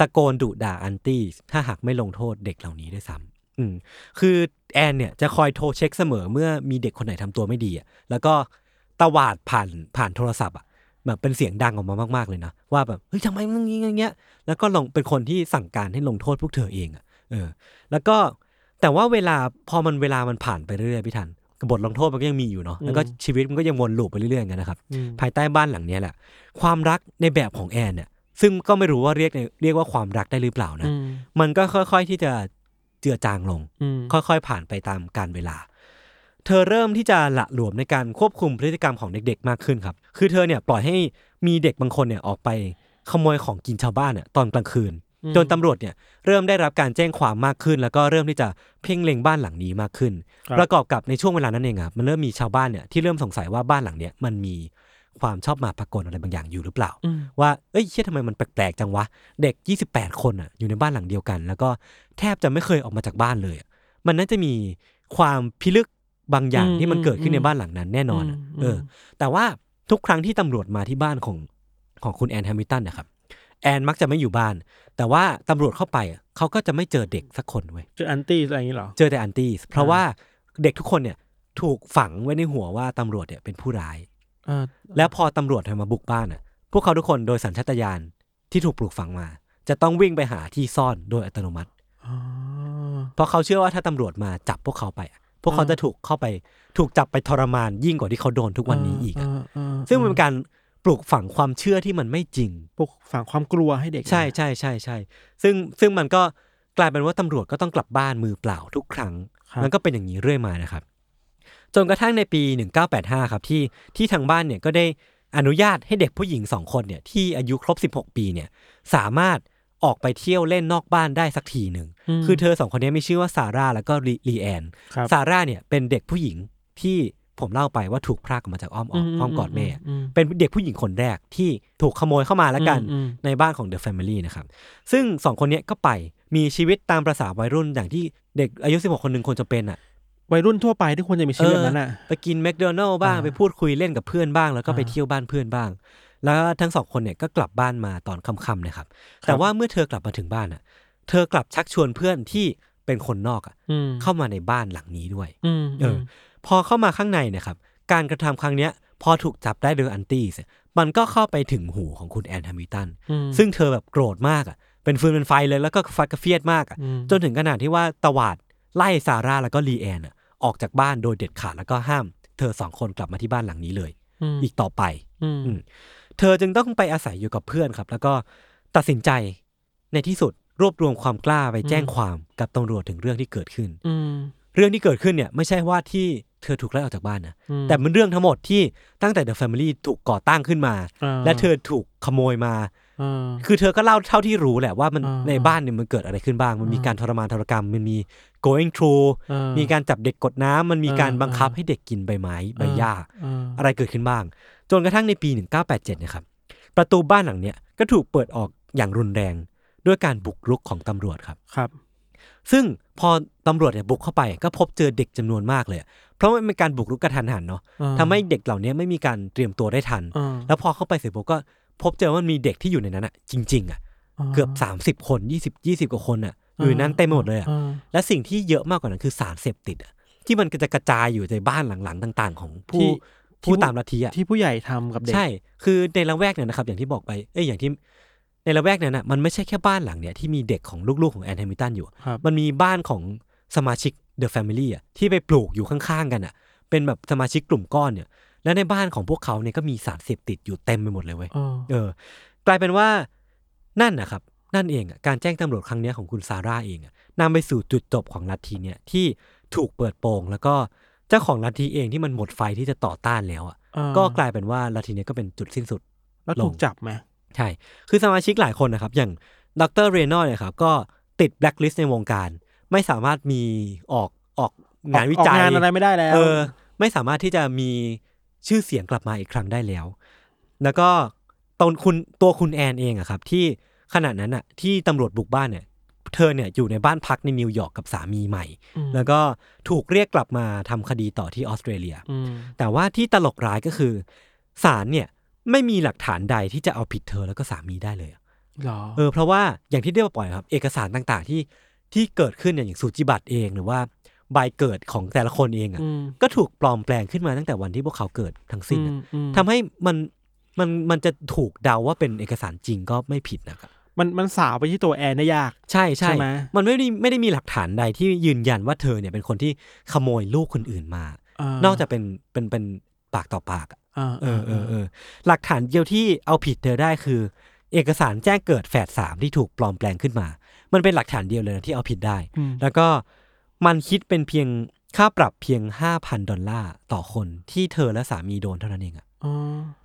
C: ตะโกนดุด่าอันตี้ ถ้าหากไม่ลงโทษเด็กเหล่านี้ด้วยซ้ำอืมคือแอนเนี่ยจะคอยโทรเช็คเสมอเมื่อมีเด็กคนไหนทำตัวไม่ดีอะแล้วก็ตวาดผ่านผ่านโทรศัพท์อ่ะแบบเป็นเสียงดังออกมามากๆเลยนะ ว่าแบบเฮ้ยทำไมมึงอย่างงี้อย่างเงี้ยแล้วก็ลงเป็นคนที่สั่งการให้ลงโทษพวกเธอเองอ่ะเออ แล้วก็แต่ว่าเวลาพอมันเวลามันผ่านไปเรื่อยๆพี่ทันบทลงโทษมันก็ยังมีอยู่เนาะแล้วก็ชีวิตมันก็ยังวนลูปไปเรื่อยๆกันนะครับ
D: อืม
C: ภายใต้บ้านหลังเนี้ยแหละ ความรักในแบบของแอนเนี่ยซึ่งก็ไม่รู้ว่าเรียกในเรียกว่าความรักได้หรือเปล่านะ
D: อืม
C: มันก็ค่อย ๆที่จะเจือจางลง
D: อืม
C: ค่อยๆ ผ่านไปตามการเวลา เธอเริ่มที่จะหละหลวมในการควบคุมพฤติกรรมของเด็กๆ มากขึ้นครับ คือเธอเนี่ยปล่อยให้มีเด็กบางคนเนี่ยออกไปขโมยของกินชาวบ้านเนี่ยตอนกลางคืน จนตำรวจเนี่ยเริ่มได้รับการแจ้งความมากขึ้น แล้วก็เริ่มที่จะเพ่งเล็งบ้านหลังนี้มากขึ้น
D: ครับ
C: ประกอบกับในช่วงเวลานั้นเองอะมันเริ่มมีชาวบ้านเนี่ยที่เริ่มสงสัยว่าบ้านหลังเนี้ยมันมีความชอบมาพากลอะไรบางอย่างอยู่หรือเปล่า
D: อืม
C: ว่าเอ้ยเชี่ยทำไมมันแปลกๆจังวะ เด็ก 28 คนอ่ะอยู่ในบ้านหลังเดียวกัน แล้วก็แทบจะไม่เคยออกมาจากบ้านเลยอะมันน่าจะมีความพิลึกบางอย่าง
D: อืม
C: ที่มันเกิดขึ้น
D: อืม
C: ในบ้านหลังนั้นแน่นอนอะ
D: อืม
C: เอออ
D: ม
C: แต่ว่าทุกครั้งที่ตำรวจมาที่บ้านของของคุณแอนแฮมิลตันนะครับ แอนมักจะไม่อยู่บ้าน แต่ว่าตำรวจเข้าไปอะเขาก็จะไม่เจอเด็กสักคนเว้ย
D: เจออันตี้อะไรอย่างนี้เหรอ
C: เจอแต่อันตี้เพราะว่าเด็กทุกคนเนี่ยถูกฝังไว้ในหัวว่าตำรวจเนี่ยเป็นผู้ร้าย
D: เออ
C: แล้วพอตำรวจมาบุกบ้านอ่ะ พวกเขาทุกคนโดยสัญชาตญาณที่ถูกปลูกฝังมา จะต้องวิ่งไปหาที่ซ่อนโดยอัตโนมัติ
D: อ๋อ
C: เพราะเขาเชื่อว่าถ้าตำรวจมาจับพวกเขาไปอะพวกเขา
D: อ่า
C: จะถูกเข้าไปถูกจับไปทรมานยิ่งกว่าที่เขาโดนทุกวันนี้อีก
D: เ
C: อะ
D: เออ
C: ซึ่งมันเป็นการปลูกฝังความเชื่อที่มันไม่จริง
D: ปลุกฝังความกลัวให้เด็ก
C: ใช่ใช่ใช่ใช่ซึ่งซึ่งมันก็กลายเป็นว่าตำรวจก็ต้องกลับบ้านมือเปล่าทุกครั้ง
D: ครับ
C: มันก็เป็นอย่างนี้เรื่อยมานะครับ จนกระทั่งในปี 1985 ครับที่ที่ทางบ้านเนี่ยก็ได้อนุญาตให้เด็กผู้หญิงสองคนเนี่ยที่อายุครบ 16 ปีเนี่ยสามารถออกไปเที่ยวเล่นนอกบ้านได้สักทีหนึ่ง
D: ม
C: คือเธอสองคนเนี้มีชื่อว่าซาร่าแล้วก็ลีลีแอน
D: ครับ
C: ซาร่าเนี่ยเป็นเด็กผู้หญิงที่ผมเล่าไปว่าถูกพรากออกมาจากอ้อมอกอ้อมกอดแม่ เป็นเด็กผู้หญิงคนแรกที่ถูกขโมยเข้ามาแล้วกัน
D: อืม
C: ในบ้านของ The Family นะครับ ซึ่งสองคนเนี้ยก็ไปมีชีวิตตามประษาวัยรุ่นอย่างที่เด็กอายุ 16 คนหนึ่งควรจะเป็นอ่ะ
D: วัยรุ่นทั่วไปที่ควรจะมีชีวิตแบบนั้นอ่ะ
C: ไปกินแม d โดนัล s บ้าง
D: อ่า
C: ไปพูดคุยเล่นกับเพื่อนบ้าง แล้วก็ไป
D: อ่า
C: เที่ยวบ้านเพื่อนบ้าง แล้วทั้งสองคนเนี่ยก็กลับบ้านมาตอนค่ำๆนะครับ แต่ว่าเมื่อเธอกลับมาถึงบ้านอ่ะ เธอกลับชักชวนเพื่อนที่เป็นคนนอกอ่ะ
D: ม
C: เข้ามาในบ้านหลังนี้ด้วย
D: อืม
C: เออ พอเข้ามาข้างในเนะครับ การกระทำครั้งเนี้ย พอถูกจับได้โดยอันตี้เนี่ยมันก็เข้าไปถึงหูของคุณแอนแฮมิลตัน
D: ม
C: ซึ่งเธอแบบโกรธมากอ่ะ เป็นฟืนเป็นไฟเลยแล้วก็ฟัดกระเฟียดมากอ่ะ
D: อืม
C: จนถึงขนาดที่ว่าตวาดไล่ซาร่าแล้วก็ลีแอนอะออกจากบ้านโดยเด็ดขาดแล้วก็ห้าม เธอสองคนกลับมาที่บ้านหลังนี้เลย
D: ม
C: อีกต่อไป
D: อืม
C: อืม เธอจึงต้องไปอาศัยอยู่กับเพื่อนครับ แล้วก็ตัดสินใจในที่สุดรวบรวมความกล้าไปแจ้ง
D: อืม
C: ความกับตำรวจถึงเรื่องที่เกิดขึ้น
D: อืม
C: เรื่องที่เกิดขึ้นเนี่ยไม่ใช่ว่าที่เธอถูกไล่ออกจากบ้านนะ
D: อืม
C: แต่มันเรื่องทั้งหมดที่ตั้งแต่ The Family ถูกก่อตั้งขึ้นมา
D: อ่า
C: และเธอถูกขโมยมา
D: อ่า
C: คือเธอก็เล่าเท่าที่รู้แหละว่ามัน
D: อ่า
C: ในบ้านเนี่ยมันเกิดอะไรขึ้นบ้าง มันมี
D: อ่า
C: การทรมานทรกรรม มันมี going through
D: อ่
C: มีการจับเด็กกดน้ำมันมีการ
D: อ่า
C: บังคับ
D: อ่า
C: ให้เด็กกินใบไม้ใบหญ้า
D: อ่า
C: อะไรเกิดขึ้นบ้าง จนกระทั่งในปี 1987 นะครับ ประตูบ้านหลังเนี้ยก็ถูกเปิดออกอย่างรุนแรง ด้วยการบุกรุกของตำรวจครับ
D: ครับ
C: ซึ่งพอตำรวจเนี่ยบุกเข้าไปก็พบเจอเด็กจำนวนมากเลย เพราะมันเป็นการบุกรุกกระทันหันเนาะ
D: อ่า
C: ทำให้เด็กเหล่านี้ไม่มีการเตรียมตัวได้ทัน
D: อ่า
C: แล้วพอเข้าไปเสร็จปุ๊บก็พบเจอว่ามีเด็กที่อยู่ในนั้นอะจริงๆอะ
D: า
C: เกือบ 30 คน 20 20กว่าคนอะอยู่ในนั้นเต็มไปหมดเลยอะ
D: อ่า
C: และสิ่งที่เยอะมากกว่านั้นคือสารเสพติดอะที่มันก็จะกระจายอยู่ในบ้านหลังๆ ต่าง ๆ ของผู้
D: ที่
C: ผู้ตามลัทธิอ่ะ
D: ที่ผู้ใหญ่ทำกับเด็ก
C: ใช่ คือในละแวกเนี่ยนะครับ อย่างที่บอกไปเอ้ยอย่างที่ในละแวกนั้นน่ะมันไม่ใช่แค่บ้านหลังเนี่ยที่มีเด็กของลูกๆของแอนแฮมิลตันอยู่
D: ครับ
C: มันมีบ้านของสมาชิกเดอะแฟมิลี่อ่ะที่ไปปลูกอยู่ข้างๆกันอ่ะ เป็นแบบสมาชิกกลุ่มก้อนเนี่ย และในบ้านของพวกเขาเนี่ยก็มีสารเสพติดอยู่เต็มไปหมดเลยเว้ย
D: เออ
C: เออกลายเป็นว่านั่นนะครับ นั่นเองอะการแจ้งตำรวจครั้งเนี้ยของคุณซาร่าเองอะนำไปสู่จุดจบของลัทธิเนี่ยที่ถูกเปิดโปง แล้วก็เจ้าของลัทธิเองที่มันหมดไฟที่จะต่อต้านแล้วอะ
D: อ่า
C: ก็กลายเป็นว่าลัทธิเนี่ยก็เป็นจุดสิ้นสุด
D: แล้ว
C: ลง
D: ถูกจับไหม
C: ใช่ คือสมาชิกหลายคนนะครับ อย่างดรเรนอลเนี่ยครับก็ติดแบล็คลิสต์ในวงการ ไม่สามารถมีออกออกงานวิจัย
D: ออกงานอะไรไม่ได้แล้ว
C: เออไม่สามารถที่จะมีชื่อเสียงกลับมาอีกครั้งได้แล้ว แล้วก็ตอนคุณตัวคุณแอนเองอะครับ ที่ขณะนั้นอะที่ตำรวจบุกบ้านเนี่ยเธอเนี่ยอยู่ในบ้านพักในนิวยอร์กกับสามีใหม่
D: ม
C: แล้วก็ถูกเรียกกลับมาทำคดีต่อที่ออสเตรเลีย
D: อืม
C: แต่ว่าที่ตลกร้ายก็คือศาลเนี่ยไม่มีหลักฐานใดที่จะเอาผิดเธอแล้วก็สามีได้เลยอะ
D: หรอ
C: เออเพราะว่าอย่างที่ได้มาปล่อยครับเอกสารต่างๆที่ที่เกิดขึ้นเนี่ยอย่างสูจิบัตรเองหรือว่าใบเกิดของแต่ละคนเองอ่ะ
D: ม
C: ก็ถูกปลอมแปลงขึ้นมาตั้งแต่วันที่พวกเขาเกิดทั้งสิ้นอะ
D: อืมอืม
C: ทำให้มันมันมันจะถูกเดาว่าเป็นเอกสารจริงก็ไม่ผิดนะครับ
D: มันมันสาวไปที่ตัวแอนได้ยาก
C: ใช่ใช่
D: ใช่ไหม
C: มันไม่ได้ไม่ได้มีหลักฐานใดที่ยืนยันว่าเธอเนี่ยเป็นคนที่ขโมยลูกคนอื่นมา นอกจากเป็นเป็นเป็นปากต่อปากอะ
D: อ่า
C: เออเออเออหลักฐานเดียวที่เอาผิดเธอได้คือ เอกสารแจ้งเกิดแฝดสามที่ถูกปลอมแปลงขึ้นมา มันเป็นหลักฐานเดียวเลยนะที่เอาผิดได้
D: ม
C: แล้วก็มันคิดเป็นเพียงค่าปรับเพียง 5,000 ดอลลาร์ต่อคนที่เธอและสามีโดนเท่านั้นเองอะ
D: อ๋อ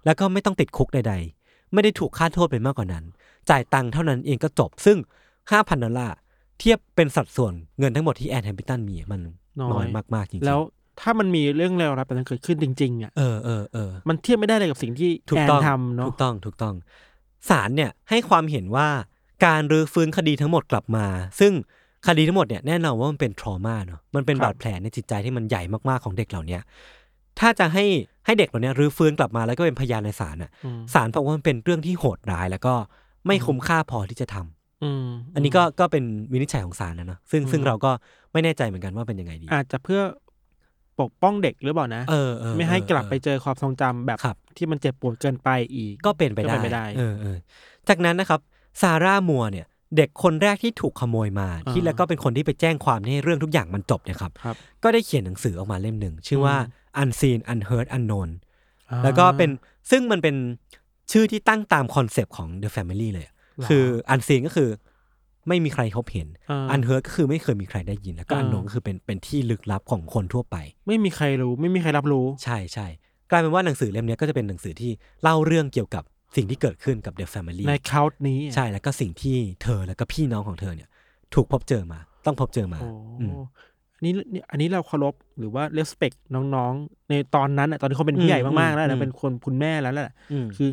C: แล้วก็ไม่ต้องติดคุกใดๆ ไม่ได้ถูกค่าโทษไปมากกว่านั้น จ่ายตังค์เท่านั้นเองก็จบ ซึ่ง 5,000 ดอลลาร์เทียบเป็นสัดส่วนเงินทั้งหมดที่แอนแฮมปิตันมีมันน้อยมากๆจริงๆ
D: แล้วถ้ามันมีเรื่องเลวร้ายแบบนั้นเกิดขึ้นจริง ๆ อ่ะ
C: เออเออเออ
D: มันเทียบไม่ได้เลยกับสิ่งที่
C: ถู
D: แอก น
C: ต้อง
D: ทำเนาะ
C: ถูกต้องถูกต้องศาลเนี่ยให้ความเห็นว่าการรื้อฟื้นคดีทั้งหมดกลับมา ซึ่งคดีทั้งหมดเนี่ยแน่นอนว่ามันเป็นทรมาเนาะมันเป็นบาดแผลในจิตใจที่มันใหญ่มากๆของเด็กเหล่าเนี้ยถ้าจะให้ให้เด็กเหล่าเนี้ยรื้อฟื้นกลับมาแล้วก็เป็นพยานในศาลน่ะ
D: อืม
C: ศาลบอกว่ามันเป็นเรื่องที่โหดร้าย แล้วก็ไม่คุ้มค่าพอที่จะทำ
D: อืม
C: อันนี้ก็ก็เป็นวินิจฉัยของศาลนะเนาะซึ่งซึ่ง
D: อืม
C: เราก็ไม่แน่ใจเหมือนกันว่าเป็นยังไงดี
D: อาจจะเพื่อปกป้องเด็กหรือเปล่านะ
C: เออเออ
D: ไม่ให้
C: เออก
D: ลับไป
C: เออ
D: เจอความทรงจำแบบ
C: ครับ
D: ที่มันเจ็บปวดเกินไปอีก
C: ก็เป็นไป
D: ก็
C: ได้
D: เป็นไปได้
C: เออเออจากนั้นนะครับซาร่ามัวเนี่ย เด็กคนแรกที่ถูกขโมยมา
D: อ่า
C: ที่แล้วก็เป็นคนที่ไปแจ้งความให้เรื่องทุกอย่างมันจบเนี่ยครับ
D: ครับ
C: ก็ได้เขียนหนังสือออกมาเล่มหนึ่ง ชื่อว่า Unseen Unheard Unknown
D: อ่า
C: แล้วก็เป็นซึ่งมันเป็นชื่อที่ตั้งตามคอนเซปต์ของ The Family เลยอะ
D: หรอ
C: คือ Unseen ก็คือไม่มีใครพบเห็น
D: อ่า
C: Unheard ก็คือไม่เคยมีใครได้ยิน แล้วก็
D: อ่า
C: Unknown ก็คือเป็นเป็นที่ลึกลับของคนทั่วไป
D: ไม่มีใครรู้ ไม่มีใครรับรู้
C: ใช่ใช่กลายเป็นว่าหนังสือเล่มเนี้ยก็จะเป็นหนังสือที่เล่าเรื่องเกี่ยวกับสิ่งที่เกิดขึ้นกับ The Family
D: ในคาวต์นี้
C: ใช่แล้วก็สิ่งที่เธอแล้วก็พี่น้องของเธอเนี่ย ถูกพบเจอมา ต้องพบเจอมา
D: โอ้
C: อืม
D: อันนี้เนี่ยอันนี้เราเคารพหรือว่าเลสเปกน้องๆ ในตอนนั้นอะตอนที่เขาเป็นผู้ใหญ่
C: อืม
D: มากๆแล้ว
C: อืม
D: นะเป็นคนคุณแม่แล้วแหละ
C: อืม
D: คือ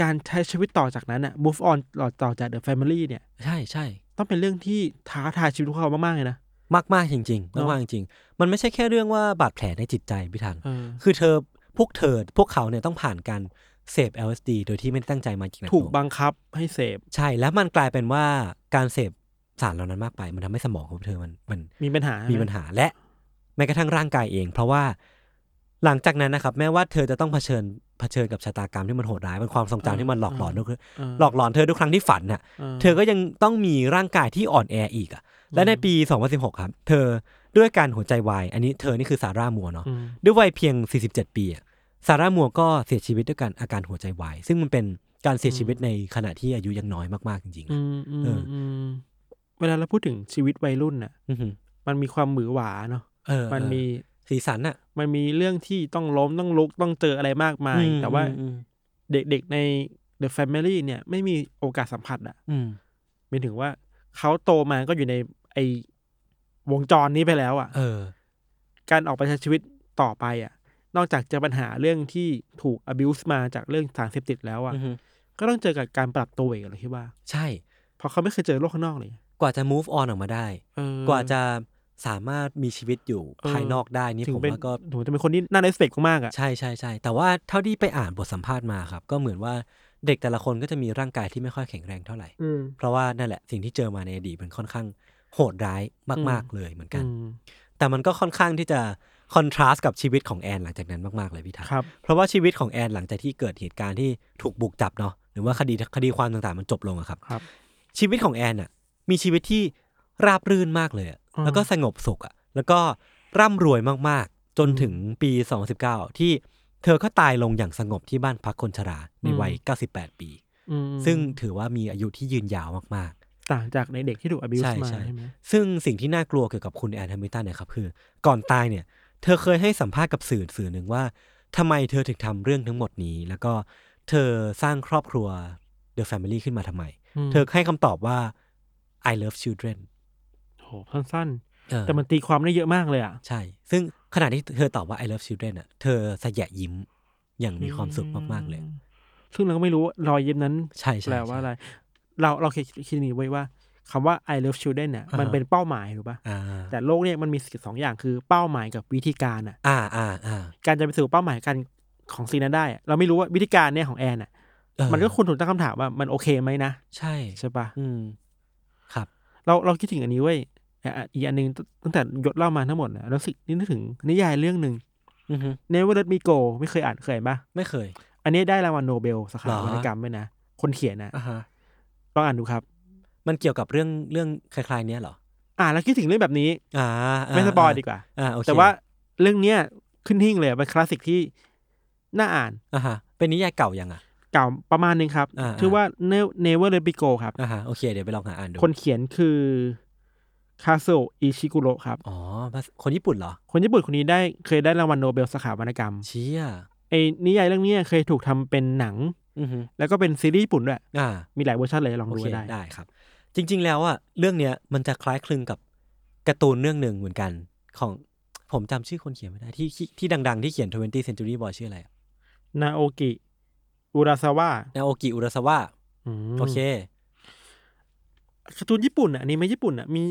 D: การใช้ชีวิตต่อจากนั้นอะ move on ต่อต่อจาก The Family เนี่ย
C: ใช่ใช่
D: ต้องเป็นเรื่องที่ท้าทายชีวิตพวกเขามากๆเลยนะ
C: มากมากๆจริงๆ
D: เนอะ
C: มากๆจริงๆ มันไม่ใช่แค่เรื่องว่าบาดแผลในจิตใจพี่ทัน
D: เออ
C: คือเธอพวกเธอพวกเขาเนี่ยต้องผ่านการเสพ LSD โดยที่ไม่ได้ตั้งใจมากิน
D: ถูกบังคับให้เสพ
C: ใช่แล้วมันกลายเป็นว่าการเสพสารเหล่านั้นมากไป มันทำให้สมองของเธอมันมัน
D: มีปัญหา
C: มี
D: มี
C: ปัญหาและแม้กระทั่งร่างกายเอง เพราะว่าหลังจากนั้นนะครับ แม้ว่าเธอจะต้องเผชิญเผชิญกับชะตากรรมที่มันโหดร้ายเป็นความทรงจำที่มันหลอกหลอนด้วยหลอกหลอนเธอทุกครั้งที่ฝันน่ะเธอก็ยังต้องมีร่างกายที่อ่อนแออีกอ่ะและในปี 2016 ครับ เธอด้วยการหัวใจวาย อันนี้เธอนี่คือซาร่ามัวเนาะด้วยวัยเพียง 47 ปีอะซาร่ามัวก็เสียชีวิตด้วยการอาการหัวใจวายซึ่งมันเป็นการเสียชีวิตในขณะที่อายุยังน้อยมากๆจริงๆนะ เอออื
D: เวลาเราพูดถึงชีวิตวัยรุ่นน่ะ
C: อื้อหือ
D: มันมีความหมือหวาเนาะ
C: เออ
D: มันมี
C: สีสันอ่ะ
D: มันมีเรื่องที่ต้องล้มต้องลุกต้องเจออะไรมากมาย แต่ว่า
C: อืมอืมอืม
D: เด็กๆใน The The Family เนี่ยไม่มีโอกาสสัมผัสอะ
C: อืม
D: หมายถึงว่าเขาโตมาก็อยู่ในไอวงจรนี้ไปแล้วอะ
C: เออ
D: การออกไปใช้ชีวิตต่อไปอ่ะ นอกจากเจอปัญหาเรื่องที่ถูก abuse มาจากเรื่องสารเสพติดแล้วอ่ะ
C: อือฮึ
D: ก็ต้องเจอกับการปรับตัวอีกเหรอคิดว่า
C: ใช่
D: เพราะเขาไม่เคยเจอโลกข้างนอกเลย
C: กว่าจะ move on ออกมาได้
D: เออ
C: กว่าจะสามารถมีชีวิตอยู่
D: เออ
C: ภายนอกได้นี่
D: ถึง
C: ผม
D: เป็น
C: ว่าก็
D: ถูจะเป็นคนที่น่าเลสเปกมากๆอ่ะ
C: ใช่ใช่ใช่แต่ว่าเท่าที่ไปอ่านบทสัมภาษณ์มาครับ ก็เหมือนว่าเด็กแต่ละคนก็จะมีร่างกายที่ไม่ค่อยแข็งแรงเท่าไหร่
D: อืม
C: เพราะว่านั่นแหละสิ่งที่เจอมาในอดีตมันค่อนข้างโหดร้ายมากๆ
D: อืม
C: เลยเหมือนกัน
D: อืม
C: แต่มันก็ค่อนข้างที่จะคอนทราสต์กับชีวิตของแอนหลังจากนั้นมากๆเลยพี่ทัก
D: ครับ
C: เพราะว่าชีวิตของแอนหลังจากที่เกิดเหตุการณ์ที่ถูกบุกจับเนาะหรือว่าคดีคดีความต่างๆมันจบลงอะครับ
D: ครับ
C: ชีวิตของแอนอะมีชีวิตที่ราบรื่นมากเลยอะ
D: อ่า
C: แล้วก็สงบสุขอะแล้วก็ร่ำรวยมากๆ จนถึงปี 2019 ที่เธอก็ตายลงอย่างสงบที่บ้านพักคนชราในวัย 98 ปี
D: อืม
C: ซึ่งถือว่ามีอายุที่ยืนยาวมาก
D: ต่างจากในเด็กที่ถูก abuse
C: ใช่
D: มา
C: ใช่
D: ใช่ไหม
C: ๆ ซึ่งสิ่งที่น่ากลัวเกี่ยวกับคุณแอนแฮมิลตันเนี่ยครับคือ ก่อนตายเนี่ย เธอเคยให้สัมภาษณ์กับสื่อสื่อหนึ่งว่าทำไมเธอถึงทำเรื่องทั้งหมดนี้ แล้วก็เธอสร้างครอบครัว The Family ขึ้นมาทำไม
D: ม
C: เธอให้คำตอบว่า I love children
D: โหสั้น
C: เออ
D: ๆ แต่มันตีความได้เยอะมากเลยอ่ะ
C: ใช่ ซึ่งขณะที่เธอตอบว่า I love children อ่ะ เธอสะแยะยิ้มอย่างมีความสุขมาก ๆ เลย
D: ซึ่งเราก็ไม่รู้ว่ารอยยิ้มนั้น
C: ใช่ใช่
D: แปลว่าอะไร
C: ใช่
D: เราเราเคยคิดอย่างนี้ไว้ว่าคำว่า I love children เนี่ย
C: อ่าฮะ
D: มันเป็นเป้าหมายถูกปะ
C: อ่า
D: แต่โลกเนี่ยมันมีสิ่งสองอย่างคือเป้าหมายกับวิธีการอ่ะ
C: อ่าอ่าอ่า
D: การจะไปสู่เป้าหมายการของซีงนั้นได้อะเราไม่รู้ว่าวิธีการเนี่ยของแอนอ่ะ
C: เออ
D: มันก็คุณถูกตั้งคำถามว่ามันโอเคไหมนะ
C: ใช่
D: ใช่ปะ
C: อืม ครับ
D: เราเราคิดถึงอันนี้เว้ยอ่ะอ่ะอีกอันหนึ่งตั้งแต่ยศเล่ามาทั้งหมดนะเราสึกนึกถึงนิยายเรื่องหนึ่ง
C: อือฮึ
D: Never Let Me Go ไม่เคยอ่านเคยอ่านปะ
C: ไม่เคย
D: อันนี้ได้รางวัลโนเบลสาขา
C: เหรอ
D: วรรณกรรมด้วยนะคนเขียนนะ
C: อ่าฮะ
D: ลองอ่านดูครับ
C: มันเกี่ยวกับเรื่องเรื่องคล้าย ๆ เนี้ยเหรอ
D: อ่านแล้วคิดถึงเรื่องแบบนี้
C: อ่า
D: ไม่สปอยดีกว่า
C: อ่าโอเค
D: แต่ว่าเรื่องเนี้ยขึ้นหิ้งเลยอะเป็นคลาสสิกที่น่าอ่าน
C: อ่าฮะ เป็นนิยายเก่ายังอ่ะ
D: เก่าประมาณนึงครับ
C: อ่า
D: ชื่อว่า Ne- Never Let Me Go ครับ
C: อ่าฮะ โอเค เดี๋ยวไปลองหาอ่านดู
D: คนเขียนคือคาโซอิชิกุโรครับ
C: อ๋อ คนญี่ปุ่นเหรอ
D: คนญี่ปุ่นคนนี้ได้เคยได้รางวัลโนเบลสาขาวรรณกรรม
C: เชี่ย
D: ไอ้นิยายเรื่องเนี้ยเคยถูกทำเป็นหนัง
C: อือฮึ
D: แล้วก็เป็นซีรีส์ญี่ปุ่นด้วย
C: อ่า
D: มีหลายเวอร์ชันเลยลอง
C: โอ
D: ดู
C: เค
D: ก็ได้
C: ได้ครับ จริง ๆ แล้วอะเรื่องเนี้ยมันจะคล้ายคลึงกับการ์ตูนเรื่องหนึ่งเหมือนกัน ของผมจำชื่อคนเขียนไม่ได้ที่ที่ที่ดัง ๆ ที่เขียน 20 Century Boy ชื่ออะไร
D: นาโอกิ อุราซาวะ
C: นาโอกิอุราซาวะ
D: อืม
C: โอเค
D: การ์ตูนญี่ปุ่นอ่ะอันนี้ไม่ญี่ปุ่นอ่ะมี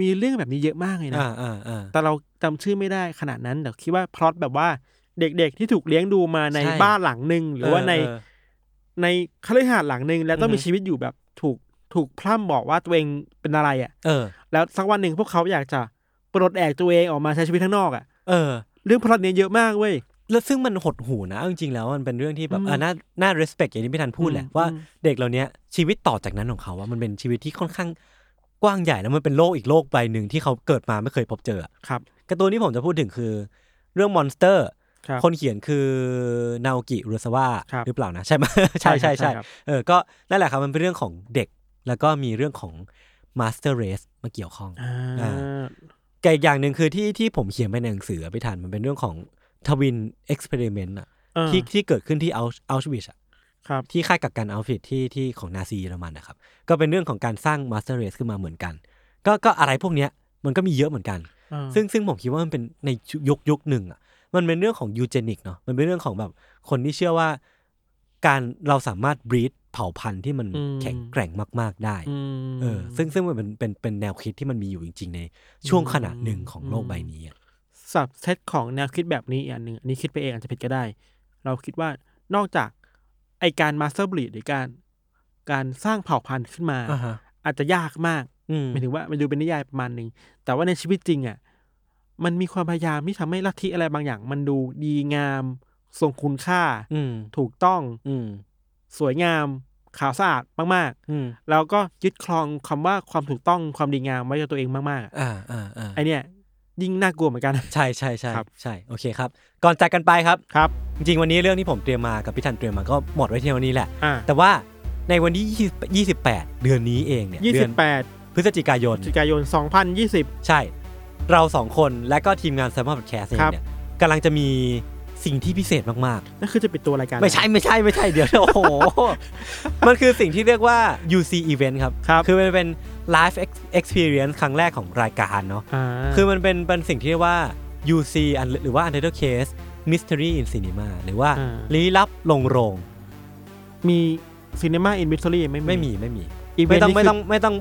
D: มีเรื่องแบบนี้เยอะมากเลยนะ
C: อ่าอ่าอ่า
D: แต่เราจำชื่อไม่ได้ขนาดนั้นแต่คิดว่าพล็อตแบบว่าเด็กๆที่ถูกเลี้ยงดูมาใน
C: ใช่
D: บ้านหลังหนึ่งหรือว่าใน
C: เเออ
D: ในคฤหาสน์หลังหนึ่งแล้วต้อง
C: อือฮึ
D: มีชีวิตอยู่แบบถูกถูกพร่ำบอกว่าตัวเองเป็นอะไรอ่ะ
C: เออ
D: แล้วสักวันหนึ่งพวกเขาอยากจะปลดแอกตัวเองออกมาใช้ชีวิตข้างนอกอ่ะ
C: เออ
D: เรื่องพล็อตเนี้ยเยอะมากเว้ย
C: แล้วซึ่งมันหดหูนะเอาจริงๆแล้วมันเป็นเรื่องที่แบบ
D: อืม
C: เออน่าน่า respect อย่างที่พี่ทันพูดแหละ
D: อืม
C: ว่า
D: อืม
C: เด็กเหล่าเนี้ยชีวิตต่อจากนั้นของเขาว่ามันเป็นชีวิตที่ค่อนข้างกว้างใหญ่แล้วมันเป็นโลกอีกโลกใบหนึ่งที่เขาเกิดมาไม่เคยพบเจออะ
D: ครับ
C: การ์ตูนที่ผมจะพูดถึงคือ เรื่อง Monster
D: ครับ
C: คนเขียนคือนาโอกิอุรสวะ
D: ครับ
C: หรือเปล่านะใช่ ไหม ใช่ใช่ใช่
D: ครับ
C: เออก็นั่นแหละครับมันเป็นเรื่องของเด็ก แล้วก็มีเรื่องของ Master Race มาเกี่ยวข้อง
D: อ่า
C: อ่า แต่อีกอย่างหนึ่งคือที่ที่ผมเขียนไปในหนังสือไม่ทันมันเป็นเรื่องของทวินเอ็กซ์เพร์เมนต์อะ
D: เออ
C: ที่ที่เกิดขึ้นที่เอาเอาชวิชอะ
D: ครับ
C: ที่ค่ายกักกันเอาชวิชที่ที่ของนาซีเยอรมันนะครับ ก็เป็นเรื่องของการสร้างมาสเตอร์เรสขึ้นมาเหมือนกัน ก็ก็อะไรพวกเนี้ยมันก็มีเยอะเหมือนกัน
D: อ่า
C: ซึ่งซึ่งผมคิดว่ามันเป็นในยุคยุคหนึ่งอ่ะ มันเป็นเรื่องของยูเจนิกเนาะ มันเป็นเรื่องของแบบคนที่เชื่อว่า การเราสามารถบรีดเผ่าพันธุ์ที่มันแข็งแกร่งมาก ๆได้
D: อืม
C: เออ ซึ่งซึ่งมันเป็นเป็นเป็นแนวคิดที่มันมีอยู่จริง ๆ ในช่วงขนาดหนึ่งของโลกใบนี้อะ
D: สับเซตของแนวคิดแบบนี้อีกอันหนึ่งอันนี้คิดไปเองอาจจะผิดก็ได้ เราคิดว่านอกจากไอการมาสเตอร์บลีดหรือการ การสร้างเผ่าพันธุ์ขึ้นมา
C: อ่าฮะ
D: อาจจะยากมาก
C: อืม
D: หมายถึงว่ามันดูเป็นนิยายประมาณหนึ่งแต่ว่าในชีวิตจริงอ่ะมันมีความพยายามที่ทำให้ลัทธิอะไรบางอย่าง มันดูดีงามทรงคุณค่า
C: อืม
D: ถูกต้อง
C: อืม
D: สวยงามขาวสะอาดมาก
C: อืม
D: ๆ แล้วก็ยึดครองคำว่าความถูกต้องความดีงามไว้กับตัวเองมากๆอะ
C: อ่าอ่าอ่า
D: ไอเนี่ยยิ่งน่ากลัวเหมือนกัน
C: ใช่ใช่ใช่
D: ครับ
C: ใช่ โอเคครับ ก่อนจากกันไปครับ
D: ครับ
C: จริงๆ วันนี้เรื่องที่ผมเตรียมมากับพี่ทันเตรียมมาก็หมดไว้ที่วันนี้แหละ
D: อ่า
C: แต่ว่าในวันที่ 20 28 เดือนนี้เองเนี่ยเดือน
D: 28
C: พฤศจิกายน
D: พฤศจิกายน 2020
C: ใช่ เราสองคนและก็ทีมงาน s ซมมอนพอดแคสต์เอง
D: ครับ
C: เนี่ยกำลังจะมี สิ่งที่พิเศษมาก
D: นั่นคือจะปิดตัวรายการ
C: ๆ ไม่ใช่ไม่ใช่ไม่ใช่เดี๋ยว โอ้โห มันคือสิ่งที่เรียกว่า UC event ครับ
D: ครับ
C: คือมันเป็น live ex- experience ครั้งแรกของรายการเนาะ
D: า
C: คือมันเป็นเป็นสิ่งที่เรียกว่า UC อันหรือว่า Untitled Case Mystery in Cinema หรือว่า
D: อ่า
C: ลี้ลับลงโรง
D: มีซีนีมาอินวิสทอรี่ไม่
C: ไม่มีไม่มี
D: อีเว
C: ไม่
D: นต์
C: ต้อง
D: นี่
C: ไม่
D: คื
C: ต้องไม่ต้อง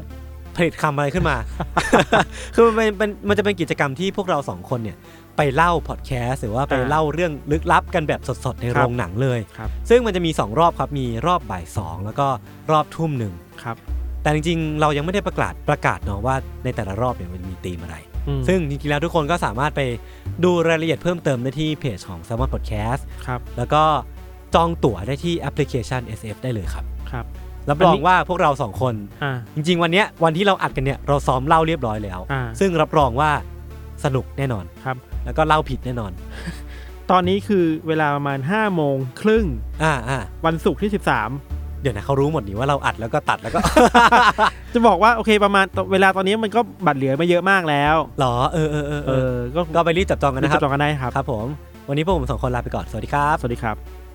C: ผลิตคำอะไรขึ้นมา คือมันเป็นเป็นมันจะเป็นกิจกรรมที่พวกเราสองคนเนี่ย ไปเล่าพอดแคสต์หรือว่าไปเล่าเรื่องลึกลับกันแบบสดๆ ในโรงหนังเลย
D: ครับ
C: ซึ่งมันจะมี 2 รอบครับ มีรอบบ่าย 2 แล้วก็รอบทุ่มหนึ่ง
D: ครับ
C: แต่จริงๆ เรายังไม่ได้ประกาศประกาศเนาะว่าในแต่ละรอบเนี่ยมันมีธีมอะไร
D: อืม
C: ซึ่งจริงๆ แล้วทุกคนก็สามารถไปดูรายละเอียดเพิ่มเติมได้ที่เพจของ s ซ m o n Podcast
D: ครับ
C: แล้วก็จองตั๋วได้ที่แอปพลิเคชัน SF ได้เลยครับ
D: ครับ
C: รับ
D: อัน
C: รอ
D: นี้
C: งว่าพวกเราสองคน
D: อ่า
C: จริงๆ วันเนี้ยวันที่เราอัดกันเนี่ยเราซ้อมเล่าเรียบร้อยแล้ว
D: อ่า
C: ซึ่งรับรองว่าสนุกแน่นอน
D: ครับ
C: แล้วก็เล่าผิดแน่นอน
D: ตอนนี้คือเวลาประมาณห้าโมงครึ่ง
C: อ่าอ่า
D: วันศุกร์ที่สิบสาม
C: เดี๋ยวนะเขารู้หมดนี่ว่าเราอัดแล้วก็ตัดแล้วก็
D: จะบอกว่าโอเคประมาณเวลาตอนนี้มันก็บัตรเหลือมาเยอะมากแล้ว
C: หรอเออเออเออ
D: เอ
C: เออ
D: อ ก็
C: ก็ไปรีบจับจองกันนะค
D: จั
C: รั
D: บบ จองกันได้ครับ
C: ครับผม วันนี้พวกผมสองคนลาไปก่อนสวัสดีครับ
D: สวัสดีครับ
C: ค